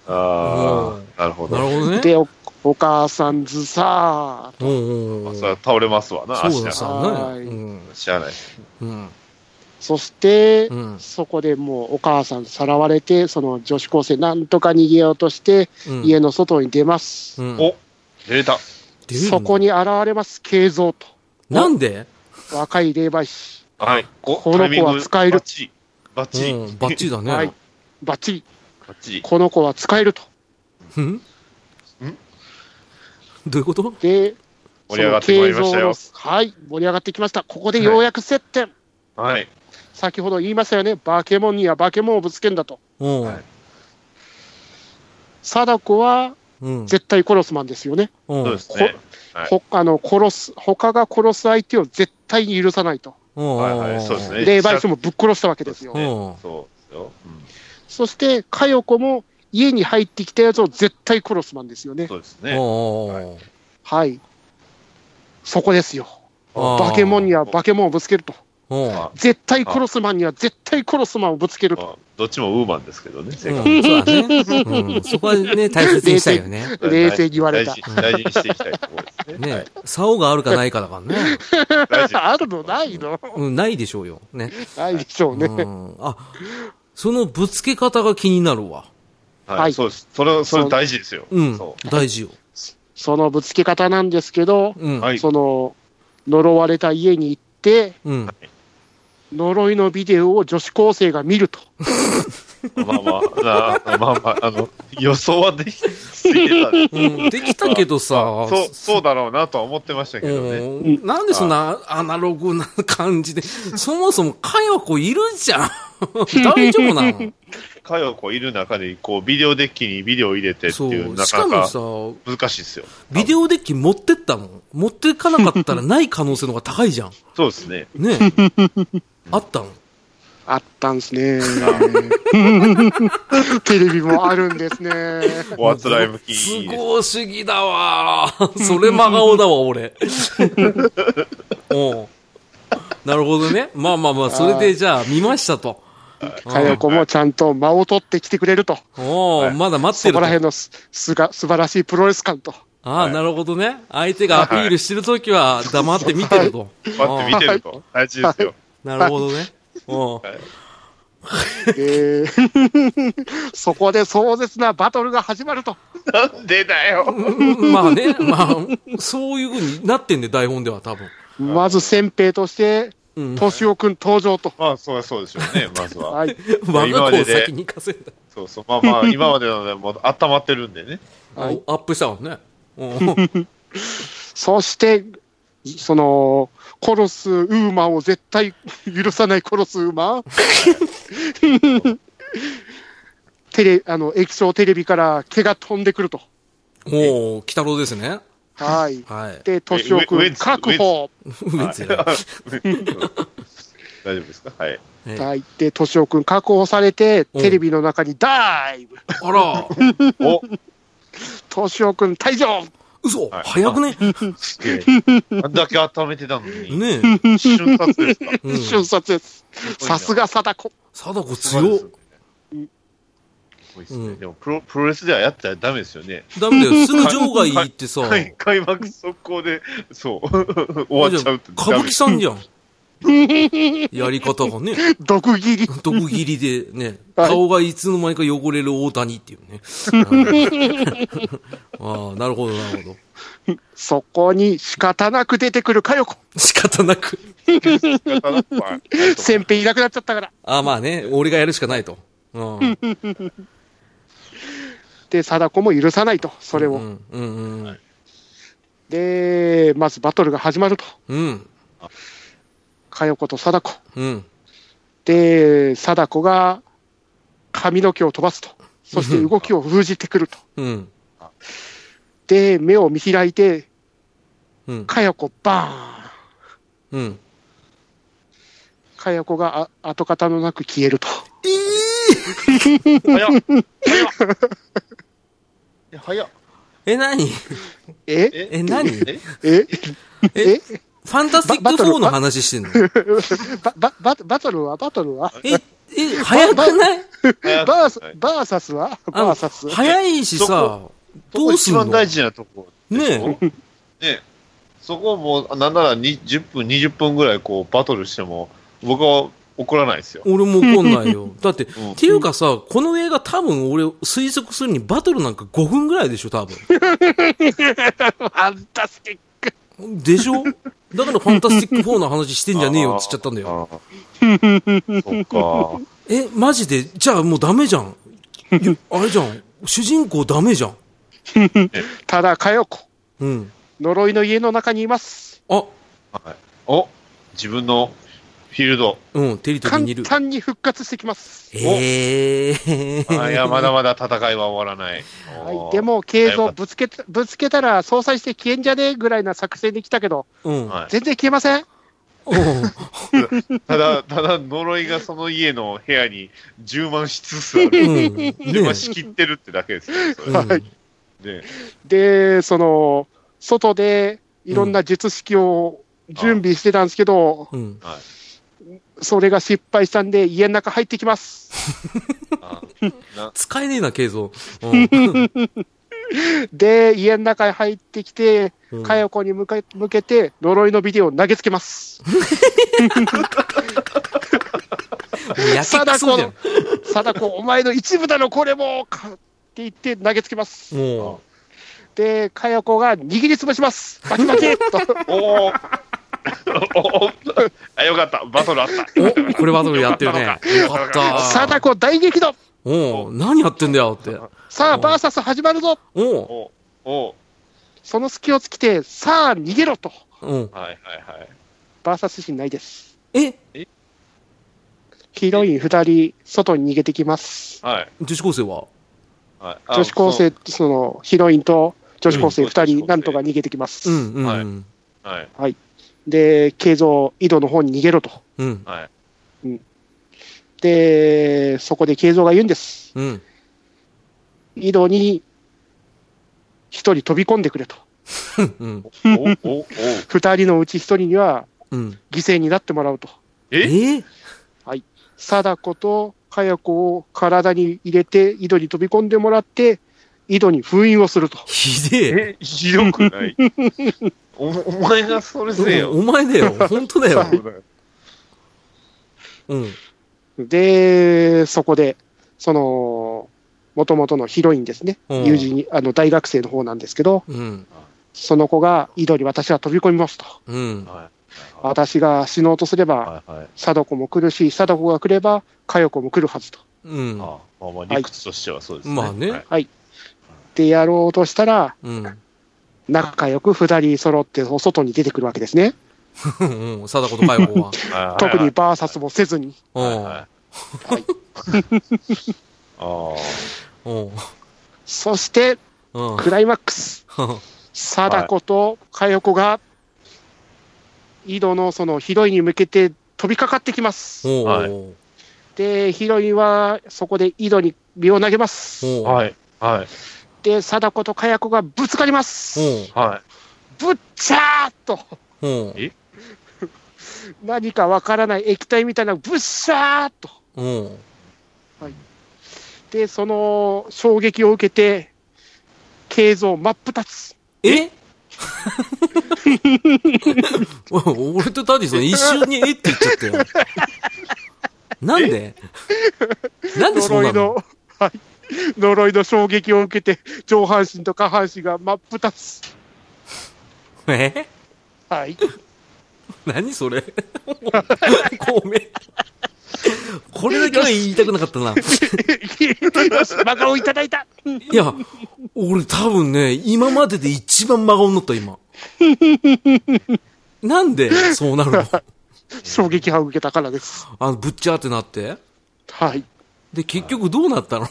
S3: あ、
S2: う
S3: あ
S2: ん
S3: あ、なるほ
S2: なる
S3: ど。
S2: ほどね。
S1: で、おお母さんずさ
S2: うんうんう
S3: まあ
S2: ん。
S3: それは倒れますわな、
S2: そう
S3: 足
S2: だ
S3: な
S1: さ
S2: さ、
S1: はい
S2: ね。うん。
S3: 知らない。
S2: うん。
S1: そして、
S2: うん
S1: そこでもうお母さんさらわれて、その女子高生なんとか逃げようとして、
S2: うん
S1: 家の外に出ます。
S2: うん
S3: お出た。
S2: 出るんだ
S1: そこに現れます、慶三と。
S2: なんで
S1: 若い霊媒師。
S3: はい。お
S1: この子は
S3: タイミング
S1: 使える
S3: バッチリ。バッ
S2: う
S3: チリ。
S2: ん、バッチリだね。
S1: はいバッチリ、
S3: [LAUGHS] バッチリ。
S1: この子は使えると。
S2: うんどういうこと
S1: で、
S3: 盛り上がってまいりましたよ
S1: その慶三のはい、盛り上がってきました。ここでようやく接点。
S3: はい。
S1: 先ほど言いましたよね、バケモンにはバケモンをぶつけんだと。
S2: うん。
S3: はい
S1: 貞子は
S2: うん。
S1: 絶対殺すマンですよね。
S2: うん
S3: そうですね。はい
S1: ほあの殺す他が殺す相手を絶対に許さないと。
S2: うん
S3: はいはい、そうですね。
S1: 霊媒師もぶっ殺したわけですよ。
S2: う
S3: ね
S2: ん。
S3: そうですよ。うん
S1: そして、佳代子も家に入ってきたやつを絶対殺すマンですよね。
S3: そうです
S2: う
S3: ね。
S2: ん
S3: は
S1: はい。そこですよ。
S2: あー
S1: バケモンにはバケモンをぶつけると。
S2: うん。
S3: まあ
S1: 絶対殺すマンには絶対殺すマンをぶつけると。
S3: まあどっちもウーマンですけどね、正
S2: う
S3: 解。
S2: んそうだね。うんそこはね、大切にしたいよ
S3: [LAUGHS]
S2: ね。
S1: 冷静に言われた
S3: 大事大事にしていきたいところ
S2: [LAUGHS]
S3: ですね。は
S2: ね
S3: い、
S2: 竿があるかないかだからね。
S3: 大事
S1: あるのないの
S2: うん、ないでしょうよ。ね。
S1: ないでしょうね。
S2: うん。あ、そのぶつけ方が気になるわ。
S1: は
S3: はいい、そうです。それ、それ大事ですよ。
S2: うん
S3: そ。
S2: 大事よ。
S1: そのぶつけ方なんですけど、
S2: うん。
S3: はい
S1: その呪われた家に行って、
S2: うん。
S1: 呪いのビデオを女子高生が見ると。
S3: う。まあまあ、なまあまあ、あの、 [LAUGHS] 予想はできすぎてたんで
S2: うんできたけど [LAUGHS] さ、
S3: そう、そうだろうなとは思ってましたけどね。
S2: うんなんでそんなアナログな感じで、そもそもかよこいるじゃん。 [LAUGHS] 大丈夫なの
S3: かよこいる中で、こう、ビデオデッキにビデオ入れてって
S2: そ
S3: いう、
S2: う。
S3: な
S2: し
S3: か
S2: か
S3: な
S2: も
S3: か
S2: さ、
S3: 難しいですよ。
S2: ビデオデッキ持ってったの持ってかなかったらない可能性の方が高いじゃん。
S3: そうですね。
S2: ねあったの
S1: あったんですね。テレビもあるんですね。
S3: おあつらい向き
S2: す
S3: に。
S2: ごい主義だわ。 [LAUGHS] それ真顔だわ、俺。おうなるほどね。まあまあまあ、それでじゃあ見ましたと。
S1: かよこもちゃんと間を取ってきてくれると。
S2: お
S3: は
S2: お
S3: い
S2: まだ待って
S1: そ
S2: る
S1: ことら。辺のすすが素晴らしいプロレス感と。
S2: ああ、なるほどね。相手がアピールしてるときは黙って見てると。
S3: 待って見てると。大事ですよ。
S2: なるほどね。おう
S1: えー [LAUGHS] そこで壮絶なバトルが始まると。
S3: なんでだよ。
S2: うんまあね、まあ、そういう風になってんで、台本では多分。
S1: まず先兵として、
S2: うん。
S1: 敏夫君登場と。
S3: まあ、そうそうでしょうね、まずは。
S2: [LAUGHS]
S1: はい。
S2: 我が子を先に稼いだ。
S3: そうそう。まあまあ、今までのでもう温まってるんでね。
S1: はい
S2: おアップしたわね。うん
S1: そして、その、殺すウーマンを絶対許さない殺すウーマン。
S2: [LAUGHS]
S1: テレ、あの、液晶テレビから毛が飛んでくると。
S2: おう北郎ですね。
S1: はい。
S2: はい。
S1: で、敏夫
S3: ウェ
S1: 君
S3: ッジ
S1: 確保。
S2: ウエンツやな
S3: 大丈夫ですかはい。
S2: い
S1: はい。で、敏夫君確保されて、
S2: うん
S1: テレビの中にダイブ。
S2: あら、
S3: お
S1: 敏夫君退場
S2: 嘘、
S3: はい
S2: 早くね。
S3: すげえ。あんだけ温めてたのに。
S2: ね
S3: 瞬殺ですか。
S2: え。うん、
S1: 瞬殺です。 [LAUGHS] さすが貞子。
S2: 貞子
S3: すごい
S2: 強
S3: で
S2: っ
S3: すね。すごいです
S2: う
S3: ね。
S2: ん
S3: でもプロ、プロレスではやったらダメですよね。
S2: ダメだよ。すぐ場外行ってさ。
S3: 開開幕速攻で、そう、 [LAUGHS] 終わっちゃうって
S2: 歌
S3: ダ
S2: 舞
S3: メ
S2: 伎さんじゃん。やり方がね、
S1: 毒斬り。
S2: 毒斬りでね、
S1: はい
S2: 顔がいつの間にか汚れる大谷っていうね。はいああ、なるほど、なるほど。
S1: そこに仕方なく出てくる佳代子。
S2: 仕方なく。
S1: 先兵いなくなっちゃったから。
S2: ああ、まあね、俺がやるしかないと。うん。うん
S1: で、貞子も許さないと。それを。
S2: うんうん。
S1: で、まずバトルが始まると。
S2: うん。
S1: 佳代子と貞子。
S2: うん。
S1: で、貞子が髪の毛を飛ばすと。そして動きを封じてくると。
S2: うん。
S1: で、目を見開いて、
S2: うん。
S1: 佳代子バーン。
S2: うん。
S1: 佳代子があ跡形のなく消えると。
S2: ええ
S1: [LAUGHS]
S3: 早っ早っ
S1: え早っ。
S2: え、何
S1: え
S2: え、何フ
S3: え
S1: え [LAUGHS] え
S2: ァンタスティック4の話してんの
S1: ババババトルはバトルは
S2: え、え、早くない
S1: バ
S3: 早く
S1: ース
S3: はい
S1: バーサスは
S2: あ
S1: バ
S2: の
S1: ーサス。
S2: 早いしさ、
S3: そ
S2: ど
S3: こ
S2: うすん
S3: 一
S2: の
S3: 番大事なとこでしょ
S2: ね
S3: ねえそこをもう、なんならに10分、20分ぐらいこうバトルしても、僕は怒らないですよ。
S2: 俺も怒んない
S3: [LAUGHS]
S2: よ。だって、
S3: うん
S2: っていうかさ、この映画多分俺推測するにバトルなんか5分ぐらいでしょ、多分。
S1: ファンタスティッ
S2: でしょだからファンタスティック4の話してんじゃねえよっつっちゃったんだよ。
S3: あ
S2: [LAUGHS]
S3: ー。そっか。
S2: え、マジでじゃあもうダメじゃん。いやあれじゃん。主人公ダメじゃん。
S1: ク。ただ、かよこ。
S2: うん。
S1: 呪いの家の中にいます。
S2: あ、
S3: お自分のフィールド。
S2: うん、テリトリー
S1: 簡
S2: にいる。
S1: 単に復活してきます。
S2: ええ
S3: あーいや、まだまだ戦いは終わらない。
S1: は
S3: お
S1: い、
S3: ー
S1: で、も、継像ぶつけた、ぶつけたら相殺して消えんじゃねえぐらいな作戦で来たけど、
S2: うん。
S3: はい
S1: 全然消えません。
S2: うん
S3: ただ、ただ呪いがその家の部屋に充満しつつあ
S2: う
S3: る。
S2: ん。ね
S3: 充満しきってるってだけですよ。それ
S1: はい
S3: で、
S1: で、その、外でいろんな術式を準備してたんですけど、
S2: うん。うん。
S1: それが失敗したんで、家の中入ってきます。 [LAUGHS]
S3: あ
S2: 使えねえな、慶三。
S3: [LAUGHS]
S2: うん
S1: で、家の中に入ってきて、
S2: うん
S1: かよこに向け向けて、呪いのビデオを投げつけます。
S2: やけくそじゃん。
S1: 貞子、お前の一部だろ、これもかって言って投げつけます。
S2: も
S1: で、かよこが握り潰します。バキバキっと。
S3: [LAUGHS] おーおー [LAUGHS] あ、よかった。バトルあった。
S2: う、おこれバトルやってる
S3: [LAUGHS]
S2: ね。よかった。
S1: 貞子大激怒
S2: おう何やってんだよって。
S1: さあ、
S2: お
S1: バーサス始まるぞ
S2: おう
S3: おお
S1: その隙をつきて、さあ、逃げろと。
S2: うん。
S3: はいはいはい。
S1: バーサス心ないです。
S2: え
S1: ヒロイン二人、外に逃げてきます。
S3: はい、
S2: 女子高生は
S3: はい、あ
S1: 女子高生、その、ヒロインと女子高生
S3: うん
S1: 二
S3: 女子高
S1: 人、
S3: 生
S1: なんとか逃げてきます。
S2: うん、うん。
S3: はい
S2: うん
S3: そうはい、
S1: で、慶三、井戸の方に逃げろと。
S2: うん。
S3: はい。
S1: で、そこで慶三が言うんです。
S2: うん。
S1: 井戸に、一人飛び込んでくれと。
S2: うん。
S3: おおお
S1: 二人のうち一人には、
S2: うん。
S1: 犠牲になってもらうと。
S2: え
S3: え
S1: 貞子と佳代子を体に入れて、井戸に飛び込んでもらって、井戸に封印をすると。
S2: ひで
S3: えひどくないおお前がそれせ
S2: え。
S3: よ。
S2: うんお前だ
S3: [LAUGHS]
S2: よ。本当だよ。うん。
S1: で、そこで、その、もともとのヒロインですね、
S2: うん
S1: 友人に、あの大学生の方なんですけど、
S2: うん。
S1: その子が井戸に私は飛び込みますと。
S2: うん。
S3: は
S1: 私が死のうとすれ
S3: い
S1: ば、
S3: はいはい。
S1: 貞子も来るし、貞子が来れば、佳代子も来るはずと。
S2: うん。
S3: あまあまあ理屈としてはそうですね。
S2: まあね
S3: はい
S1: で、やろうとしたら、
S2: うん。
S1: 仲良く二人揃ってお外に出てくるわけですね。
S2: うん。うん貞子と佳代子は。
S3: はい
S1: 特にバーサスもせずに。
S3: [LAUGHS] はい
S2: お
S3: は
S2: う
S3: い。あ
S2: おう
S1: そして、
S2: うん。
S1: クライマックス。貞子と佳代子が、井戸のそのヒロインに向けて飛びかかってきます。
S2: お。
S3: はいう
S1: で、ヒロインはそこで井戸に身を投げます。
S2: お
S3: あ。
S2: う。
S3: はいはい
S1: で、貞子と佳代子がぶつかります。
S2: おう。
S3: は。
S1: ぶっちゃーっと、
S2: おう。
S1: 何かわからない液体みたいなのぶっしゃーっと。
S2: おう。
S1: で、その衝撃を受けて、形像真っ二つ。
S2: えお [LAUGHS] 俺とダディさん一瞬にえって言っちゃったよ。なんでなんでそ
S1: 呪
S2: うないの
S1: の、はい。呪いの衝撃を受けて、上半身と下半身が真っ二つ。
S2: え [LAUGHS]
S1: はい。
S2: 何それごめん。これだけは言いたくなかったな。い
S1: よし、真顔いただいた。
S2: や、俺多分ね、今までで一番真顔になった、今。なんでそうなるの
S1: 衝撃波を受けたからです。
S2: あの、ぶっちゃーってなって。
S1: はい。
S2: で、結局どうなったの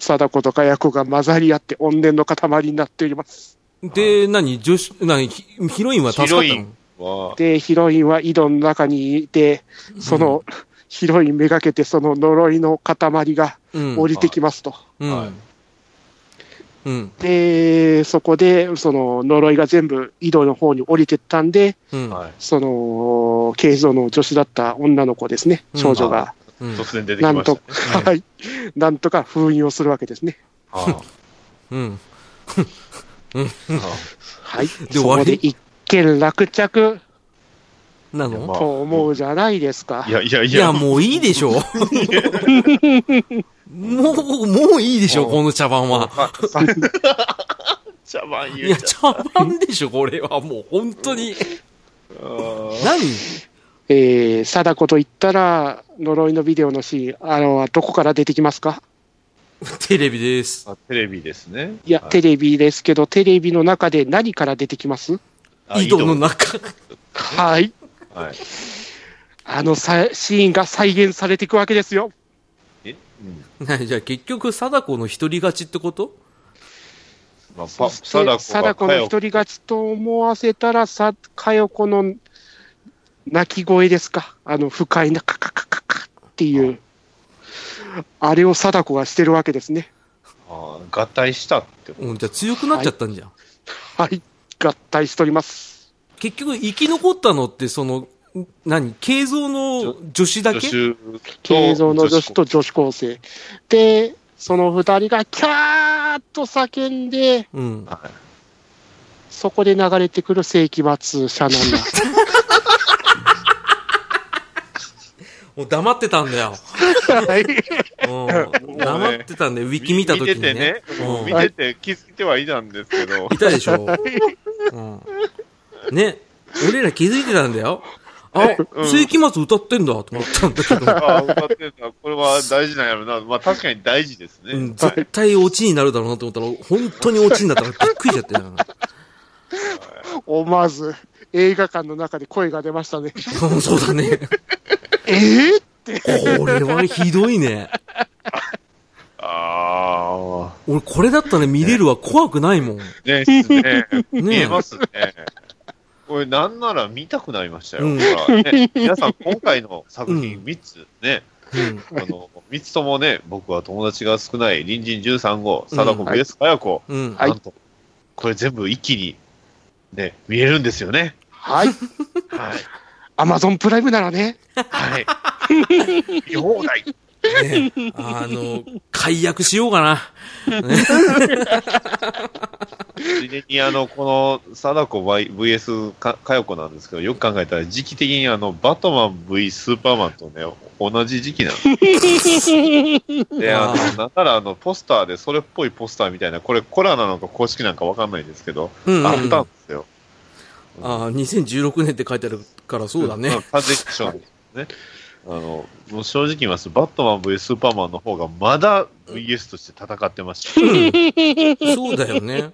S1: 貞子とか役が混ざり合って、怨念の塊になっております。
S2: で、何女子、何ヒヒロインはい助
S3: ヒ
S2: かっ
S3: ロ
S2: た
S3: イ
S2: の
S3: ンは
S1: で、ヒロインは井戸の中にいて、その、広いめがけてその呪いの塊が
S2: うん。
S1: 降りてきますと。
S2: うん。
S3: はい
S2: うん。
S1: で、そこで、その呪いが全部井戸の方に降りてったんで、
S2: うん。
S3: はい。
S1: その、軽像の助手だった女の子ですね、
S2: うん
S1: 少女が、
S2: うん
S3: 突然出て
S1: な
S3: き
S1: ん
S3: ました
S1: と
S3: ね。、
S2: はい
S1: はい、 [LAUGHS] なんとか封印をするわけですね。
S3: あー
S2: うん。
S1: はい。
S2: で
S1: そ
S2: 終わ
S1: こ
S2: り
S1: で一件落着
S2: な
S3: ま
S2: の
S3: あ
S1: と思うじゃないですか。
S3: いやいやい
S2: いや、
S3: や、
S2: もういいでし [LAUGHS] ょ。もう、もういいでしょ、この茶番は。
S3: [LAUGHS] 茶番
S2: い
S3: 言う
S2: や、
S3: ち
S2: 茶番でしょ、これは。もう、本当に。
S3: ゃう。
S2: 何
S1: えー、貞子と言ったら、呪いのビデオのシーン、あの、どこから出てきますか
S2: テレビです。
S3: あテレビですね。
S1: いや、
S3: はい
S1: テレビですけど、テレビの中で何から出てきます
S3: あ
S2: 井戸の中。 [LAUGHS]
S1: はい。
S3: はい。
S1: あのさシーンが再現されていくわけですよ。
S3: え、うん。
S2: 何じゃあ結局、貞子の一人勝ちってこと
S3: まあ、
S1: そ
S3: パ
S1: して
S3: 貞子が
S1: 貞子の一人勝ちと思わせたら、さ、かよこの泣き声ですか。あの、不快なカカカカカっていう、あれを貞子がしてるわけですね。
S3: あー合体したってこと。
S2: うん、じゃあ強くなっちゃったんじゃん。
S1: はい。合体しております。
S2: 結局、生き残ったのって、その、ん何慶三の女子だけ
S3: 助
S1: 敬
S3: 手
S1: 造の女子
S3: と
S1: と女子高生。で、その二人がキャーッと叫んで、
S2: うん。
S3: はい
S1: そこで流れてくる世紀末シャナンだ。
S2: もう黙ってたんだよ。
S1: [LAUGHS] はい
S3: [LAUGHS]
S2: うん。黙ってたんだよ、ウィキ見たとき
S3: 見て
S2: に
S3: て
S2: ね
S3: ね。、
S2: うん
S3: 見てて気づいてはいたんですけど
S2: い、たでしょ。うん。ね。俺ら気づいてたんだよ。あ、
S3: うん
S2: 世紀末歌ってんだと思ったんだけど。
S3: ああ、歌ってるな、これは大事なんやろな、まあ確かに大事ですね。
S2: うん、
S3: はい
S2: 絶対オチになるだろうなと思ったら、本当にオチになったからびっくりしちゃったよ。
S1: 思わず映画館の中で声が出ましたね。
S2: うんそうだね。
S1: えー、
S2: これはひどいね。
S3: あ
S2: 俺これだったら見れるわ。怖くないもん。
S3: あ、ね、ね、
S2: え
S3: 見えますね。これなんなら見たくなりましたよ。
S2: うん
S3: ほらね、皆さん今回の作
S2: う
S3: 品3つね、
S2: うん。
S3: あの、3つともね、僕は友達が少ない隣人13号、貞子ベースかや子、
S2: うん。
S1: はい
S3: なんと、これ全部一気に、ね、見えるんですよね。
S1: はい。
S3: はい。
S1: アマゾンプライムならね。
S2: [LAUGHS]
S3: はい。見放題。
S2: ね、あの、解約しようかな。
S3: ついでに、あの、この、貞子 Y- VS かかよこなんですけど、よく考えたら、時期的に、あの、バットマン V スーパーマンとね、同じ時期な
S2: [LAUGHS]
S3: の。で、あ
S2: あー
S3: の、なんなら、あの、ポスターで、それっぽいポスターみたいな、これ、コラなのか公式なんかわかんないですけど、
S2: うん、うん。
S3: あったんですよ。
S2: あー2016年って書いてあるからそうだね。
S3: ん。完全一緒なんですね。あの、もう正直言います、バットマン VS スーパーマンの方が、まだ VS として戦ってました。
S2: うんそうだよね。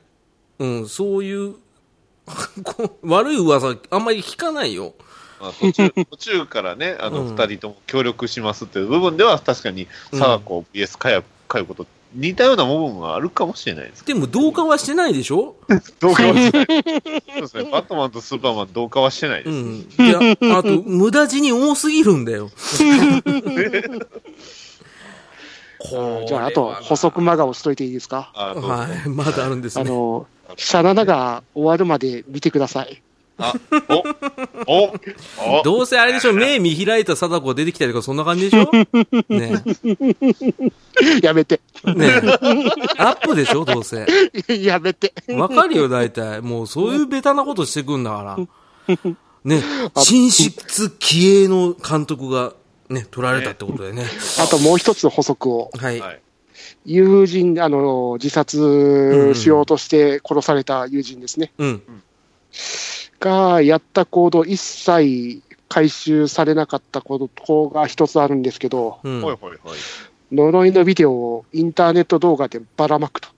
S2: うん、そういう、 [LAUGHS] こう悪い噂、あんまり聞かないよ。
S3: まあ、途中
S2: [LAUGHS]
S3: 途中からね、あの
S2: うん
S3: 2人とも協力しますっていう部分では、確かに
S2: うん
S3: 貞子 VS かやかよこと、似たような部分があるかもしれない
S2: [LAUGHS]
S3: ですけ
S2: でも、同化はしてないでしょ
S3: ど、同化はしてない。そうです
S2: [LAUGHS]
S3: ね、バットマンとスーパーマン、同化はしてないで
S2: う
S3: す。
S2: ん。いや、あと、無駄死に多すぎるんだよ。こ
S1: [LAUGHS] じゃあ、あと補足マガをしといていいですか。
S3: あどうぞ
S2: はい、まだあるんです
S1: あ
S2: ね。
S1: の、シャナナが終わるまで見てください。 [LAUGHS]
S3: あおおお
S2: どうせあれで
S1: [LAUGHS]
S2: しょ、目見開いた貞子が出てきたりとか、そんな感じでしょね
S1: やめて。 [LAUGHS]
S2: えねえアップでしょ、どうせ。
S1: やめて。
S2: わかるよ、大体。もう、そういうベタなことしてくんだから。ね、寝室気鋭の監督が、ね、取られたってことでね。
S1: あともう一つ補足を。
S2: はい。
S3: はい
S1: 友人、あの、自殺しようとして殺された友人ですね。
S2: うん。
S1: が、やった行動一切回収されなかったことが一つあるんですけど、
S2: うん。
S3: ほいほいほい。
S1: 呪いのビデオをインターネット動画でばらまくと。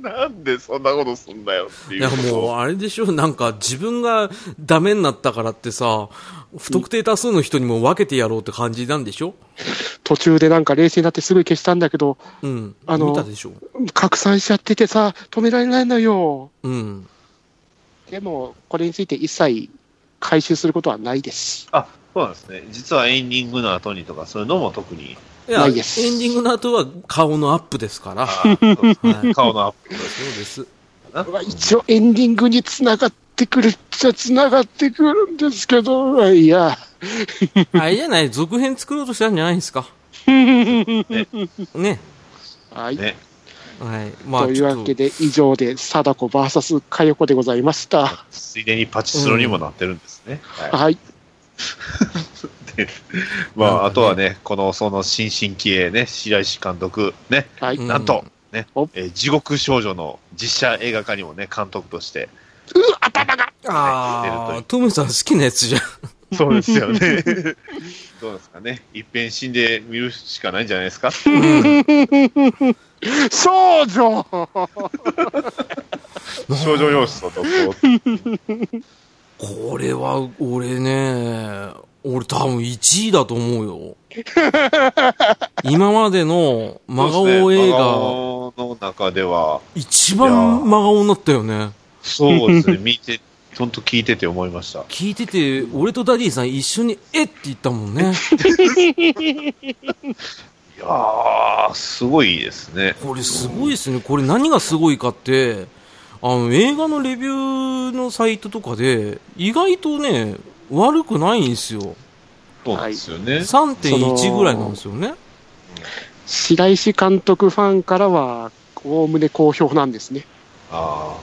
S3: なんでそんなことすんだよって
S2: い
S3: い
S2: や
S3: うこと
S2: もう、あれでしょ、なんか自分がダメになったからってさ、不特定多数の人にも分けてやろうって感じなんでしょ
S1: 途中でなんか冷静になってすぐ消したんだけど、
S2: うん。
S1: あの
S2: 見たでしょ
S1: 拡散しちゃっててさ、止められないのよ。
S2: うん。
S1: でも、これについて一切回収することはないです。
S3: あそうなんですね。実はエンディングの後にとか、そういうのも特に、
S2: いや、
S1: な
S2: エ
S1: い
S2: ンデ
S1: です
S2: ィングの後は顔のアップですから。
S3: あ
S2: そ
S3: ーそうですね
S2: はい
S3: 顔のアップ。
S2: うです。
S1: まあ一応エンディングに繋がってくるっちゃ繋がってくるんですけど、いや、
S2: あれじゃない、続編作ろうとしたんじゃないですか。ね。
S1: はい。
S3: ね。
S2: はい。まあ、
S1: というわけ
S2: ちょっと
S1: で、以上で、貞子 VS 佳代子でございました。
S3: ついでにパチスロにもなってるんですね。はい
S1: はい。
S3: ま
S2: なんか
S3: あ、
S2: ね
S3: あとはね、この、その、新進気鋭ね、白石監督、ね、
S1: はい。
S2: うん
S3: なんと、ね
S1: お、
S3: えー地獄少女の実写映画化にもね、監督として。
S1: うわ頭が
S2: ああ、トムさん好きなやつじゃん。
S3: そうですよ
S2: [LAUGHS]
S3: ね。どうですかね。一遍死んで見るしかないんじゃないですか。
S1: 少女
S3: 少女要素と、こ
S2: これは、俺ね、俺多分1位だと思うよ。
S1: [LAUGHS]
S2: 今までの
S3: う、
S2: 真
S3: そう
S2: 顔
S3: ですね
S2: 映
S3: 真
S2: 画、
S3: 顔の中では、
S2: 一
S3: いや
S2: 番
S3: ー
S2: 真顔になったよね。
S3: そうですね、
S2: [LAUGHS]
S3: 見て、ほんと聞いてて思いました。
S2: 聞いてて、俺とダディさん一緒に、えって言ったも
S1: [LAUGHS]
S2: んね。
S3: いやー、すごいですね。
S2: これすごいですね。これ何がすごいかって、あの、映画のレビューのサイトとかで、意外とね、悪くないんですよ。
S3: そうなんですよね。
S2: 3.1ぐらいなんですよね。
S1: 白石監督ファンからは、おおむね好評なんですね。
S3: あ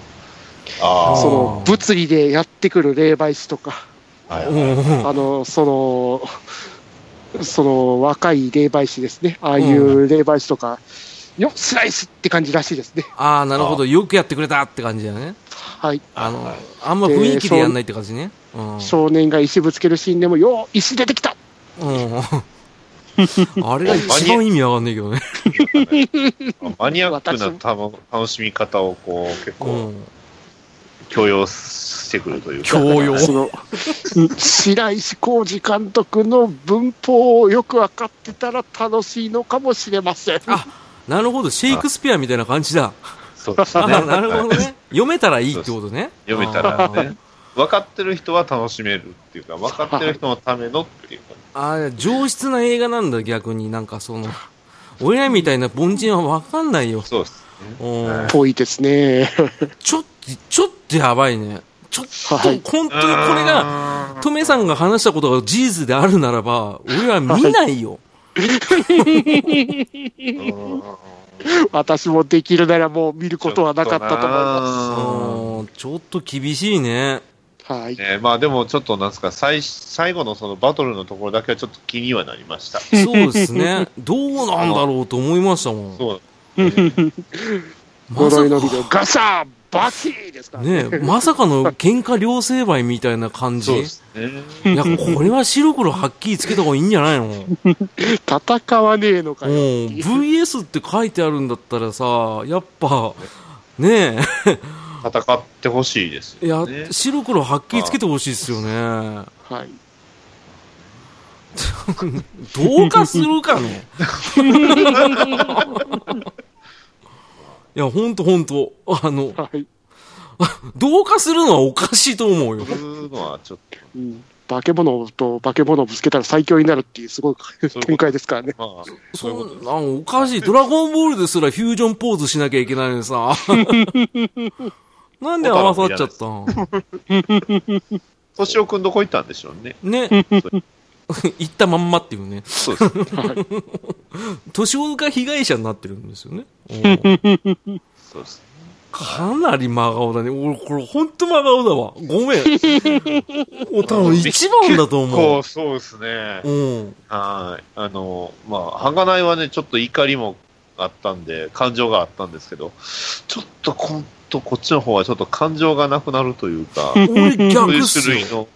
S3: ーあー。
S1: その、物理でやってくる霊媒師とか。
S3: はい
S2: うんうん [LAUGHS]
S1: あの、その、その若い霊媒師ですね。ああいう霊媒師とか、よっ、スライスって感じらしいですね。
S2: ああ、なるほど。よくやってくれたって感じだよね。
S1: はい。
S2: あの
S3: はい、
S2: あんま雰囲気でやんないって感じね。うん。
S1: 少年が石ぶつけるシーンでも、よう、石出てきた
S2: うん。 [LAUGHS] あれが一番意味わかんないけどね。
S3: マニアックなたの楽しみ方をこう結
S2: う
S3: 構
S2: ん。
S3: 強要してくるというか、
S2: 教養。
S1: その、白石浩二監督の文法をよく分かってたら楽しいのかもしれません。
S2: あなるほど。シェイクスピアみたいな感じだ。
S3: そうです
S2: あ
S3: ね。
S2: [LAUGHS] なるほどね。読めたらいいってことね。
S3: 読めたら
S2: あー
S3: ね。分かってる人は楽しめるっていうか、分かってる人のためのっていうか、
S2: ああ、上質な映画なんだ、逆に。なんかその、俺らみたいな凡人はわかんないよ。
S3: そうですね。
S2: うん
S1: ぽいですね。 [LAUGHS]
S2: ちょっと、ちょっとやばいね。ちょっと、
S1: はい
S2: 本当にこれが、
S3: が、
S2: トメさんが話したことが事実であるならば、俺は見ないよ。
S1: 私もできるならもう見ることはなかったと思いま
S2: うんちょっと厳しいね。
S1: す。はい。
S3: ね、まあでもちょっとなんですか最最後のそのバトルのところだけはちょっと気にはなりました。
S2: そうです
S3: [LAUGHS]
S2: ね。どうなんだろうと思いましたもん。
S3: そう、ね
S2: まさ
S1: 呪いのビ
S2: か
S1: デオ、ガシャーバキーですから
S2: ねえまさかの喧嘩両成敗みたいな感じ。
S3: そうで
S2: い
S3: すね。
S2: や、これは白黒はっきりつけた方がいいんじゃないの
S1: 戦わねえのか
S2: うん
S1: よ。、
S2: VS って書いてあるんだったらさ、やっぱ、ね
S3: 戦ってほしいです
S2: え、いや
S3: よ、ね。
S2: 白黒はっきりつけてほしいですよね。
S1: はい。
S2: どうかするかね。いや、ほんとほんと。あの、
S1: はい。
S2: どうかするのはおかしいと思うよ
S3: そう。いうのはちょっと
S1: うん。化け物と化け物をぶつけたら最強になるっていうすごい展開ですからね。
S3: まあ
S2: そ
S3: そういうこと
S2: んなんおかしい。ドラゴンボールですらフュージョンポーズしなきゃいけないのにさ。なんで合わさっちゃったん
S3: 敏夫君どこ行ったんでしょう
S2: [LAUGHS]
S3: ね。
S2: ね。行ったまんまっていうね。
S3: そうですね。
S2: 年男が被害者になってるんですよね。うん
S3: そうですね。
S2: かなり真顔だね。俺、これほんと真顔だわ。ごめん。お、多分一番だと思
S3: こ
S2: う。
S3: う、そうですね。
S2: うん。
S3: はい。あの、まあ、儚いはね、ちょっと怒りもあったんで、感情があったんですけど、ちょっとこんとこっちの方はちょっと感情がなくなるというか、
S2: 俺
S3: そうい
S2: 逆っ
S3: う
S2: す
S3: 種類
S2: よ。
S3: の、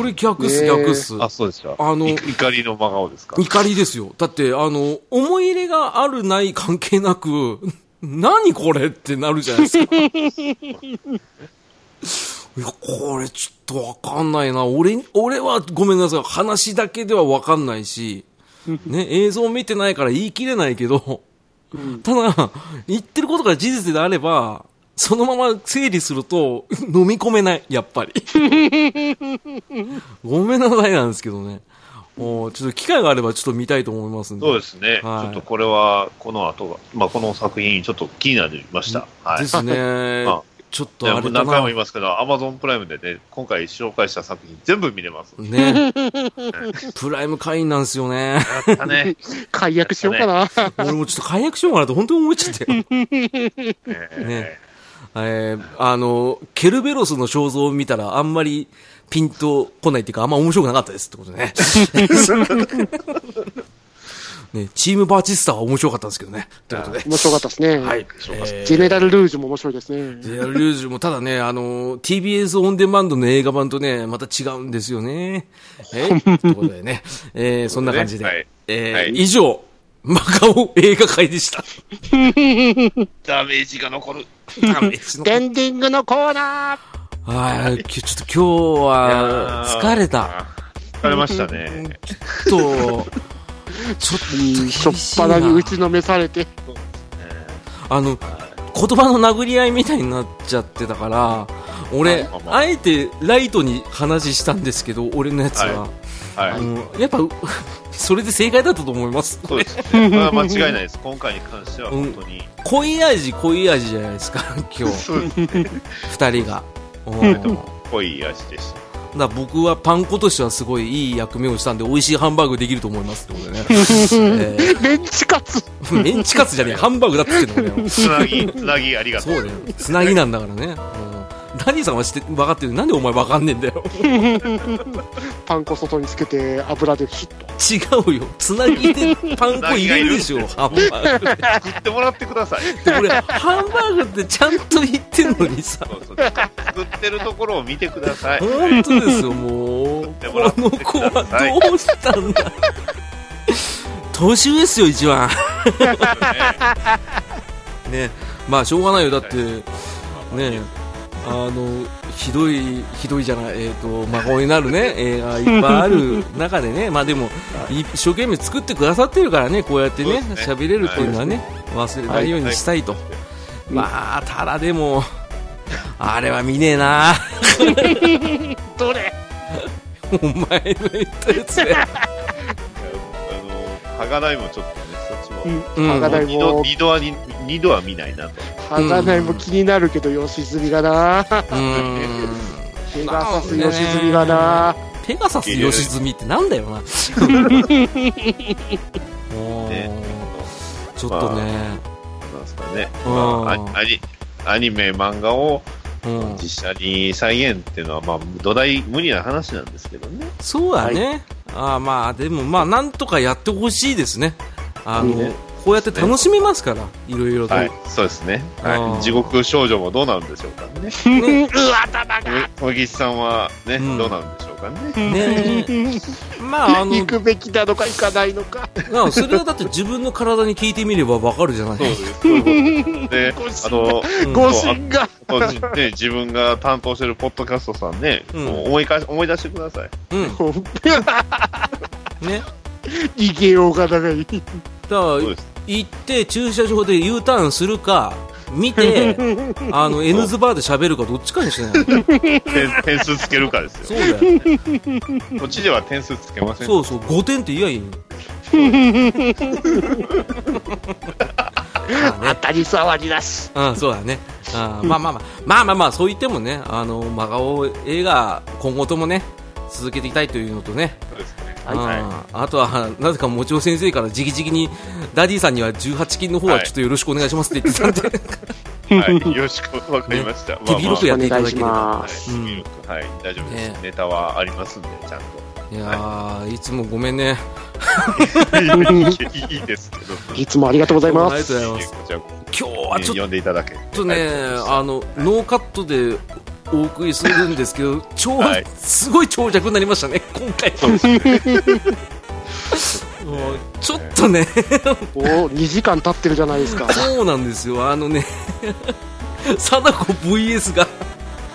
S2: 俺逆っす、
S1: ねえ
S2: 逆っす。
S3: あ、そうですか。
S2: あの
S3: い怒りの真顔ですか。
S2: 怒りですよ。だって、あの、思い入れがあるない関係なく、 [LAUGHS] 何これってなるじゃないですか。いや、これちょっとわかんないな。俺、俺はごめんなさい。話だけではわかんないし、ね、映像見てないから言い切れないけど、ただ、言ってることが事実であれば、そのまま整理すると、飲み込めない、やっぱ
S3: [LAUGHS]
S2: り。ごめんなさいなんですけどね。おーちょっと機会があればちょっと見たいと思いますんで。
S3: そうですね、
S2: はい
S3: ちょっとこれは、この後が、まあ、この作品、ちょっと気になりました。はい。
S2: ですね
S3: [LAUGHS] あ。
S2: ちょっ
S3: い
S2: と
S3: や
S2: あ
S3: もう
S2: れだ
S3: 何回も
S2: な
S3: 言い。ますけど、アマゾンプライムでね、今回紹介した作品、全部見れます。
S2: [LAUGHS] ね。プライム会員なんですよ
S3: [LAUGHS]
S2: ね。
S3: やっ
S2: [LAUGHS]
S3: たね。
S1: 解約しようかな。
S2: 俺もちょっと解約しようかなと本当に思っちゃったよ。
S3: ね
S2: えーあの、ケルベロスの肖像を見たらあんまりピンとこないっていうか、あんま面白くなかったですってことね。ね、チームバーチスタは面白かったんですけどね。ということで。
S1: 面白かったですね。
S2: はい。
S1: ジェネラ
S2: ル。
S1: ルルージュも面白いですね。
S2: ジェネラル・リュージュもただね、あの、TBS オンデマンドの映画版とね、また違うんですよね。えということでね。えーそんな感じで。
S3: はい
S2: えー
S3: はい
S2: 以上、マカオ映画会でした。
S3: ダメージが残る。
S1: エンディングのコーナー
S2: はい、きちょっと今日は疲れた。。
S3: 疲れましたね。
S2: ちょっと、ちょっと厳
S1: しょっ
S2: しい
S1: ぱ
S2: な
S1: なに打ちのめされて、
S2: あの、言葉の殴り合いみたいになっちゃってたから、俺、
S3: あまあ
S2: あえてライトに話したんですけど、俺のやつは。
S3: はい。
S2: うんやっぱ、それで正解だったと思います。
S3: そうですね。これは間違いない [LAUGHS] です。今回に関しては本当に。
S2: 濃い味、濃い味じゃないですか、今日、
S3: そうですね。
S2: 二人が。うん
S3: 濃い味でした。
S2: だから僕はパン粉としてはすごいいい役目をしたんで美味しいハンバーグできると思いますって
S3: [LAUGHS]
S2: ことでね、え
S1: メンチカツ、
S2: ーメンチカツじゃねえハンバーグだって言ってんだよ
S3: [LAUGHS] つなぎ、つなぎありがと
S2: そう
S3: う。
S2: だよつなぎなんだからね、うん、ダニーさんはして分かってるなんでお前分かんねえんだよ
S1: パン粉外につけて油でヒッと。
S2: 違うよつなぎでパン粉入れるでしょハンバーグっ
S3: 作ってもらってください。
S2: て俺ハンバーグってちゃんと言ってんのにさ
S3: そうそう作ってるところを見てください。
S2: 本当ですよもうこ
S3: てもらって
S2: の子はどうしたんだ年上ですよ一
S3: [LAUGHS]
S2: 番ねまあしょうがないよだってねあのひどいひどいじゃないえっ、と孫になるね映画いっぱいある中でねまあでもい一生懸命作ってくださってるからねこうやってね
S3: そうですね
S2: 喋、れるというのはね忘れないようにしたいと、まあただでもあれは見ねえな
S1: どれ
S2: お前の言ったやつで、
S3: あの、はがないもちょっとね、そっちも。
S2: うん
S1: はがない
S3: 二度
S1: も、
S3: 二度はに二度は見ないなと。
S1: はがないも気になるけど、良純がな。
S2: うーん
S1: ペガサス良純がな。
S2: ペガサス良純ってなんだよなもう
S3: ね
S2: ちょっとね、
S3: なんですかね。
S2: うん
S3: まあアニアニメ、漫画を
S2: うん、
S3: 実写に再現っていうのは、まあ、土台無理な話なんですけどね。
S2: そうだね、ああまあでもまあなんとかやってほしいですねあの、
S3: いいね
S2: こうやって楽しめますから、いろいろと、
S3: はい、そうですね。
S2: う
S3: は
S2: ん
S3: い、地獄少女もどうなんでしょうかね。
S1: うん、うわ、頭が。
S3: 小木さんはね、
S2: うん
S3: どうなんでしょうかね。
S2: ねまああ
S1: [LAUGHS]
S2: の
S1: 行くべきなのか行かないのか。
S2: まあそれはだって自分の体に聞いてみればわかるじゃない
S3: そうです。そういうことで
S1: ご心
S3: あ
S2: [LAUGHS]
S3: の、
S2: うん
S1: 誤信が。
S3: 当時ね、自分が担当してるポッドキャストさんね、
S2: うん
S3: もう思いか思い出してください。
S2: うんね
S1: 逃げようがない。
S2: だから
S3: そうです。
S2: 行って駐車場で U ターンするか見
S3: [LAUGHS]
S2: てあの N ズバーで喋るかどっちかにしない
S3: 点 [LAUGHS] 点数つけるかですよ。
S2: そうだよ
S3: こっちでは点数つけません。
S2: そうそう5点って言えばいい
S3: [LAUGHS]
S2: の
S1: 当たり障りだし。
S2: うん、そうだね。あーまあまあまあ、まあまあまあ、そう言ってもね、あの、真顔映画、今後ともね、続けていきたいというのとね、
S3: そうですね。
S2: あーあとは、なぜか、もちお先生から直々に、ダディさんには18金の方は
S3: はい
S2: ちょっとよろしくお願いしますって言ってたんで、
S3: はい、よろしくわかりました。
S2: 手広くやっていただけれ
S1: お
S2: ば。
S1: 願いしま
S3: はい、
S1: す
S2: うん
S3: 手広くはい、大丈夫です、
S2: ね
S3: ネタはありますんで、ちゃん
S2: [LAUGHS] いやー、いつもごめんね。
S3: と。いいいいですけど。
S1: いつもありがとうございま
S2: あり
S1: す。
S2: がとうございま
S3: いえ
S2: す。
S3: こちら
S2: 今日はちょっ
S3: 読んでいただける。ち
S2: ちょっとね、あの、ノーカットでお送りするんですけど、超、
S3: はい
S2: すごい長尺になりましたね、今回。
S3: そうですね。
S2: もうちょっとね、
S1: おお、2時間経ってるじゃないですか。
S2: そうなんですよ、あのね、貞子 VS が、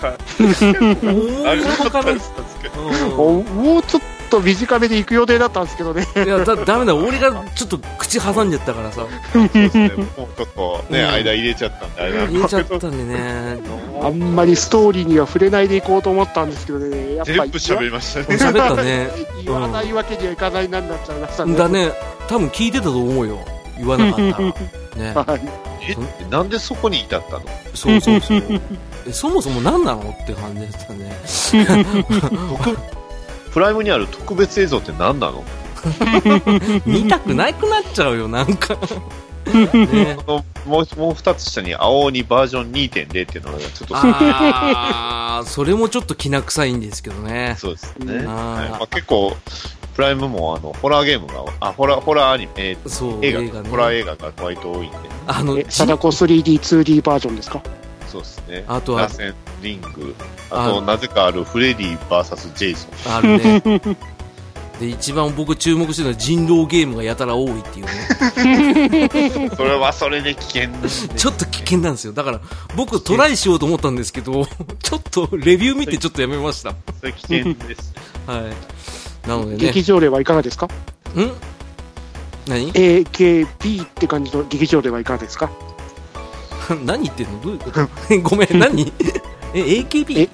S3: は
S2: 思い
S3: あれ
S2: のほか
S3: か
S2: の
S3: ったですけど。
S2: うん
S1: おもうちょっと短めで行く予定だったんですけどね。
S2: いやだダメだ俺がちょっと口挟んじゃったから
S3: [LAUGHS]
S2: さ
S3: ですねもうちょっとね、
S2: [LAUGHS] うん
S3: 間入れちゃったんで、あれなん
S2: 入
S3: で
S2: れ
S3: す
S2: ちゃ
S3: け
S2: っ
S3: ど、
S2: たんでね
S1: あんまりストーリーには触れないでいこうと思ったんですけどね。やっぱ
S3: 全部喋りましたね。
S2: 喋ったね
S1: 言わないわけにはいかないなんだっちゃいましたね。
S2: だね多分聞いてたと思うよ言わなかったらね
S1: はい。
S3: えなんでそこに至ったの
S2: そうそうそうえそもそも何なのって感じだったね
S3: 特プライムにある特別映像って何なの
S2: 見たくなくなっちゃうよなんかね
S3: あのもうもう2つ下に青鬼バージョン2.0っていうのがちょっと
S2: ああそれもちょっときな臭いんですけどね
S3: そうですね、は
S1: あ
S3: い
S1: ー
S3: まあ、結構プライムもあのホラーゲームがあホラーホラーアニメ、えー
S2: そう
S3: 映画
S2: 映画ね
S3: ホラー映画が割と多いんで
S2: あの
S1: え、貞子 3D2D バージョンですか
S3: そうですね
S2: あとは
S3: 螺旋リングあ
S2: あ
S3: となぜかあるフレディ VS ジェイソン
S2: あるねで一番僕注目してるのは人狼ゲームがやたら多いっていうね [LAUGHS]
S3: それはそれで危険ですね
S2: ちょっと危険なんですよだから僕トライしようと思ったんですけど [LAUGHS] ちょっとレビュー見てちょっとやめました
S3: それ危険です
S2: はいなのでね
S1: 劇場例はいかがですか
S2: ん何
S1: ?AKB って感じの劇場例はいかがですか
S2: [LAUGHS] 何言ってんのどういうこと [LAUGHS] ごめん何え AKB?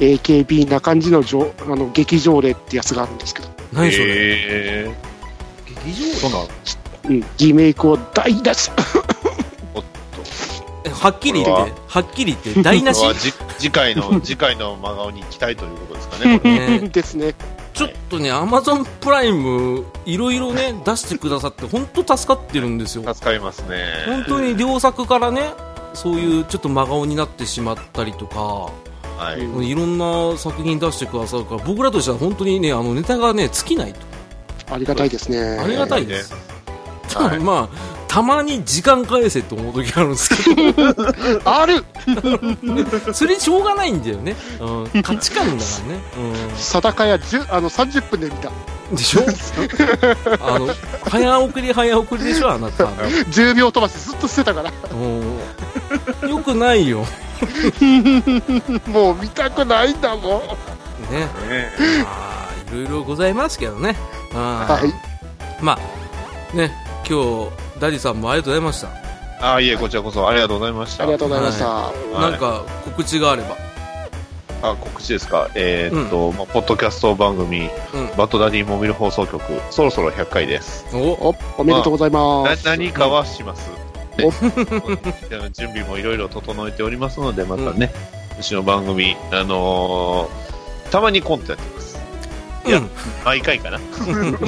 S1: え ?AKB な感じのじょあの劇場例ってやつがあるんですけど、
S2: 何それ、
S3: えー、劇場そうなん
S1: うん、リメイクを大出し、
S2: えはっきり言ってはっきり言って台無し
S3: [LAUGHS] これはじ次回の次回の真顔に期待ということですかねこれ
S2: ね
S1: ですね。
S2: ちょっとね、アマゾンプライム、いろいろね、出してくださって、本当助かってるんですよ。
S3: 助かりますね
S2: 本当に両作からね、そういうちょっと真顔になってしまったりとか、
S3: はい、
S1: うん
S2: いろんな作品出してくださるから、僕らとしては本当にね、あのネタがね、尽きないと。
S1: ありがたいですね。
S2: ありがたいです。た [LAUGHS]
S3: は
S2: だ
S3: い
S2: まあ、たまに時間返せと思う時あるんですけ
S1: ある
S2: ど、 [LAUGHS] それしょうがないんだよね。うん、価値観だからね。
S1: 定かや10あの30分で見た。
S2: うん、でし
S3: [LAUGHS]
S2: ょあの、早送り早送りでしょ、あなた。
S1: 10秒飛ばしずっとしてたから、 [LAUGHS]
S2: うんよくないよ。
S1: もう見たくないんだもん。
S2: ね、
S3: ね
S2: まあいろいろございますけどね。
S1: は
S2: は
S1: い。
S2: まあね今日ダディさんもありがとうございました。
S3: ああいえこちらこそありがとうございました
S1: ありがとうございました。
S3: はい
S2: なんか告知があれば。
S3: あ告知ですか、えーっとまあ、ポッドキャスト番組、
S2: うん
S3: バッドダディモビル放送局、そろそろ100回です。
S2: お
S1: お、おめでとうございま
S3: な
S1: す。
S3: 何かはします。 [LAUGHS] ね準備もいろいろ整えておりますので、またね、うちの番組、あのーたまにコントやってます。いや毎回かな。
S2: うん、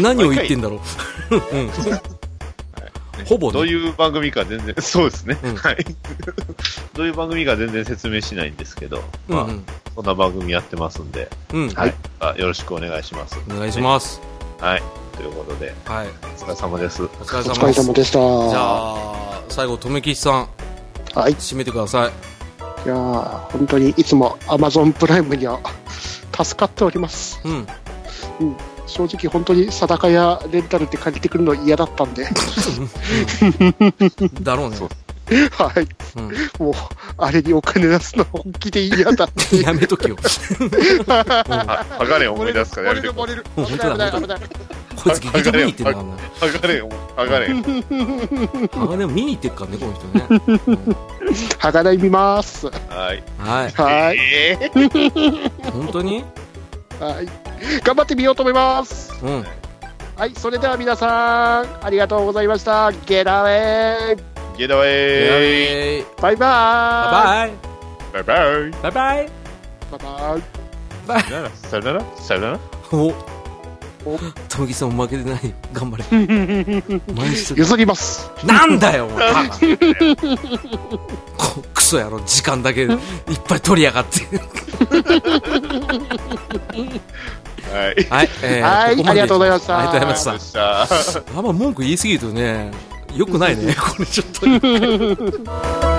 S2: 何を言ってんだろう。うん
S3: だ
S2: ほぼね
S3: どういう番組か全然、 [LAUGHS] そうですね。
S2: うん
S3: はい。 [LAUGHS] どういう番組か全然説明しないんですけど、
S2: う
S3: まあ、
S2: ん
S3: そんな番組やってますんで、
S2: うんうん
S1: はい
S3: あよろしくお願いします。
S2: お願いします。
S3: はい。ということで、
S2: はい
S3: お疲れ様です。
S2: お疲れ
S1: お
S2: 様
S1: 疲れ
S2: です。
S1: 様
S2: じ
S1: でした。
S2: ゃ
S1: は
S2: あ最後とめきちさん
S1: い。
S2: 締めてください。
S1: いやー本当にいつも Amazon プライムには [LAUGHS] 助かっております。
S2: うん
S1: 正直本当に定かやレンタルって借りてくるの嫌だったんで、
S2: だろうね。
S3: そう
S1: はい。
S2: うん
S1: もう、あれにお金出すの本気で嫌だっていう。
S2: やめときよ。
S3: あ、剥がれ [LAUGHS] 思い出すからやめてください
S1: 漏れる
S2: うん
S1: 漏れる危ない
S2: 本
S1: 危ない危ない
S2: こいつ劇場見に行ってんだからな。
S3: 剥がれん、剥がれん。
S2: あでも見に行ってっからねこの人ね。うん
S1: はがない見ますは
S2: [LAUGHS]
S3: はい。
S2: はい。
S1: い
S3: えー
S2: 本当に
S1: はい頑張ってみようと思います
S2: うん。
S1: はいそれでは皆さんありがとうございましたゲラウェイ
S3: ゲダウェイ
S2: えー、
S1: バイバ
S2: バイ
S3: バイバイ
S2: バイバイバイ
S1: イバイバイ
S3: さよなら、さよなら、さよなら。
S2: お
S1: お
S2: トムギさんも負けてないよ頑張れ毎日
S1: 譲ります
S2: なんだよもうバカこクソやろ時間だけいっぱい取りやがって
S3: はい。
S2: はい、え
S1: はい
S2: ここまで
S1: ありがとうございました
S2: ありがとうございま
S3: ありがとうございま
S2: し
S3: した。
S2: たあんま文句言いすぎるとねよくないねこれちょっと